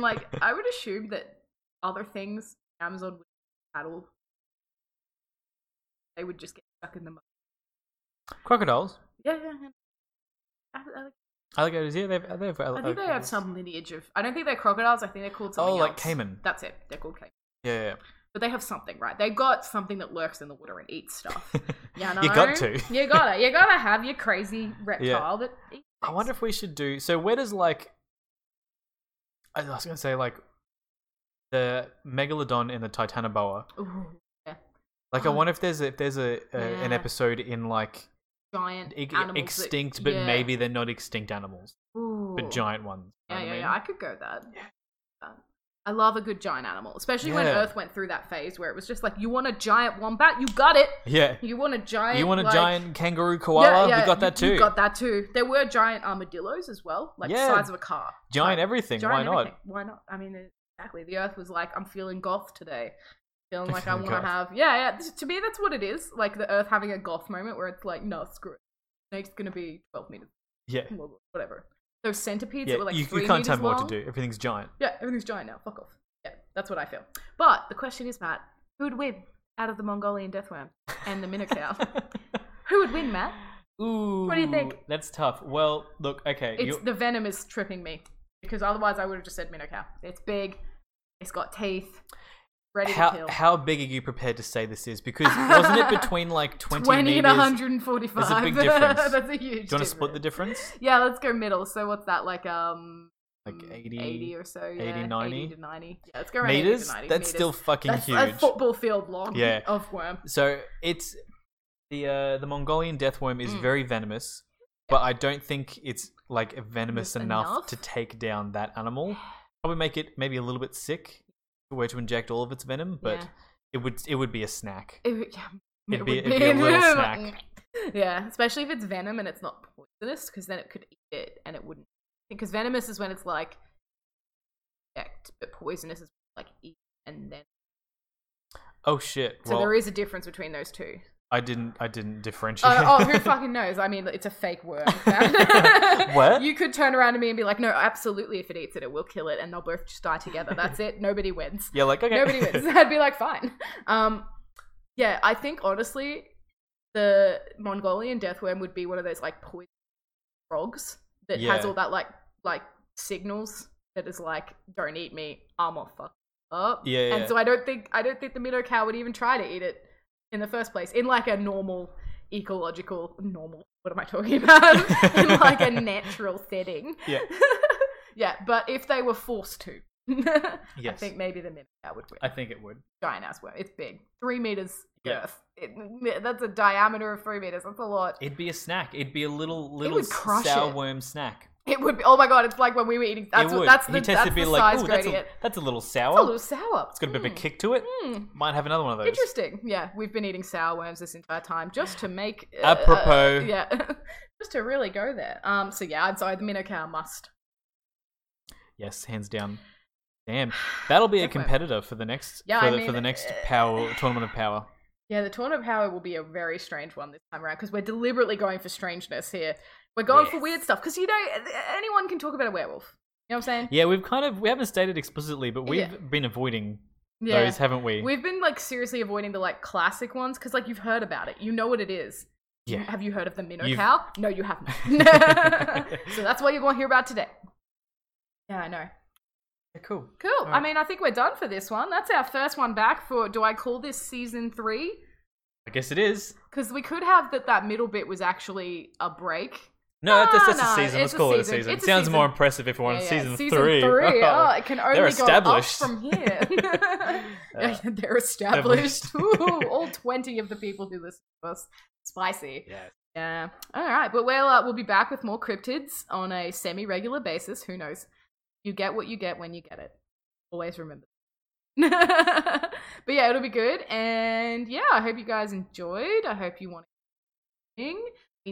Speaker 1: like, I would assume that other things, Amazon would paddle, they would just get stuck in the mud.
Speaker 2: Crocodiles,
Speaker 1: Yeah, yeah, yeah. I, I,
Speaker 2: alligators. Yeah, they've, they've uh,
Speaker 1: I think they have some lineage of. I don't think they're crocodiles. I think they're called something.
Speaker 2: Oh, like
Speaker 1: else.
Speaker 2: caiman.
Speaker 1: That's it. They're called caiman.
Speaker 2: Yeah, yeah.
Speaker 1: But they have something, right? They've got something that lurks in the water and eats stuff. You, know?
Speaker 2: You got to.
Speaker 1: you gotta. You gotta have your crazy reptile that eats.
Speaker 2: I wonder if we should do so. Where does like I was gonna say like the megalodon and the titanoboa.
Speaker 1: Ooh,
Speaker 2: Like I
Speaker 1: Oh.
Speaker 2: wonder if there's a, if there's a, a an
Speaker 1: Yeah.
Speaker 2: episode in like
Speaker 1: giant
Speaker 2: e-
Speaker 1: animals that-
Speaker 2: extinct, but
Speaker 1: yeah.
Speaker 2: maybe they're not extinct animals,
Speaker 1: Ooh.
Speaker 2: but giant ones. you
Speaker 1: Yeah,
Speaker 2: know
Speaker 1: yeah,
Speaker 2: what I
Speaker 1: yeah. I
Speaker 2: mean?
Speaker 1: could go with that. Um, I love a good giant animal, especially when
Speaker 2: Yeah.
Speaker 1: Earth went through that phase where it was just like, you want a giant wombat, you got it.
Speaker 2: yeah.
Speaker 1: You want a giant.
Speaker 2: You want a
Speaker 1: like-
Speaker 2: giant kangaroo
Speaker 1: Yeah,
Speaker 2: koala?
Speaker 1: yeah,
Speaker 2: we got that
Speaker 1: you-
Speaker 2: too.
Speaker 1: You got that too. There were giant armadillos as well, like
Speaker 2: Yeah.
Speaker 1: the size of a car.
Speaker 2: giant
Speaker 1: Like,
Speaker 2: everything.
Speaker 1: giant
Speaker 2: Why not?
Speaker 1: everything. Why not? I mean, it- exactly. The Earth was like, I'm feeling goth today. Feeling
Speaker 2: I'm
Speaker 1: like I
Speaker 2: feeling
Speaker 1: want to
Speaker 2: goth.
Speaker 1: have. Yeah, yeah. th- To me, that's what it is. Like the Earth having a goth moment where it's like, no, screw it. Snake's gonna be 12 meters,
Speaker 2: Yeah.
Speaker 1: whatever. Those centipedes
Speaker 2: Yeah,
Speaker 1: that were like
Speaker 2: you,
Speaker 1: three
Speaker 2: you can't tell
Speaker 1: meters
Speaker 2: me what
Speaker 1: long.
Speaker 2: to do. Everything's giant.
Speaker 1: Yeah, everything's giant now. Fuck off. Yeah, that's what I feel. But the question is, Matt, who would win out of the Mongolian deathworm and the Minotaur? who would win, Matt?
Speaker 2: Ooh.
Speaker 1: do you think?
Speaker 2: That's tough. Well, look, okay.
Speaker 1: It's
Speaker 2: you-
Speaker 1: the venom is tripping me because otherwise I would have just said Minotaur. It's big. It's got teeth. Ready to
Speaker 2: how
Speaker 1: kill.
Speaker 2: how big are you prepared to say this is? Because wasn't it between like 20,
Speaker 1: 20 and
Speaker 2: meters?
Speaker 1: 145.
Speaker 2: There's a big difference.
Speaker 1: That's a huge.
Speaker 2: Do you want to split the difference?
Speaker 1: Yeah, let's go middle. So what's that like? Um,
Speaker 2: Like 80,
Speaker 1: 80 or so. Yeah.
Speaker 2: 80, 90?
Speaker 1: 80 to 90. Yeah, let's go around 80
Speaker 2: meters?
Speaker 1: to 90
Speaker 2: That's still
Speaker 1: meters.
Speaker 2: fucking
Speaker 1: That's
Speaker 2: huge.
Speaker 1: a football field long
Speaker 2: Yeah.
Speaker 1: of worm.
Speaker 2: So it's the uh, the Mongolian death worm is
Speaker 1: Mm.
Speaker 2: very venomous, but I don't think it's like venomous
Speaker 1: Venomous
Speaker 2: enough,
Speaker 1: enough?
Speaker 2: to take down that animal. Probably make it maybe a little bit sick if it were to inject all of its venom, but
Speaker 1: Yeah.
Speaker 2: it would it would be a snack.
Speaker 1: It, would- yeah,
Speaker 2: It'd
Speaker 1: it
Speaker 2: be-
Speaker 1: would
Speaker 2: it'd be a little
Speaker 1: like,
Speaker 2: snack.
Speaker 1: Yeah, especially if it's venom and it's not poisonous, because then it could eat it and it wouldn't. Because venomous is when it's like inject, but poisonous is like eat and then.
Speaker 2: Oh shit!
Speaker 1: So
Speaker 2: well,
Speaker 1: there is a difference between those two.
Speaker 2: I didn't I didn't differentiate.
Speaker 1: Oh, oh, who fucking knows? I mean, it's a fake worm.
Speaker 2: What?
Speaker 1: You could turn around to me and be like, "No, absolutely. If it eats it, it will kill it, and they'll both just die together. That's it. Nobody wins."
Speaker 2: yeah, like okay.
Speaker 1: nobody wins. I'd be like, fine. Um, yeah, I think honestly, the Mongolian deathworm would be one of those like poison frogs that has
Speaker 2: Yeah.
Speaker 1: all that like like signals that is like, don't eat me, I'm all fucked up.
Speaker 2: Yeah, yeah.
Speaker 1: And so I don't think I don't think the meadow cow would even try to eat it in the first place in like a normal ecological normal. What am I talking about? in like a natural setting.
Speaker 2: Yeah.
Speaker 1: yeah, but if they were forced to.
Speaker 2: yes,
Speaker 1: I think maybe the Minotaur would win.
Speaker 2: I think it would.
Speaker 1: Giant ass worm. It's big. Three meters.
Speaker 2: Yeah.
Speaker 1: girth. It- that's a diameter of three meters. That's a lot. It,
Speaker 2: It'd be a snack. It'd be a little little
Speaker 1: would crush
Speaker 2: sour
Speaker 1: it.
Speaker 2: worm snack.
Speaker 1: would be. Oh my god! It's like when we were eating. That's
Speaker 2: it
Speaker 1: what,
Speaker 2: would.
Speaker 1: that's the,
Speaker 2: he
Speaker 1: that's
Speaker 2: tested
Speaker 1: the
Speaker 2: be
Speaker 1: size
Speaker 2: like, "Ooh, that's
Speaker 1: gradient.
Speaker 2: a, that's a little
Speaker 1: it's a
Speaker 2: sour.
Speaker 1: little sour.
Speaker 2: it's got a bit of a
Speaker 1: Mm.
Speaker 2: kick to it.
Speaker 1: Mm.
Speaker 2: Might have another one of those.
Speaker 1: Interesting. Yeah, we've been eating sour worms this entire time just to make. uh,
Speaker 2: Apropos.
Speaker 1: uh, yeah, just to really go there. Um. So yeah, I'd say the Minotaur must.
Speaker 2: Yes, hands down. Damn, that'll be a
Speaker 1: Definitely.
Speaker 2: competitor for the next
Speaker 1: Yeah,
Speaker 2: for,
Speaker 1: I
Speaker 2: the, for
Speaker 1: mean,
Speaker 2: the next
Speaker 1: uh,
Speaker 2: power tournament of power.
Speaker 1: Yeah, the Torn of Power will be a very strange one this time around because we're deliberately going for strangeness here. We're going for
Speaker 2: Yes.
Speaker 1: weird stuff because you know anyone can talk about a werewolf. You know what I'm saying?
Speaker 2: Yeah, we've kind of we haven't stated explicitly, but we've
Speaker 1: Yeah.
Speaker 2: been avoiding those, haven't we?
Speaker 1: We've been like seriously avoiding the like classic ones because like you've heard about it, you know what it is.
Speaker 2: yeah,
Speaker 1: Have you heard of the minnow
Speaker 2: You've-
Speaker 1: cow? No, you haven't. so that's what you're going to hear about today. Yeah, I know.
Speaker 2: cool.
Speaker 1: Cool. I
Speaker 2: Alright.
Speaker 1: mean, I think we're done for this one. That's our first one back for. Do I call this season three?
Speaker 2: I guess it is.
Speaker 1: Because we could have that. That middle bit was actually a break.
Speaker 2: No, that's, that's
Speaker 1: no,
Speaker 2: a season.
Speaker 1: it's
Speaker 2: Let's
Speaker 1: a
Speaker 2: call it a
Speaker 1: season.
Speaker 2: season.
Speaker 1: It's a
Speaker 2: Sounds more
Speaker 1: season.
Speaker 2: impressive if we're on
Speaker 1: Yeah, yeah.
Speaker 2: season, three.
Speaker 1: three.
Speaker 2: Oh.
Speaker 1: Oh, it can only
Speaker 2: They're
Speaker 1: go up
Speaker 2: established.
Speaker 1: from here.
Speaker 2: Uh,
Speaker 1: Yeah, they're established. Ooh, all twenty of the people who listen to us. Spicy.
Speaker 2: Yeah.
Speaker 1: Yeah. All right, but we'll uh, we'll be back with more cryptids on a semi-regular basis. Who knows? You get what you get when you get it. Always remember. but yeah, it'll be good. And yeah, I hope you guys enjoyed. I hope you want. We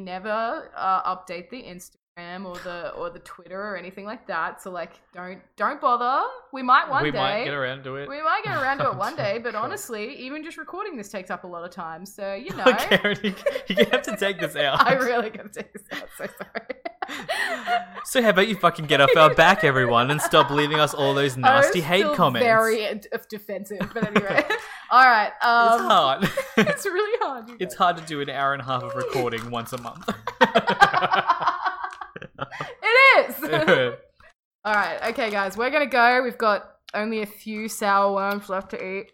Speaker 1: never uh, update the Instagram or the or the Twitter or anything like that. So like, don't don't bother. We might one
Speaker 2: we
Speaker 1: day.
Speaker 2: might get around to it.
Speaker 1: we might get around to it one day, but
Speaker 2: Cool.
Speaker 1: honestly, even just recording this takes up a lot of time. So you know,
Speaker 2: Okay, you you have to take this out.
Speaker 1: I really gotta take this out. So sorry.
Speaker 2: So how about you fucking get off our back, everyone, and stop leaving us all those
Speaker 1: I was
Speaker 2: nasty hate
Speaker 1: still
Speaker 2: comments?
Speaker 1: Very d- defensive, but anyway. All right. Um,
Speaker 2: it's hard.
Speaker 1: It's really hard. you
Speaker 2: it's
Speaker 1: guys.
Speaker 2: hard to do an hour and a half of recording once a month.
Speaker 1: it is. All right, okay, guys, we're gonna go. We've got only a few sour worms left to eat.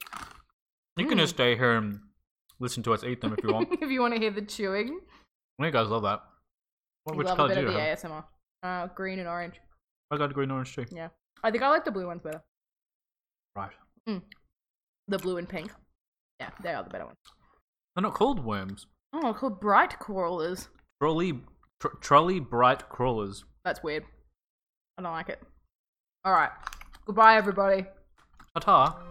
Speaker 2: You can just stay here and listen to us eat them if you want.
Speaker 1: if you want to hear the chewing,
Speaker 2: you guys love that. What,
Speaker 1: you
Speaker 2: which
Speaker 1: love a
Speaker 2: color
Speaker 1: bit
Speaker 2: do
Speaker 1: of
Speaker 2: you
Speaker 1: the
Speaker 2: have?
Speaker 1: ASMR. Uh, green and orange.
Speaker 2: I got green and orange too.
Speaker 1: I think I like the blue ones better. Mm.
Speaker 2: Right.
Speaker 1: The blue and pink. Yeah, they are the better ones.
Speaker 2: They're not called worms.
Speaker 1: Oh, called bright crawlers.
Speaker 2: Trolley, tr- trolley bright crawlers.
Speaker 1: That's weird. I don't like it. All right. Goodbye, everybody.
Speaker 2: Ta ta.